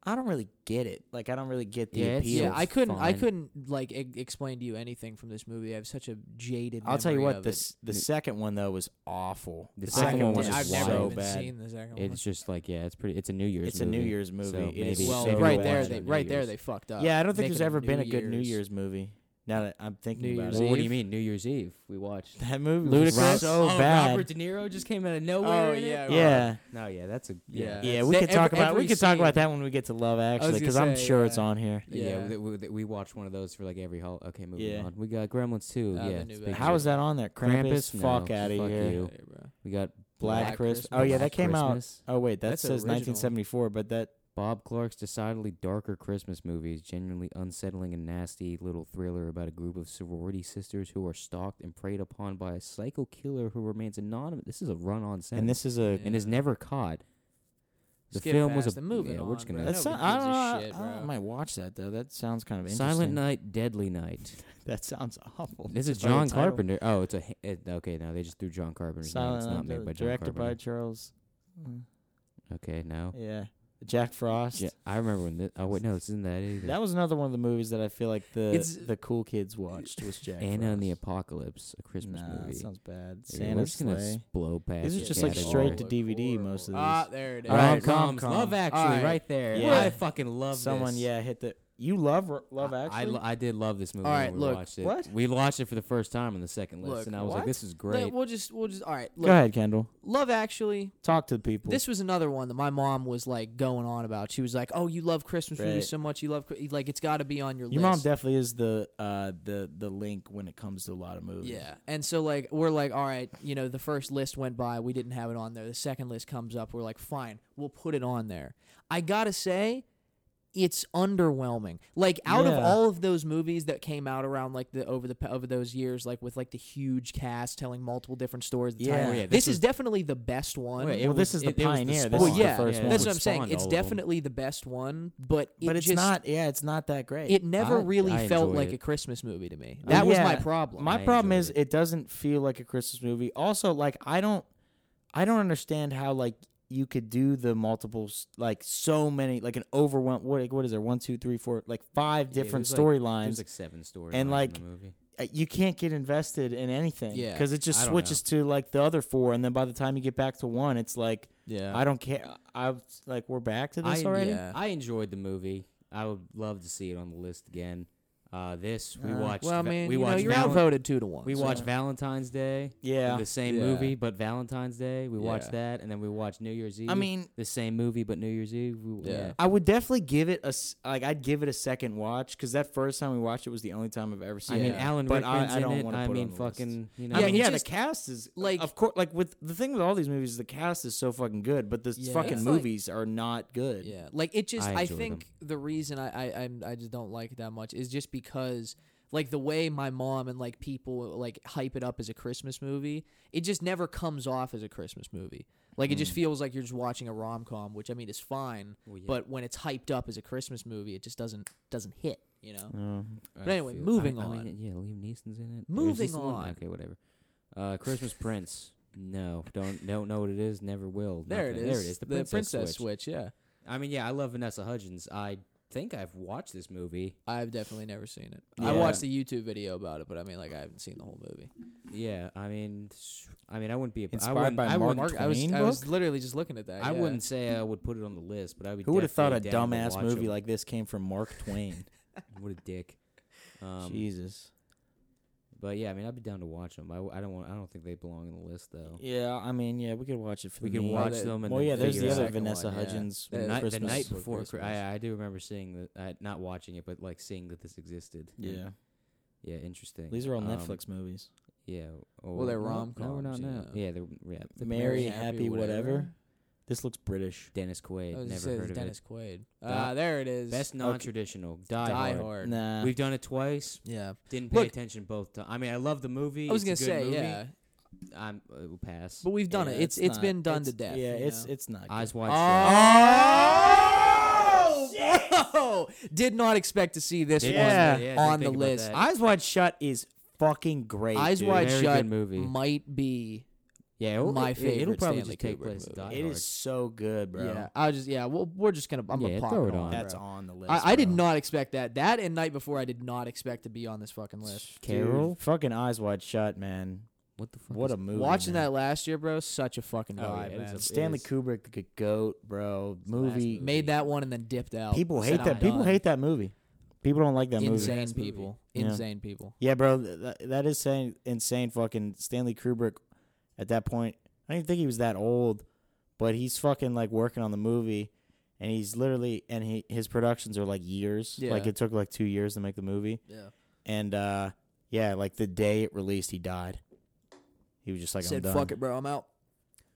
[SPEAKER 3] I don't really get it. Like I don't really get the
[SPEAKER 4] Yeah, it's-
[SPEAKER 3] appeal.
[SPEAKER 5] yeah, I couldn't. I
[SPEAKER 4] fine.
[SPEAKER 5] couldn't like e- explain to you anything from this movie. I have such a jaded.
[SPEAKER 3] I'll tell you
[SPEAKER 5] memory
[SPEAKER 3] what,
[SPEAKER 5] of
[SPEAKER 3] the
[SPEAKER 5] it.
[SPEAKER 3] s- the second one though was awful.
[SPEAKER 4] The
[SPEAKER 3] The
[SPEAKER 4] second
[SPEAKER 3] second
[SPEAKER 4] one
[SPEAKER 3] one
[SPEAKER 4] was
[SPEAKER 3] was
[SPEAKER 5] I've
[SPEAKER 4] just
[SPEAKER 5] never
[SPEAKER 3] so
[SPEAKER 5] even
[SPEAKER 3] bad.
[SPEAKER 5] seen the second
[SPEAKER 4] It's just like yeah, it's pretty. It's a New Year's.
[SPEAKER 3] It's a New Year's movie.
[SPEAKER 4] So
[SPEAKER 3] It is
[SPEAKER 5] one.
[SPEAKER 4] maybe-
[SPEAKER 5] Well,
[SPEAKER 3] so
[SPEAKER 5] right
[SPEAKER 3] bad.
[SPEAKER 5] there,
[SPEAKER 3] Watch
[SPEAKER 5] they
[SPEAKER 4] New
[SPEAKER 5] right there
[SPEAKER 4] Year's.
[SPEAKER 5] they fucked up.
[SPEAKER 3] Yeah, I don't think
[SPEAKER 5] Making
[SPEAKER 3] there's ever
[SPEAKER 5] New
[SPEAKER 3] been a good New
[SPEAKER 5] Year's.
[SPEAKER 3] Year's movie. Now that I'm thinking
[SPEAKER 5] New
[SPEAKER 3] about
[SPEAKER 5] Year's
[SPEAKER 3] it,
[SPEAKER 4] Well, what do you
[SPEAKER 5] Eve?
[SPEAKER 4] mean New Year's Eve? We watched.
[SPEAKER 3] that movie was
[SPEAKER 5] Ludacris?
[SPEAKER 3] so
[SPEAKER 4] oh,
[SPEAKER 3] bad.
[SPEAKER 4] Robert De Niro just came out of nowhere.
[SPEAKER 5] Oh
[SPEAKER 4] in it?
[SPEAKER 5] yeah.
[SPEAKER 3] yeah.
[SPEAKER 4] No, Oh, yeah, that's a
[SPEAKER 5] Yeah.
[SPEAKER 3] Yeah,
[SPEAKER 5] That's-
[SPEAKER 3] we
[SPEAKER 5] they-
[SPEAKER 3] could talk
[SPEAKER 5] every-
[SPEAKER 3] about we
[SPEAKER 5] every
[SPEAKER 3] could talk
[SPEAKER 5] scene.
[SPEAKER 3] about that when we get to love actually
[SPEAKER 5] gonna
[SPEAKER 3] because I'm
[SPEAKER 5] say,
[SPEAKER 3] sure
[SPEAKER 5] yeah.
[SPEAKER 4] uh,
[SPEAKER 3] it's on here.
[SPEAKER 4] Yeah,
[SPEAKER 5] Yeah.
[SPEAKER 4] we, we, we watch one of those for like every hall. Okay, moving
[SPEAKER 3] Yeah. Oh,
[SPEAKER 4] on. We got Gremlins too.
[SPEAKER 5] Uh,
[SPEAKER 4] yeah,
[SPEAKER 5] the
[SPEAKER 4] it's
[SPEAKER 5] new
[SPEAKER 4] big
[SPEAKER 5] Batman.
[SPEAKER 3] How is that on there? Krampus,
[SPEAKER 4] Krampus?
[SPEAKER 3] fuck
[SPEAKER 4] No,
[SPEAKER 3] out of
[SPEAKER 4] fuck
[SPEAKER 3] here.
[SPEAKER 4] you.
[SPEAKER 5] Hey, bro.
[SPEAKER 4] We got
[SPEAKER 3] Black,
[SPEAKER 5] Black
[SPEAKER 3] Christmas.
[SPEAKER 5] Christmas.
[SPEAKER 3] Oh yeah,
[SPEAKER 4] Black
[SPEAKER 3] that came out.
[SPEAKER 4] Christmas.
[SPEAKER 3] Oh wait, that
[SPEAKER 5] That's
[SPEAKER 3] says
[SPEAKER 5] original.
[SPEAKER 3] 1974, but that
[SPEAKER 4] Bob Clark's decidedly darker Christmas movie is genuinely unsettling and nasty little thriller about a group of sorority sisters who are stalked and preyed upon by a psycho killer who remains anonymous. This is a run-on sentence
[SPEAKER 3] and this is a
[SPEAKER 4] and is never caught. The
[SPEAKER 5] Skip
[SPEAKER 4] film was
[SPEAKER 5] past
[SPEAKER 4] a
[SPEAKER 5] and move it
[SPEAKER 4] yeah. we're just
[SPEAKER 5] on,
[SPEAKER 4] gonna
[SPEAKER 5] bro.
[SPEAKER 3] that's
[SPEAKER 5] Nobody
[SPEAKER 3] not, I
[SPEAKER 5] gives a
[SPEAKER 3] don't know.
[SPEAKER 5] shit,
[SPEAKER 3] I don't- I
[SPEAKER 5] bro.
[SPEAKER 3] might watch that though. That sounds kind of interesting.
[SPEAKER 4] Silent Night, Deadly Night.
[SPEAKER 3] That sounds awful.
[SPEAKER 4] This is
[SPEAKER 3] Just by the
[SPEAKER 4] John
[SPEAKER 3] title.
[SPEAKER 4] Carpenter. Oh, it's a h- it, okay. No, they just threw John Carpenter's name.
[SPEAKER 3] Silent
[SPEAKER 4] It's not
[SPEAKER 3] Night,
[SPEAKER 4] made by John
[SPEAKER 3] directed by
[SPEAKER 4] Carpenter.
[SPEAKER 3] Charles. mm,
[SPEAKER 4] okay, no.
[SPEAKER 3] Yeah, Jack Frost.
[SPEAKER 4] Yeah, I remember when. This, oh wait, no, it's in that either.
[SPEAKER 3] That was another one of the movies that I feel like the
[SPEAKER 4] It's-
[SPEAKER 3] the cool kids watched was Jack.
[SPEAKER 4] Anna and the
[SPEAKER 3] Frost.
[SPEAKER 4] Apocalypse, a Christmas
[SPEAKER 3] nah,
[SPEAKER 4] movie.
[SPEAKER 3] That sounds bad.
[SPEAKER 4] Yeah, we're
[SPEAKER 3] Santa's
[SPEAKER 4] just gonna
[SPEAKER 3] sleigh.
[SPEAKER 4] s- blow past.
[SPEAKER 3] These are
[SPEAKER 4] the
[SPEAKER 3] just, like,
[SPEAKER 4] category.
[SPEAKER 3] straight to DVD, most of these.
[SPEAKER 5] Ah, there it is.
[SPEAKER 3] All right,
[SPEAKER 4] Rom-coms.
[SPEAKER 3] rom-com.
[SPEAKER 4] Love Actually,
[SPEAKER 5] All right.
[SPEAKER 4] right there.
[SPEAKER 3] Yeah.
[SPEAKER 4] I fucking love
[SPEAKER 3] Someone,
[SPEAKER 4] this.
[SPEAKER 3] yeah, hit the. You love R- Love
[SPEAKER 4] I- I,
[SPEAKER 3] Actually.
[SPEAKER 4] lo- I did love this movie.
[SPEAKER 5] All
[SPEAKER 4] when
[SPEAKER 5] right,
[SPEAKER 4] we
[SPEAKER 5] look.
[SPEAKER 4] watched it.
[SPEAKER 3] What?
[SPEAKER 4] We watched it for the first time on the second list,
[SPEAKER 5] Look,
[SPEAKER 4] and I was like,
[SPEAKER 3] what?
[SPEAKER 4] "This is
[SPEAKER 5] Let-
[SPEAKER 4] great."
[SPEAKER 5] We'll just we'll just all right. Look,
[SPEAKER 3] Go ahead, Kendall.
[SPEAKER 5] Love Actually.
[SPEAKER 3] Talk to the people.
[SPEAKER 5] This was another one that my mom was like going on about. She was like, "Oh, you love Christmas
[SPEAKER 3] Right.
[SPEAKER 5] movies so much. You love Chri- like it's got to be on your
[SPEAKER 3] Your mom
[SPEAKER 5] list."
[SPEAKER 3] definitely is the uh the the link when it comes to a lot of movies.
[SPEAKER 5] Yeah. And so like we're like, all right, you know, the first list went by, we didn't have it on there. The second list comes up, we're like, fine, we'll put it on there. I gotta say, it's underwhelming. Like out of
[SPEAKER 3] Yeah.
[SPEAKER 5] all of those movies that came out around like the over the pa- over those years, like with like the huge cast telling multiple different stories. At the
[SPEAKER 3] Yeah.
[SPEAKER 5] time,
[SPEAKER 3] Oh,
[SPEAKER 4] yeah,
[SPEAKER 5] this,
[SPEAKER 4] this
[SPEAKER 5] is definitely the best one.
[SPEAKER 4] Wait, it
[SPEAKER 3] Well, this is
[SPEAKER 4] was-
[SPEAKER 3] the
[SPEAKER 4] it- it was
[SPEAKER 3] pioneer.
[SPEAKER 4] spawn.
[SPEAKER 3] this
[SPEAKER 5] well,
[SPEAKER 3] is
[SPEAKER 5] yeah,
[SPEAKER 3] the first
[SPEAKER 4] yeah.
[SPEAKER 3] one.
[SPEAKER 5] that's what
[SPEAKER 4] It
[SPEAKER 5] I'm saying.
[SPEAKER 4] spawned
[SPEAKER 5] It's
[SPEAKER 4] all of 'em.
[SPEAKER 5] definitely the best one, but it
[SPEAKER 3] but it's
[SPEAKER 5] just,
[SPEAKER 3] not. Yeah, it's not that great.
[SPEAKER 5] It never
[SPEAKER 4] I-
[SPEAKER 5] really
[SPEAKER 4] I
[SPEAKER 5] felt
[SPEAKER 4] enjoyed
[SPEAKER 5] like
[SPEAKER 4] it.
[SPEAKER 5] a Christmas movie to me.
[SPEAKER 3] Uh,
[SPEAKER 5] That was my
[SPEAKER 3] yeah.
[SPEAKER 5] problem.
[SPEAKER 3] My
[SPEAKER 4] I
[SPEAKER 3] problem
[SPEAKER 4] enjoyed
[SPEAKER 3] is
[SPEAKER 4] it.
[SPEAKER 3] it doesn't feel like a Christmas movie. Also, like I don't, I don't understand how like you could do the multiples like so many like an overwhelm. What like, what is there? One, two, three, four, like five
[SPEAKER 4] Yeah,
[SPEAKER 3] different
[SPEAKER 4] there's, like- There's
[SPEAKER 3] storylines.
[SPEAKER 4] like seven storylines
[SPEAKER 3] And, like,
[SPEAKER 4] in the movie.
[SPEAKER 3] uh, you can't get invested in anything.
[SPEAKER 5] Yeah.
[SPEAKER 3] Because it just
[SPEAKER 4] I don't
[SPEAKER 3] switches to like the other four, and then by the time you get back to one, it's like
[SPEAKER 5] yeah.
[SPEAKER 3] I don't care. I was like we're back to this
[SPEAKER 4] I,
[SPEAKER 3] already.
[SPEAKER 5] yeah.
[SPEAKER 4] I enjoyed the movie. I would love to see it on the list again. Uh, this we
[SPEAKER 5] Uh,
[SPEAKER 4] watched.
[SPEAKER 5] Well,
[SPEAKER 4] va-
[SPEAKER 5] man,
[SPEAKER 4] we
[SPEAKER 5] you know,
[SPEAKER 4] watched.
[SPEAKER 5] you're
[SPEAKER 4] Valen-
[SPEAKER 5] outvoted two to one.
[SPEAKER 4] we
[SPEAKER 5] so-
[SPEAKER 4] watched Valentine's Day.
[SPEAKER 3] Yeah.
[SPEAKER 4] The same
[SPEAKER 7] Yeah.
[SPEAKER 4] movie, but Valentine's Day. We
[SPEAKER 7] Yeah.
[SPEAKER 4] watched that, and then we watched New Year's Eve.
[SPEAKER 3] I mean,
[SPEAKER 4] the same movie, but New Year's Eve. We,
[SPEAKER 7] Yeah.
[SPEAKER 3] I would definitely give it a s- like. I'd give it a second watch because that first time we watched it was the only time I've ever seen.
[SPEAKER 4] I mean,
[SPEAKER 3] it.
[SPEAKER 4] Alan
[SPEAKER 3] But I-
[SPEAKER 4] Rickman's
[SPEAKER 3] I
[SPEAKER 4] in
[SPEAKER 3] don't
[SPEAKER 4] it.
[SPEAKER 3] wanna
[SPEAKER 4] I
[SPEAKER 3] put it
[SPEAKER 4] mean,
[SPEAKER 3] on the list.
[SPEAKER 4] fucking. You know,
[SPEAKER 3] I
[SPEAKER 5] Yeah,
[SPEAKER 3] mean,
[SPEAKER 5] it's
[SPEAKER 3] yeah,
[SPEAKER 5] just-
[SPEAKER 3] the cast is
[SPEAKER 5] like-
[SPEAKER 3] like, of course, like with the thing with all these movies, is the cast is so fucking good, but the
[SPEAKER 5] Yeah.
[SPEAKER 3] fucking
[SPEAKER 5] It's like-
[SPEAKER 3] movies are not good.
[SPEAKER 5] Yeah, like it just.
[SPEAKER 4] I
[SPEAKER 5] I,
[SPEAKER 4] enjoyed
[SPEAKER 5] think the reason I, I I'm- I just don't like it that much is just because like the way my mom and like people like hype it up as a Christmas movie, it just never comes off as a Christmas movie. Like it just feels like you're just watching a rom com, which I mean is fine,
[SPEAKER 4] Well, yeah.
[SPEAKER 5] but when it's hyped up as a Christmas movie, it just doesn't doesn't hit. You know.
[SPEAKER 4] I
[SPEAKER 5] anyway,
[SPEAKER 4] feel-
[SPEAKER 5] moving
[SPEAKER 4] I, I
[SPEAKER 5] on.
[SPEAKER 4] mean, yeah, Liam Neeson's in it. Or is
[SPEAKER 5] Moving
[SPEAKER 4] this the one?
[SPEAKER 5] on.
[SPEAKER 4] Okay, whatever. Uh, Christmas Prince. No, don't don't know what it is. Never will.
[SPEAKER 5] There it
[SPEAKER 4] nothing.
[SPEAKER 5] is.
[SPEAKER 4] There it is. The, princess, Switch.
[SPEAKER 5] switch. Yeah,
[SPEAKER 4] I mean, yeah, I love Vanessa Hudgens. I think I've watched this movie.
[SPEAKER 5] I've definitely never seen it.
[SPEAKER 4] Yeah.
[SPEAKER 5] I watched the YouTube video about it, but I mean, like, I haven't seen the whole movie.
[SPEAKER 4] Yeah, I mean, sh- I mean, I wouldn't be a, I
[SPEAKER 3] Inspired
[SPEAKER 4] wouldn't,
[SPEAKER 3] by
[SPEAKER 4] I
[SPEAKER 3] Mark
[SPEAKER 4] wouldn't,
[SPEAKER 3] Mark-
[SPEAKER 5] I was,
[SPEAKER 3] Twain
[SPEAKER 5] I
[SPEAKER 3] book?
[SPEAKER 5] was literally just looking at that.
[SPEAKER 4] I
[SPEAKER 5] yeah.
[SPEAKER 4] wouldn't say I would put it on the list, but I would.
[SPEAKER 3] Uh, Who would have thought a
[SPEAKER 4] definitely down to
[SPEAKER 3] dumbass
[SPEAKER 4] watch
[SPEAKER 3] movie
[SPEAKER 4] them.
[SPEAKER 3] like this came from Mark Twain?
[SPEAKER 4] what a dick? Um,
[SPEAKER 3] Jesus.
[SPEAKER 4] But yeah, I mean, I'd be down to watch them. I, w- I don't want. I don't think they belong in the list though.
[SPEAKER 3] Yeah, I mean, yeah, we could watch it for
[SPEAKER 4] We
[SPEAKER 3] the
[SPEAKER 4] could
[SPEAKER 3] meme.
[SPEAKER 4] watch
[SPEAKER 5] they-
[SPEAKER 4] them. And
[SPEAKER 3] Well,
[SPEAKER 4] then
[SPEAKER 3] yeah, there's the
[SPEAKER 4] figure
[SPEAKER 5] Yeah.
[SPEAKER 4] out-
[SPEAKER 3] other
[SPEAKER 5] Second one,
[SPEAKER 3] Vanessa
[SPEAKER 5] yeah.
[SPEAKER 3] Hudgens
[SPEAKER 5] The
[SPEAKER 4] The night, the
[SPEAKER 3] Christmas.
[SPEAKER 4] night
[SPEAKER 5] Before
[SPEAKER 4] before, Christmas.
[SPEAKER 5] Christmas.
[SPEAKER 4] I, I do remember seeing that, uh, not watching it, but like seeing that this existed. And,
[SPEAKER 3] Yeah,
[SPEAKER 4] yeah, interesting.
[SPEAKER 3] these are all
[SPEAKER 4] Um,
[SPEAKER 3] Netflix movies.
[SPEAKER 4] Yeah. Oh,
[SPEAKER 5] Well, they're
[SPEAKER 4] no, No, we're
[SPEAKER 5] rom-coms,
[SPEAKER 4] not
[SPEAKER 5] you
[SPEAKER 4] now.
[SPEAKER 5] know.
[SPEAKER 4] Yeah, they're yeah.
[SPEAKER 3] The Mary, Happy, whatever. This looks British.
[SPEAKER 4] Dennis
[SPEAKER 5] I
[SPEAKER 4] Quaid.
[SPEAKER 5] was
[SPEAKER 4] Never heard of
[SPEAKER 5] Dennis Quaid. Ah,
[SPEAKER 4] Ah,
[SPEAKER 5] there it is.
[SPEAKER 4] it. Best non-traditional. Die,
[SPEAKER 5] Die
[SPEAKER 4] Hard.
[SPEAKER 5] Hard.
[SPEAKER 3] Nah,
[SPEAKER 4] We've done it twice.
[SPEAKER 5] Yeah,
[SPEAKER 4] Didn't pay
[SPEAKER 5] Look-
[SPEAKER 4] attention both times. I mean, I love the movie.
[SPEAKER 5] I was gonna
[SPEAKER 4] it's a good
[SPEAKER 5] say
[SPEAKER 4] movie.
[SPEAKER 5] yeah,
[SPEAKER 4] I'm uh, we'll pass.
[SPEAKER 5] but we've done
[SPEAKER 3] yeah,
[SPEAKER 5] it. It's it's
[SPEAKER 3] not-
[SPEAKER 5] been done to
[SPEAKER 3] it's-
[SPEAKER 5] death.
[SPEAKER 3] Yeah,
[SPEAKER 5] you
[SPEAKER 3] it's
[SPEAKER 5] know?
[SPEAKER 3] it's not.
[SPEAKER 4] Eyes
[SPEAKER 3] Good.
[SPEAKER 4] wide
[SPEAKER 5] Oh, whoa! Did not expect to see this
[SPEAKER 4] shut.
[SPEAKER 5] one
[SPEAKER 3] Yeah.
[SPEAKER 5] on the list.
[SPEAKER 3] Eyes wide shut is fucking great.
[SPEAKER 5] Eyes
[SPEAKER 3] dude.
[SPEAKER 5] Wide
[SPEAKER 4] Very
[SPEAKER 5] Shut
[SPEAKER 4] good movie.
[SPEAKER 5] might be.
[SPEAKER 4] Yeah, it'll,
[SPEAKER 5] my
[SPEAKER 4] it, it'll
[SPEAKER 5] favorite
[SPEAKER 4] probably
[SPEAKER 5] Stanley
[SPEAKER 4] just take
[SPEAKER 5] Kubrick
[SPEAKER 4] place.
[SPEAKER 5] movie.
[SPEAKER 4] Die
[SPEAKER 3] It
[SPEAKER 4] hard.
[SPEAKER 3] is so good, bro.
[SPEAKER 5] Yeah, I was just yeah. Well, we're just gonna. I'm
[SPEAKER 4] Yeah,
[SPEAKER 5] gonna pop
[SPEAKER 4] throw
[SPEAKER 5] it
[SPEAKER 4] it
[SPEAKER 5] on.
[SPEAKER 4] on.
[SPEAKER 3] That's
[SPEAKER 5] bro.
[SPEAKER 3] on the list.
[SPEAKER 5] I, I did
[SPEAKER 3] bro.
[SPEAKER 5] not expect that. That and Night Before, I did not expect to be on this fucking list.
[SPEAKER 4] Carol.
[SPEAKER 3] Dude, fucking eyes wide shut, man.
[SPEAKER 4] What the fuck?
[SPEAKER 3] What
[SPEAKER 4] is-
[SPEAKER 3] a movie.
[SPEAKER 5] Watching
[SPEAKER 3] man.
[SPEAKER 5] that last year, bro, such a fucking
[SPEAKER 4] Oh, yeah,
[SPEAKER 5] vibe,
[SPEAKER 4] it is
[SPEAKER 5] man.
[SPEAKER 4] a-
[SPEAKER 3] Stanley
[SPEAKER 4] is-
[SPEAKER 3] Kubrick, the goat, bro.
[SPEAKER 4] the last
[SPEAKER 3] Movie.
[SPEAKER 4] movie.
[SPEAKER 5] Made that one and then dipped out.
[SPEAKER 3] People
[SPEAKER 5] Oh, Said
[SPEAKER 3] hate that.
[SPEAKER 5] I'm
[SPEAKER 3] People
[SPEAKER 5] done.
[SPEAKER 3] hate that movie. People don't like that movie.
[SPEAKER 5] Insane
[SPEAKER 4] Ass movie.
[SPEAKER 5] people.
[SPEAKER 3] Yeah.
[SPEAKER 5] Insane people.
[SPEAKER 3] Yeah, bro. th- That, that is saying insane. Fucking Stanley Kubrick. At that point, I didn't think he was that old, but he's fucking like working on the movie, and he's literally and he his productions are like years. Like
[SPEAKER 5] Yeah.
[SPEAKER 3] it took like two years to make the movie,
[SPEAKER 5] Yeah.
[SPEAKER 3] and uh yeah, like the day it released, he died. He was just like,
[SPEAKER 5] Said
[SPEAKER 3] I'm done.
[SPEAKER 5] fuck it, bro. I'm out.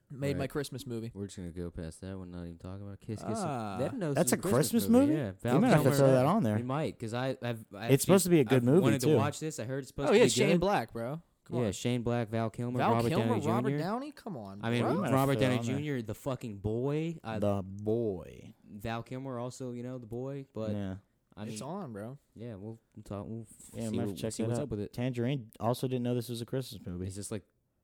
[SPEAKER 5] Made my
[SPEAKER 4] Right.
[SPEAKER 5] Christmas movie.
[SPEAKER 4] We're just gonna go past that. We're not even talking about Kiss Kiss.
[SPEAKER 5] Ah.
[SPEAKER 4] that knows
[SPEAKER 3] That's
[SPEAKER 4] it's
[SPEAKER 3] a Christmas movie?
[SPEAKER 4] Yeah,
[SPEAKER 3] We might have to throw that on there.
[SPEAKER 4] We might because I, I've. I
[SPEAKER 3] It's supposed to be a good
[SPEAKER 4] I've
[SPEAKER 3] movie,
[SPEAKER 4] Wanted
[SPEAKER 3] too.
[SPEAKER 4] to watch this. I heard it's supposed
[SPEAKER 5] Oh
[SPEAKER 4] to
[SPEAKER 5] yeah,
[SPEAKER 4] be
[SPEAKER 5] Shane
[SPEAKER 4] good.
[SPEAKER 5] Black, bro. Come
[SPEAKER 4] yeah,
[SPEAKER 5] on.
[SPEAKER 4] Shane Black, Val Kilmer,
[SPEAKER 5] Val
[SPEAKER 4] Robert
[SPEAKER 5] Kilmer,
[SPEAKER 4] Downey
[SPEAKER 5] Robert
[SPEAKER 4] Jr.
[SPEAKER 5] Downey. Come on.
[SPEAKER 4] I mean,
[SPEAKER 5] bro.
[SPEAKER 3] We might have
[SPEAKER 4] Robert
[SPEAKER 3] to throw
[SPEAKER 4] Downey
[SPEAKER 3] it on
[SPEAKER 4] Jr., the fucking boy. I,
[SPEAKER 3] The boy.
[SPEAKER 4] Val Kilmer also, you know, the boy. But
[SPEAKER 3] yeah.
[SPEAKER 4] I mean,
[SPEAKER 5] it's on, bro.
[SPEAKER 4] yeah, we'll talk. We'll f-
[SPEAKER 3] Yeah, we
[SPEAKER 4] see,
[SPEAKER 3] might have
[SPEAKER 4] what-
[SPEAKER 3] to check
[SPEAKER 4] see
[SPEAKER 3] that
[SPEAKER 4] what's
[SPEAKER 3] out.
[SPEAKER 4] up with it.
[SPEAKER 3] Tangerine also didn't know this was a Christmas movie.
[SPEAKER 4] Is this like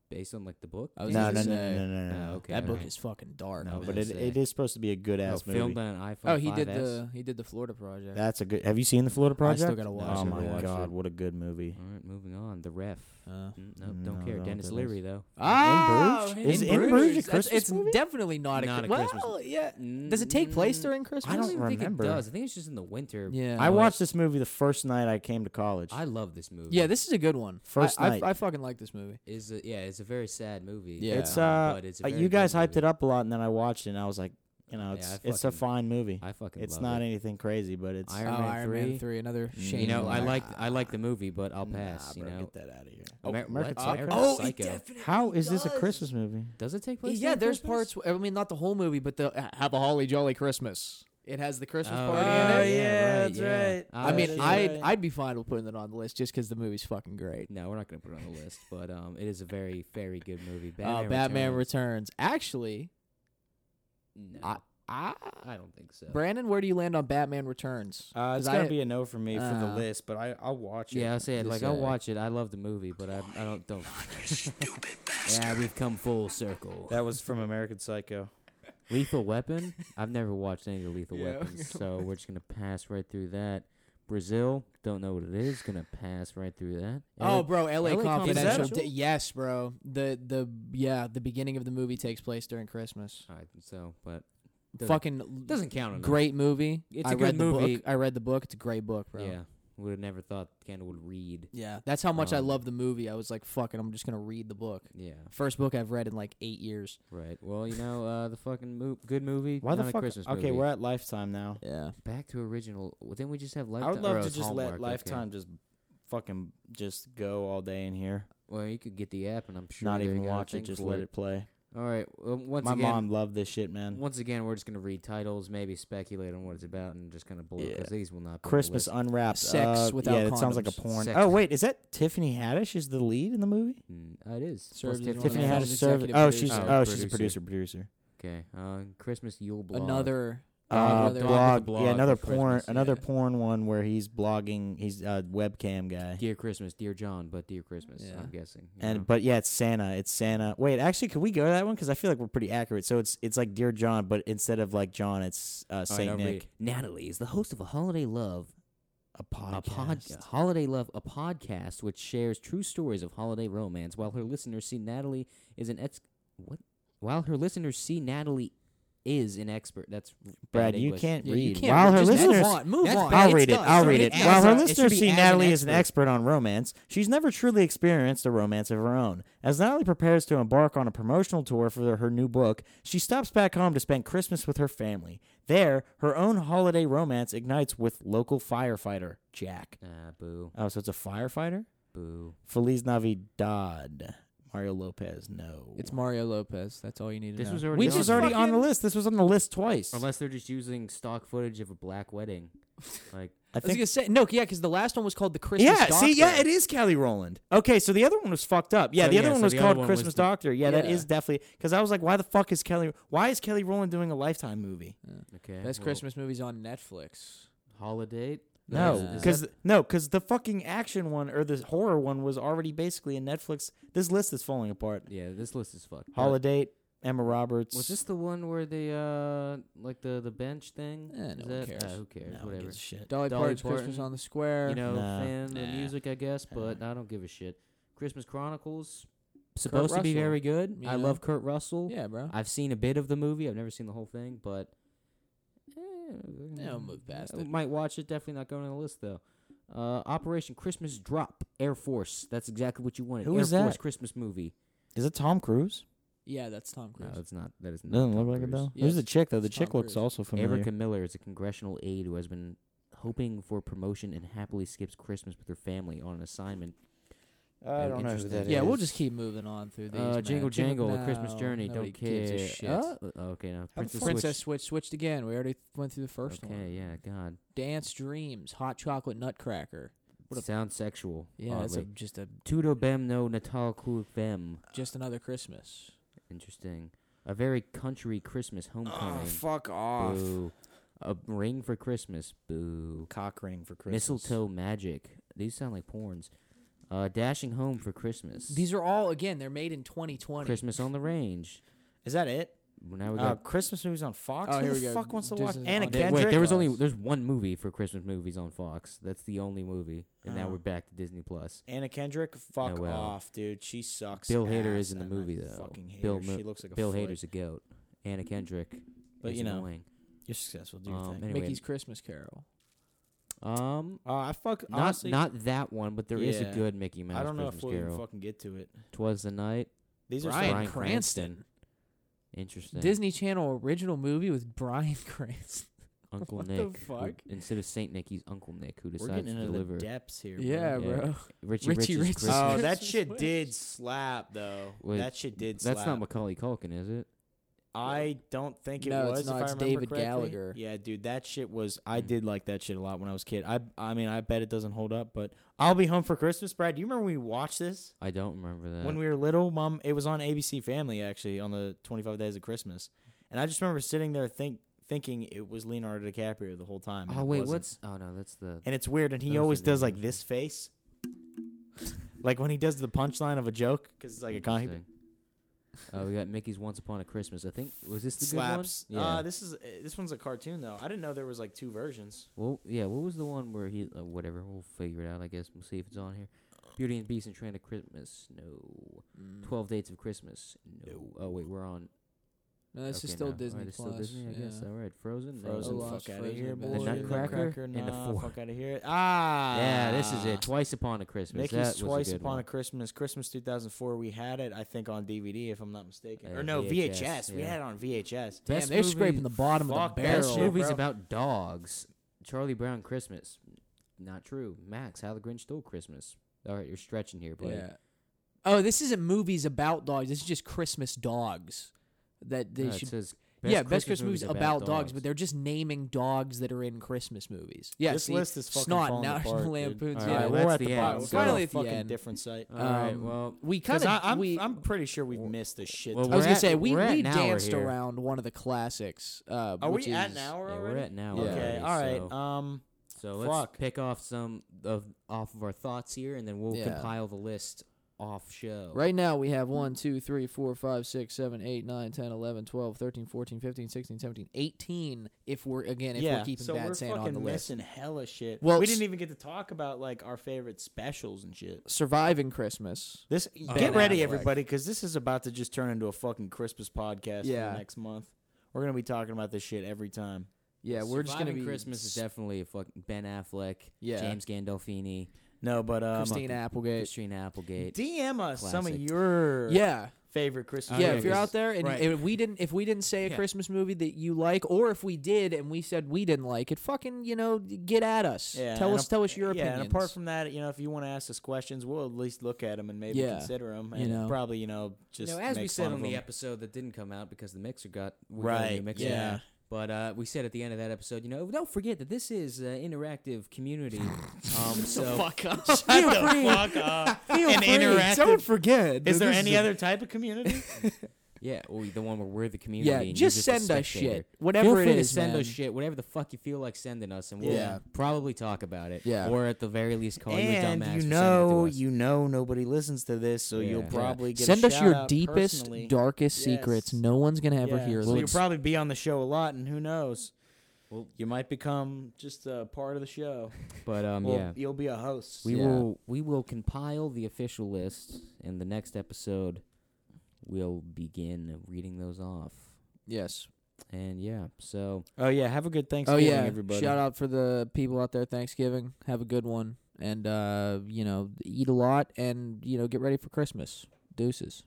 [SPEAKER 4] based on like the book?
[SPEAKER 5] I was
[SPEAKER 3] No,
[SPEAKER 5] gonna
[SPEAKER 3] no, no,
[SPEAKER 5] say,
[SPEAKER 3] no, no, no, no.
[SPEAKER 4] Oh, okay.
[SPEAKER 5] That book
[SPEAKER 4] alright.
[SPEAKER 5] is fucking dark.
[SPEAKER 3] No,
[SPEAKER 4] was
[SPEAKER 3] but
[SPEAKER 4] gonna
[SPEAKER 3] it, it
[SPEAKER 4] say.
[SPEAKER 3] is supposed to be a good
[SPEAKER 4] Oh,
[SPEAKER 3] ass movie.
[SPEAKER 4] filmed on an iPhone.
[SPEAKER 5] Oh, he did
[SPEAKER 4] 5S?
[SPEAKER 5] the he did the Florida project.
[SPEAKER 3] That's a good. Have you seen the Florida
[SPEAKER 5] I
[SPEAKER 3] Project?
[SPEAKER 5] still gotta watch
[SPEAKER 3] oh
[SPEAKER 5] it,
[SPEAKER 3] my
[SPEAKER 5] man.
[SPEAKER 3] god, what a good movie!
[SPEAKER 4] All right, moving on. The ref.
[SPEAKER 5] Uh,
[SPEAKER 4] Mm, nope, don't
[SPEAKER 3] no,
[SPEAKER 4] care.
[SPEAKER 3] don't
[SPEAKER 4] Dennis
[SPEAKER 3] think
[SPEAKER 4] Leary though.
[SPEAKER 5] Ah,
[SPEAKER 3] Bruges? Is In Bruges a
[SPEAKER 5] That's-
[SPEAKER 3] Christmas
[SPEAKER 5] it's
[SPEAKER 3] movie?
[SPEAKER 5] definitely not,
[SPEAKER 4] Not
[SPEAKER 5] a,
[SPEAKER 4] a
[SPEAKER 5] Chri-
[SPEAKER 4] Christmas
[SPEAKER 5] Well, yeah. Does it take
[SPEAKER 3] Mm,
[SPEAKER 5] place during Christmas?
[SPEAKER 4] I don't,
[SPEAKER 3] Christmas?
[SPEAKER 4] even think
[SPEAKER 3] remember.
[SPEAKER 4] it does. I think it's just in the winter.
[SPEAKER 5] Yeah.
[SPEAKER 3] I
[SPEAKER 5] but-
[SPEAKER 3] watched this movie the first night I came to college.
[SPEAKER 4] I love this movie.
[SPEAKER 5] Yeah, this is a good one.
[SPEAKER 3] First
[SPEAKER 5] I, I-
[SPEAKER 3] night.
[SPEAKER 5] I, fucking like this movie.
[SPEAKER 4] is a, yeah, it's a very sad movie.
[SPEAKER 5] Yeah.
[SPEAKER 3] it's
[SPEAKER 4] um,
[SPEAKER 3] uh,
[SPEAKER 4] but it's a
[SPEAKER 3] uh,
[SPEAKER 4] very
[SPEAKER 3] you
[SPEAKER 4] good
[SPEAKER 3] guys hyped
[SPEAKER 4] movie.
[SPEAKER 3] it up a lot, and then I watched it, and I was like, you know,
[SPEAKER 4] Yeah,
[SPEAKER 3] it's
[SPEAKER 4] I
[SPEAKER 3] it's a
[SPEAKER 4] fucking-
[SPEAKER 3] fine movie.
[SPEAKER 4] I fucking.
[SPEAKER 3] It's
[SPEAKER 4] love
[SPEAKER 3] not
[SPEAKER 4] It.
[SPEAKER 3] anything crazy, but it's.
[SPEAKER 4] Iron
[SPEAKER 5] oh,
[SPEAKER 4] Man
[SPEAKER 5] Iron
[SPEAKER 4] 3.
[SPEAKER 5] Man 3, another Shane
[SPEAKER 4] You know, I
[SPEAKER 5] Black.
[SPEAKER 4] like I like the movie, but I'll
[SPEAKER 3] Nah,
[SPEAKER 4] pass.
[SPEAKER 3] bro,
[SPEAKER 4] you know,
[SPEAKER 3] get that out of here.
[SPEAKER 4] Amer- what?
[SPEAKER 3] American
[SPEAKER 4] Oh,
[SPEAKER 3] Psycho.
[SPEAKER 4] American
[SPEAKER 5] Oh, it
[SPEAKER 4] Psycho.
[SPEAKER 5] definitely
[SPEAKER 3] How is this a
[SPEAKER 5] does.
[SPEAKER 3] Christmas movie?
[SPEAKER 4] Does it take place?
[SPEAKER 5] Yeah,
[SPEAKER 4] during
[SPEAKER 5] there's
[SPEAKER 4] Christmas?
[SPEAKER 5] parts. I mean, not the whole movie, but the uh, have a holly jolly Christmas. It has the Christmas
[SPEAKER 4] Oh,
[SPEAKER 5] party
[SPEAKER 4] yeah,
[SPEAKER 5] in it.
[SPEAKER 4] yeah, right,
[SPEAKER 3] that's
[SPEAKER 4] yeah.
[SPEAKER 3] right.
[SPEAKER 4] Ah,
[SPEAKER 5] I mean,
[SPEAKER 4] shit.
[SPEAKER 5] I'd
[SPEAKER 3] right.
[SPEAKER 5] I'd be fine with putting it on the list just because the movie's fucking great.
[SPEAKER 4] No, we're not gonna put it on the list, but um, it is a very, very good movie. Batman.
[SPEAKER 5] Batman, uh, Batman Returns.
[SPEAKER 4] Returns.
[SPEAKER 5] Actually,
[SPEAKER 4] No,
[SPEAKER 5] I, I,
[SPEAKER 4] I don't think so.
[SPEAKER 5] Brandon, where do you land on Batman Returns?
[SPEAKER 3] Uh,
[SPEAKER 5] 'Cause
[SPEAKER 3] it's gonna
[SPEAKER 5] I-
[SPEAKER 3] be a no for me for the
[SPEAKER 5] Uh,
[SPEAKER 3] list, but I I'll watch it.
[SPEAKER 4] yeah, I'll say it.
[SPEAKER 5] Just
[SPEAKER 4] Like, I'll
[SPEAKER 5] say-
[SPEAKER 4] watch it. I love the movie, but I, I don't. don't
[SPEAKER 1] Stupid bastard.
[SPEAKER 4] yeah, we've come full circle.
[SPEAKER 3] That was from American Psycho.
[SPEAKER 4] Lethal Weapon. I've never watched any of the Lethal
[SPEAKER 5] Yeah,
[SPEAKER 4] Weapons, so we're just gonna pass right through that. Brazil. Don't know what it is. Gonna pass right through that.
[SPEAKER 5] Oh, bro, LA,
[SPEAKER 4] LA
[SPEAKER 5] Confidential.
[SPEAKER 4] Confidential?
[SPEAKER 5] D- yes, bro. The the yeah, the beginning of the movie takes place during Christmas.
[SPEAKER 4] All right, so, but Doesn't-
[SPEAKER 5] Fucking
[SPEAKER 4] doesn't count. Enough.
[SPEAKER 5] great movie.
[SPEAKER 4] It's
[SPEAKER 5] I
[SPEAKER 4] a
[SPEAKER 5] read
[SPEAKER 4] good
[SPEAKER 5] the
[SPEAKER 4] movie.
[SPEAKER 5] Book. I read the book. It's a great book, bro.
[SPEAKER 4] Yeah. Would have never thought Kendall would read.
[SPEAKER 5] Yeah, that's how much I
[SPEAKER 4] Um,
[SPEAKER 5] love the movie. I was like, "Fuck it, I'm just gonna read the book."
[SPEAKER 4] Yeah,
[SPEAKER 5] First book I've read in like eight years.
[SPEAKER 4] right. Well, you know, uh, the fucking mo- good movie.
[SPEAKER 3] Why the
[SPEAKER 4] not a
[SPEAKER 3] fuck?
[SPEAKER 4] Christmas
[SPEAKER 3] okay,
[SPEAKER 4] movie.
[SPEAKER 3] we're at Lifetime now.
[SPEAKER 5] Yeah,
[SPEAKER 4] back to original. Well, then we just have
[SPEAKER 3] I
[SPEAKER 4] lifetime.
[SPEAKER 3] would love
[SPEAKER 4] or
[SPEAKER 3] to
[SPEAKER 4] it's
[SPEAKER 3] just
[SPEAKER 4] Hallmark,
[SPEAKER 3] let
[SPEAKER 4] okay.
[SPEAKER 3] Lifetime just fucking just go all day in here,
[SPEAKER 4] Well, you could get the app, and I'm sure
[SPEAKER 3] not
[SPEAKER 4] they
[SPEAKER 3] even
[SPEAKER 4] got a
[SPEAKER 3] watch it,
[SPEAKER 4] thing
[SPEAKER 3] just
[SPEAKER 4] for
[SPEAKER 3] let it play.
[SPEAKER 4] All right. Well, once
[SPEAKER 3] My
[SPEAKER 4] again,
[SPEAKER 3] mom loved this shit, man.
[SPEAKER 4] Once again, we're just gonna read titles, maybe speculate on what it's about, and just kind of blow
[SPEAKER 3] Yeah.
[SPEAKER 4] because these will not. Be on the
[SPEAKER 3] Christmas
[SPEAKER 4] list.
[SPEAKER 3] Unwrapped.
[SPEAKER 5] Sex
[SPEAKER 3] uh,
[SPEAKER 5] without
[SPEAKER 3] yeah, that sounds like a
[SPEAKER 5] condoms.
[SPEAKER 3] porn.
[SPEAKER 4] Sex.
[SPEAKER 3] Oh wait, is that Tiffany Haddish is the lead in the movie?
[SPEAKER 4] Mm, uh, it is.
[SPEAKER 5] Serves
[SPEAKER 4] Plus
[SPEAKER 5] as
[SPEAKER 4] Tiffany
[SPEAKER 5] one of
[SPEAKER 3] Tiffany
[SPEAKER 5] the
[SPEAKER 4] Haddish.
[SPEAKER 3] Haddish
[SPEAKER 5] film's
[SPEAKER 3] serves.
[SPEAKER 5] executive
[SPEAKER 3] Oh, she's
[SPEAKER 5] producer.
[SPEAKER 3] oh, she's a
[SPEAKER 4] Producer.
[SPEAKER 3] producer. Producer.
[SPEAKER 4] Okay. Uh, Christmas Yule blog.
[SPEAKER 5] another.
[SPEAKER 3] Uh,
[SPEAKER 5] Dog with a
[SPEAKER 3] blog,
[SPEAKER 4] blog
[SPEAKER 3] yeah, another
[SPEAKER 4] for
[SPEAKER 3] porn,
[SPEAKER 4] Christmas,
[SPEAKER 3] another
[SPEAKER 4] yeah.
[SPEAKER 3] porn one where he's blogging. He's a webcam guy.
[SPEAKER 4] Dear Christmas, dear John, but dear Christmas.
[SPEAKER 5] Yeah.
[SPEAKER 4] I'm guessing. you know.
[SPEAKER 3] And but yeah, it's Santa. It's Santa. Wait, actually, could we go to that one? Because I feel like we're pretty accurate. So it's it's like Dear John, but instead of like John, it's uh,
[SPEAKER 4] All right,
[SPEAKER 3] Saint
[SPEAKER 4] I'll Oh, read
[SPEAKER 3] Nick.
[SPEAKER 4] it. Natalie is the host of a holiday love
[SPEAKER 3] A
[SPEAKER 4] a
[SPEAKER 3] podcast.
[SPEAKER 4] pod, holiday love a podcast which shares true stories of holiday romance while her listeners see Natalie is an ex what while her listeners see Natalie is an expert. That's
[SPEAKER 3] Brad,
[SPEAKER 4] bad
[SPEAKER 3] you
[SPEAKER 4] English.
[SPEAKER 3] can't
[SPEAKER 5] Yeah, you
[SPEAKER 3] read.
[SPEAKER 5] can't
[SPEAKER 3] While
[SPEAKER 5] read-
[SPEAKER 3] her
[SPEAKER 5] just move
[SPEAKER 3] listeners,
[SPEAKER 5] on, move
[SPEAKER 4] That's
[SPEAKER 5] on.
[SPEAKER 4] bad.
[SPEAKER 3] I'll read it.
[SPEAKER 4] done.
[SPEAKER 3] I'll
[SPEAKER 4] So
[SPEAKER 3] read
[SPEAKER 4] it
[SPEAKER 3] it.
[SPEAKER 4] as
[SPEAKER 3] While
[SPEAKER 4] a-
[SPEAKER 3] her
[SPEAKER 4] it should
[SPEAKER 3] listeners
[SPEAKER 4] be
[SPEAKER 3] see
[SPEAKER 4] as an
[SPEAKER 3] Natalie is an
[SPEAKER 4] expert.
[SPEAKER 3] expert on romance, she's never truly experienced a romance of her own. As Natalie prepares to embark on a promotional tour for her new book, she stops back home to spend Christmas with her family. There, her own holiday romance ignites with local firefighter Jack.
[SPEAKER 4] Ah, boo,
[SPEAKER 3] Oh, so it's a firefighter?
[SPEAKER 4] boo.
[SPEAKER 3] Feliz Navidad. Mario Lopez, no.
[SPEAKER 5] It's Mario Lopez. That's all you need to know.
[SPEAKER 4] already.
[SPEAKER 3] we just already on the list. This was on the list twice.
[SPEAKER 4] Unless they're just using stock footage of a black wedding, like
[SPEAKER 5] I
[SPEAKER 3] I
[SPEAKER 5] was
[SPEAKER 3] think
[SPEAKER 5] gonna say no, yeah, because the last one was called the Christmas.
[SPEAKER 3] Yeah, see, yeah,
[SPEAKER 5] Doctor.
[SPEAKER 3] it is Kelly Rowland. Okay, so the other one was fucked up. Yeah,
[SPEAKER 4] So,
[SPEAKER 3] the other
[SPEAKER 4] yeah,
[SPEAKER 3] one
[SPEAKER 4] so
[SPEAKER 3] was
[SPEAKER 4] the other
[SPEAKER 3] called
[SPEAKER 4] one was
[SPEAKER 3] Christmas
[SPEAKER 4] the-
[SPEAKER 3] Doctor. Yeah, that
[SPEAKER 5] Yeah.
[SPEAKER 3] is definitely because I was like, why the fuck is Kelly? Why is Kelly Rowland doing a Lifetime movie?
[SPEAKER 4] okay,
[SPEAKER 5] Best
[SPEAKER 4] well,
[SPEAKER 5] Christmas movies on Netflix.
[SPEAKER 4] holiday.
[SPEAKER 3] No,
[SPEAKER 5] Is- is
[SPEAKER 3] because no, because the fucking action one or the horror one was already basically a Netflix. This list is falling apart.
[SPEAKER 4] Yeah, this list is fucked. But
[SPEAKER 3] Holiday, Emma Roberts.
[SPEAKER 4] Was this the one where they uh like the the bench thing?
[SPEAKER 5] Eh, no
[SPEAKER 4] Is
[SPEAKER 5] one
[SPEAKER 4] that-
[SPEAKER 5] cares.
[SPEAKER 4] ah, who cares?
[SPEAKER 3] No,
[SPEAKER 4] Whatever.
[SPEAKER 3] Whatever. Shit.
[SPEAKER 5] Dolly,
[SPEAKER 4] Dolly
[SPEAKER 5] Parton's Christmas
[SPEAKER 4] Parton,
[SPEAKER 5] on the Square.
[SPEAKER 4] you know,
[SPEAKER 3] Nah.
[SPEAKER 4] fan of the
[SPEAKER 3] Nah.
[SPEAKER 4] music, I guess, but
[SPEAKER 3] Nah.
[SPEAKER 4] I don't give a shit. Christmas Chronicles supposed to be
[SPEAKER 5] Russell,
[SPEAKER 4] very good.
[SPEAKER 5] you
[SPEAKER 4] I
[SPEAKER 5] know?
[SPEAKER 4] love Kurt Russell.
[SPEAKER 5] yeah, bro.
[SPEAKER 4] I've seen a bit of the movie. I've never seen the whole thing, but eh,
[SPEAKER 5] I'll move past
[SPEAKER 4] I
[SPEAKER 5] it.
[SPEAKER 4] Might watch it. Definitely not going on the list though. Uh, Operation Christmas Drop, Air Force. That's exactly what you wanted.
[SPEAKER 3] Who
[SPEAKER 4] Air
[SPEAKER 3] is
[SPEAKER 4] Force
[SPEAKER 3] that?
[SPEAKER 4] Christmas movie.
[SPEAKER 3] Is it Tom Cruise?
[SPEAKER 5] Yeah, that's Tom Cruise.
[SPEAKER 4] No, it's not. That is not.
[SPEAKER 3] Doesn't look
[SPEAKER 4] Tom
[SPEAKER 3] like it
[SPEAKER 4] Cruise.
[SPEAKER 3] though.
[SPEAKER 5] Yeah,
[SPEAKER 3] Who's the
[SPEAKER 5] it's-
[SPEAKER 3] chick though? The
[SPEAKER 5] it's
[SPEAKER 3] chick
[SPEAKER 5] Tom
[SPEAKER 3] looks
[SPEAKER 5] Cruise.
[SPEAKER 3] also familiar.
[SPEAKER 4] Erica Miller is a congressional aide who has been hoping for promotion and happily skips Christmas with her family on an assignment.
[SPEAKER 3] I
[SPEAKER 4] Oh,
[SPEAKER 3] don't know who
[SPEAKER 4] interesting.
[SPEAKER 3] that is.
[SPEAKER 5] yeah, we'll just keep moving on through these.
[SPEAKER 4] Uh,
[SPEAKER 5] man.
[SPEAKER 4] Jingle Jangle, A Christmas
[SPEAKER 5] no,
[SPEAKER 4] Journey,
[SPEAKER 5] nobody
[SPEAKER 4] Don't
[SPEAKER 5] gives
[SPEAKER 4] Care.
[SPEAKER 5] a shit.
[SPEAKER 4] Uh, okay, now.
[SPEAKER 5] Princess, Switch. switched again. We already went through the first
[SPEAKER 4] okay,
[SPEAKER 5] one.
[SPEAKER 4] yeah, God.
[SPEAKER 5] Dance Dreams, Hot Chocolate Nutcracker. What a-
[SPEAKER 4] Sounds sexual.
[SPEAKER 5] Yeah, that's a,
[SPEAKER 4] oddly.
[SPEAKER 5] just a
[SPEAKER 4] Tudo bem no Natal cool fem.
[SPEAKER 5] just another Christmas.
[SPEAKER 4] Interesting. A very country Christmas
[SPEAKER 5] Oh,
[SPEAKER 4] homecoming.
[SPEAKER 3] fuck off.
[SPEAKER 4] Boo. A ring for Christmas. Boo.
[SPEAKER 3] Cock ring for Christmas.
[SPEAKER 4] Mistletoe magic. These sound like porns. Uh, dashing home for Christmas.
[SPEAKER 5] These are all again. They're made in 2020.
[SPEAKER 4] Christmas on the range.
[SPEAKER 3] Is that it?
[SPEAKER 4] Well, Now we
[SPEAKER 3] Uh,
[SPEAKER 4] got.
[SPEAKER 3] Christmas movies on Fox.
[SPEAKER 5] Oh,
[SPEAKER 3] Who
[SPEAKER 5] here
[SPEAKER 3] the
[SPEAKER 5] we go.
[SPEAKER 3] fuck wants to
[SPEAKER 5] This
[SPEAKER 3] watch
[SPEAKER 5] is
[SPEAKER 3] Anna
[SPEAKER 5] on
[SPEAKER 4] Th-
[SPEAKER 5] Disney
[SPEAKER 3] Kendrick?
[SPEAKER 4] wait, there was only
[SPEAKER 5] Plus.
[SPEAKER 4] there's one movie for Christmas movies on Fox. That's the only movie, and now
[SPEAKER 3] Oh.
[SPEAKER 4] we're back to Disney Plus.
[SPEAKER 3] Anna Kendrick. Fuck
[SPEAKER 4] Noelle.
[SPEAKER 3] off, dude. She sucks.
[SPEAKER 4] Oh, Bill Hader
[SPEAKER 3] ass,
[SPEAKER 4] is in the
[SPEAKER 3] and I
[SPEAKER 4] movie, though.
[SPEAKER 3] Fucking hate
[SPEAKER 4] Bill
[SPEAKER 3] her.
[SPEAKER 4] Mo-
[SPEAKER 3] she looks like a
[SPEAKER 4] Bill
[SPEAKER 3] flick.
[SPEAKER 4] Hader's a goat. Anna Kendrick,
[SPEAKER 3] But
[SPEAKER 4] is
[SPEAKER 3] you know,
[SPEAKER 4] annoying.
[SPEAKER 3] you're successful. Do your
[SPEAKER 4] Um,
[SPEAKER 3] thing.
[SPEAKER 4] anyway,
[SPEAKER 5] Mickey's Christmas Carol.
[SPEAKER 4] um,
[SPEAKER 3] Uh, I fuck.
[SPEAKER 4] not
[SPEAKER 3] honestly,
[SPEAKER 4] not that one, but there is
[SPEAKER 3] Yeah.
[SPEAKER 4] a good Mickey Mouse
[SPEAKER 3] I don't know if
[SPEAKER 4] Christmas
[SPEAKER 3] we'll even
[SPEAKER 4] Carol.
[SPEAKER 3] fucking get to it.
[SPEAKER 4] Twas the night.
[SPEAKER 3] These are
[SPEAKER 5] Bryan
[SPEAKER 3] some-
[SPEAKER 4] Bryan
[SPEAKER 5] Cranston.
[SPEAKER 4] Interesting.
[SPEAKER 5] Disney Channel original movie with Brian Cranston.
[SPEAKER 4] Uncle
[SPEAKER 5] What the
[SPEAKER 4] Nick. who-
[SPEAKER 5] fuck?
[SPEAKER 4] instead of Saint Nick, he's Uncle Nick, who
[SPEAKER 3] We're
[SPEAKER 4] decides
[SPEAKER 3] getting
[SPEAKER 4] to
[SPEAKER 3] into
[SPEAKER 4] deliver
[SPEAKER 3] the depths here.
[SPEAKER 5] Yeah,
[SPEAKER 3] bro.
[SPEAKER 4] Yeah.
[SPEAKER 5] bro.
[SPEAKER 4] Richie,
[SPEAKER 5] Richie
[SPEAKER 4] Rich's
[SPEAKER 5] Rich's
[SPEAKER 4] Christmas.
[SPEAKER 3] Oh, that
[SPEAKER 5] Christmas
[SPEAKER 3] shit
[SPEAKER 5] wish.
[SPEAKER 3] did slap though.
[SPEAKER 4] Wait,
[SPEAKER 3] that shit did. slap.
[SPEAKER 4] That's not Macaulay Culkin, is it?
[SPEAKER 3] I don't think it
[SPEAKER 5] No,
[SPEAKER 3] was.
[SPEAKER 5] it's
[SPEAKER 3] if
[SPEAKER 5] not.
[SPEAKER 3] I
[SPEAKER 5] It's
[SPEAKER 3] remember
[SPEAKER 5] David
[SPEAKER 3] correctly.
[SPEAKER 5] Gallagher.
[SPEAKER 3] Yeah, dude, that shit was. I
[SPEAKER 4] Mm.
[SPEAKER 3] did like that shit a lot when I was a kid. I, I mean, I bet it doesn't hold up, but I'll be home for Christmas, Brad. Do you remember when we watched this
[SPEAKER 4] I don't remember that.
[SPEAKER 3] when we were little? Mom, it was on ABC Family actually on the Twenty Five Days of Christmas, and I just remember sitting there think thinking it was Leonardo DiCaprio the whole time. and
[SPEAKER 4] oh
[SPEAKER 3] it
[SPEAKER 4] wait,
[SPEAKER 3] wasn't.
[SPEAKER 4] what's? Oh no, that's the.
[SPEAKER 3] And it's weird, and he
[SPEAKER 4] Those are
[SPEAKER 3] always does like
[SPEAKER 4] different.
[SPEAKER 3] this face, like when he does the punchline of a joke because it's like a comic.
[SPEAKER 4] Interesting. Uh, we got Mickey's Once Upon a Christmas. I think was this the
[SPEAKER 3] slaps.
[SPEAKER 4] good one? Yeah.
[SPEAKER 3] Uh, this is this one's a cartoon though. I didn't know there was like two versions.
[SPEAKER 4] well, yeah. What was the one where he? Uh, whatever. We'll figure it out. I guess we'll see if it's on here. Beauty and the Beast and Train to
[SPEAKER 5] Mm.
[SPEAKER 4] Christmas. No. Twelve Dates of Christmas. No. Oh wait, we're on.
[SPEAKER 5] No, this
[SPEAKER 4] Okay,
[SPEAKER 5] is still
[SPEAKER 4] no.
[SPEAKER 5] Disney
[SPEAKER 4] Alright, it's
[SPEAKER 5] Plus.
[SPEAKER 4] still Disney, I guess.
[SPEAKER 5] yeah.
[SPEAKER 4] All right, Frozen. no.
[SPEAKER 3] Frozen,
[SPEAKER 5] Olaf's
[SPEAKER 3] fuck out of
[SPEAKER 5] Frozen
[SPEAKER 3] here,
[SPEAKER 5] Bad
[SPEAKER 3] boy.
[SPEAKER 5] Boy.
[SPEAKER 4] Nutcracker and the
[SPEAKER 3] nah,
[SPEAKER 4] Four.
[SPEAKER 3] fuck out of here.
[SPEAKER 5] uh,
[SPEAKER 3] Ah,
[SPEAKER 4] Yeah, this is it. Twice upon a Christmas.
[SPEAKER 3] Mickey's
[SPEAKER 4] that was
[SPEAKER 3] Twice
[SPEAKER 4] a good
[SPEAKER 3] Upon
[SPEAKER 4] one.
[SPEAKER 3] a Christmas, Christmas 2004. We had it, I think, on DVD, if I'm not mistaken,
[SPEAKER 4] Uh,
[SPEAKER 3] or no, VHS.
[SPEAKER 4] VHS,
[SPEAKER 3] We
[SPEAKER 4] yeah.
[SPEAKER 3] had it on VHS.
[SPEAKER 5] Damn,
[SPEAKER 4] Best
[SPEAKER 5] they're scraping
[SPEAKER 4] movie-
[SPEAKER 5] the bottom of
[SPEAKER 3] fuck
[SPEAKER 5] the
[SPEAKER 3] that
[SPEAKER 5] barrel.
[SPEAKER 4] Best
[SPEAKER 3] Barrel.
[SPEAKER 4] movies
[SPEAKER 3] bro.
[SPEAKER 4] about dogs. Charlie Brown Christmas. Not true. Max, How the Grinch Stole Christmas. All right, you're stretching here, buddy.
[SPEAKER 5] Yeah. Oh, this isn't movies about dogs. This is just Christmas dogs that they
[SPEAKER 4] No, Uh, it
[SPEAKER 5] should.
[SPEAKER 4] says
[SPEAKER 5] yeah, best Christmas movies about dogs, but they're just naming dogs that are in Christmas movies. Yeah,
[SPEAKER 3] this
[SPEAKER 5] see?
[SPEAKER 3] list is fucking
[SPEAKER 5] Snot,
[SPEAKER 3] falling apart,
[SPEAKER 5] National
[SPEAKER 3] dude.
[SPEAKER 5] Lampoon's.
[SPEAKER 4] All
[SPEAKER 5] yeah,
[SPEAKER 4] right,
[SPEAKER 3] we're
[SPEAKER 4] that's
[SPEAKER 3] at
[SPEAKER 4] the
[SPEAKER 3] the,
[SPEAKER 4] end. Uh,
[SPEAKER 3] bottom.
[SPEAKER 4] So-
[SPEAKER 3] We're
[SPEAKER 5] Finally at
[SPEAKER 3] at a
[SPEAKER 5] the
[SPEAKER 3] fucking
[SPEAKER 5] end.
[SPEAKER 3] different site.
[SPEAKER 4] All right,
[SPEAKER 5] um,
[SPEAKER 4] well,
[SPEAKER 5] we kind
[SPEAKER 3] Because
[SPEAKER 5] of
[SPEAKER 3] I'm,
[SPEAKER 5] we.
[SPEAKER 3] I'm pretty sure we've missed a shit.
[SPEAKER 4] Well,
[SPEAKER 3] ton.
[SPEAKER 5] I was
[SPEAKER 4] we're
[SPEAKER 5] gonna
[SPEAKER 4] at-
[SPEAKER 5] say we,
[SPEAKER 4] we're at
[SPEAKER 5] we
[SPEAKER 4] an hour
[SPEAKER 5] danced
[SPEAKER 4] here.
[SPEAKER 5] around one of the classics. Uh,
[SPEAKER 3] Are we
[SPEAKER 5] which
[SPEAKER 3] at
[SPEAKER 5] is-
[SPEAKER 3] an hour
[SPEAKER 4] yeah,
[SPEAKER 3] already?
[SPEAKER 4] we're at now.
[SPEAKER 5] Yeah.
[SPEAKER 3] Okay, all right.
[SPEAKER 4] already, So,
[SPEAKER 3] Um,
[SPEAKER 4] so let's
[SPEAKER 3] fuck.
[SPEAKER 4] pick off some of off of our thoughts here, and then we'll
[SPEAKER 5] Yeah.
[SPEAKER 4] compile the list off show.
[SPEAKER 5] Right now we have 1, 2, 3, 4, 5, 6, 7, 8, 9, 10, 11, 12, 13, 14, 15, 16, 17, 18 if we're again if
[SPEAKER 3] yeah,
[SPEAKER 5] we're keeping
[SPEAKER 3] so
[SPEAKER 5] Bad
[SPEAKER 3] we're
[SPEAKER 5] Santa
[SPEAKER 3] fucking
[SPEAKER 5] on the list.
[SPEAKER 3] missing hella shit.
[SPEAKER 5] Well,
[SPEAKER 3] we
[SPEAKER 5] s-
[SPEAKER 3] didn't even get to talk about like our favorite specials and shit.
[SPEAKER 5] Surviving Christmas.
[SPEAKER 3] This
[SPEAKER 5] Ben
[SPEAKER 3] get ready,
[SPEAKER 5] Affleck.
[SPEAKER 3] everybody, because this is about to just turn into a fucking Christmas podcast
[SPEAKER 5] Yeah.
[SPEAKER 3] for the next month. We're gonna be talking about this shit every time.
[SPEAKER 5] Yeah, we're just gonna
[SPEAKER 4] Surviving
[SPEAKER 5] be
[SPEAKER 4] Christmas is definitely a fucking Ben Affleck,
[SPEAKER 5] Yeah.
[SPEAKER 4] James Gandolfini,
[SPEAKER 3] No, but um,
[SPEAKER 5] Christine Applegate.
[SPEAKER 4] Christine Applegate.
[SPEAKER 3] DM us some of
[SPEAKER 4] Classic.
[SPEAKER 3] your
[SPEAKER 5] Yeah,
[SPEAKER 3] favorite Christmas.
[SPEAKER 5] yeah.
[SPEAKER 4] Oh, yeah,
[SPEAKER 5] If you're
[SPEAKER 4] 'cause-
[SPEAKER 5] out there and
[SPEAKER 3] right.
[SPEAKER 5] if we didn't, if we didn't say a
[SPEAKER 4] Yeah.
[SPEAKER 5] Christmas movie that you like, or if we did and we said we didn't like it, fucking you know, get at us.
[SPEAKER 3] Yeah,
[SPEAKER 5] tell
[SPEAKER 3] and
[SPEAKER 5] us,
[SPEAKER 3] ap-
[SPEAKER 5] tell us your
[SPEAKER 3] yeah,
[SPEAKER 5] opinions.
[SPEAKER 3] and apart from that, you know, if you want to ask us questions, we'll at least look at them and maybe
[SPEAKER 5] Yeah.
[SPEAKER 3] consider them,
[SPEAKER 5] You
[SPEAKER 3] and
[SPEAKER 5] know.
[SPEAKER 3] probably, you know, just
[SPEAKER 4] you know, as we
[SPEAKER 3] make
[SPEAKER 4] said
[SPEAKER 3] fun
[SPEAKER 4] on
[SPEAKER 3] of
[SPEAKER 4] the
[SPEAKER 3] 'em.
[SPEAKER 4] episode that didn't come out because the mixer got we got a new
[SPEAKER 3] right?
[SPEAKER 4] mixer.
[SPEAKER 3] Yeah,
[SPEAKER 4] But uh, we said at the end of that episode, you know, don't forget that this is an interactive community. um, so
[SPEAKER 5] fuck up.
[SPEAKER 3] Shut the fuck up. An
[SPEAKER 5] Don't
[SPEAKER 3] interactive.
[SPEAKER 5] forget.
[SPEAKER 3] Is there
[SPEAKER 5] this
[SPEAKER 3] any
[SPEAKER 5] a-
[SPEAKER 3] other type of community?
[SPEAKER 4] yeah, well, the one where we're the community.
[SPEAKER 5] Yeah,
[SPEAKER 4] and you're
[SPEAKER 5] just,
[SPEAKER 4] a
[SPEAKER 5] send us
[SPEAKER 4] spectator.
[SPEAKER 5] shit. Whatever
[SPEAKER 4] feel
[SPEAKER 5] it
[SPEAKER 4] free
[SPEAKER 5] is,
[SPEAKER 4] to send
[SPEAKER 5] man.
[SPEAKER 4] us shit, whatever the fuck you feel like sending us, and we'll
[SPEAKER 5] Yeah.
[SPEAKER 4] probably talk about it.
[SPEAKER 5] Yeah.
[SPEAKER 4] or at the very least, call
[SPEAKER 3] and
[SPEAKER 4] you a dumbass.
[SPEAKER 3] you
[SPEAKER 4] for sending it to
[SPEAKER 3] know,
[SPEAKER 4] us.
[SPEAKER 3] you know, nobody listens to this, so you'll
[SPEAKER 4] Yeah.
[SPEAKER 3] probably get a
[SPEAKER 5] send us your
[SPEAKER 3] shout-out
[SPEAKER 5] deepest,
[SPEAKER 3] personally.
[SPEAKER 5] darkest
[SPEAKER 3] Yes.
[SPEAKER 5] secrets. No one's gonna ever
[SPEAKER 3] Yeah,
[SPEAKER 5] hear.
[SPEAKER 3] So
[SPEAKER 5] this.
[SPEAKER 3] you'll probably be on the show a lot, and who knows?
[SPEAKER 4] Well-
[SPEAKER 3] you might become just a part of the show.
[SPEAKER 4] but um,
[SPEAKER 3] Well,
[SPEAKER 4] yeah,
[SPEAKER 3] you'll be a host.
[SPEAKER 4] we
[SPEAKER 5] Yeah.
[SPEAKER 4] will we will compile the official list, and the next episode we'll begin reading those off.
[SPEAKER 5] yes.
[SPEAKER 4] And yeah, so
[SPEAKER 3] oh yeah, have a good
[SPEAKER 5] Oh
[SPEAKER 3] Thanksgiving,
[SPEAKER 5] yeah.
[SPEAKER 3] everybody.
[SPEAKER 5] Shout out for the people out there. Thanksgiving. Have a good one, and uh, you know, eat a lot, and you know, get ready for Christmas. Deuces.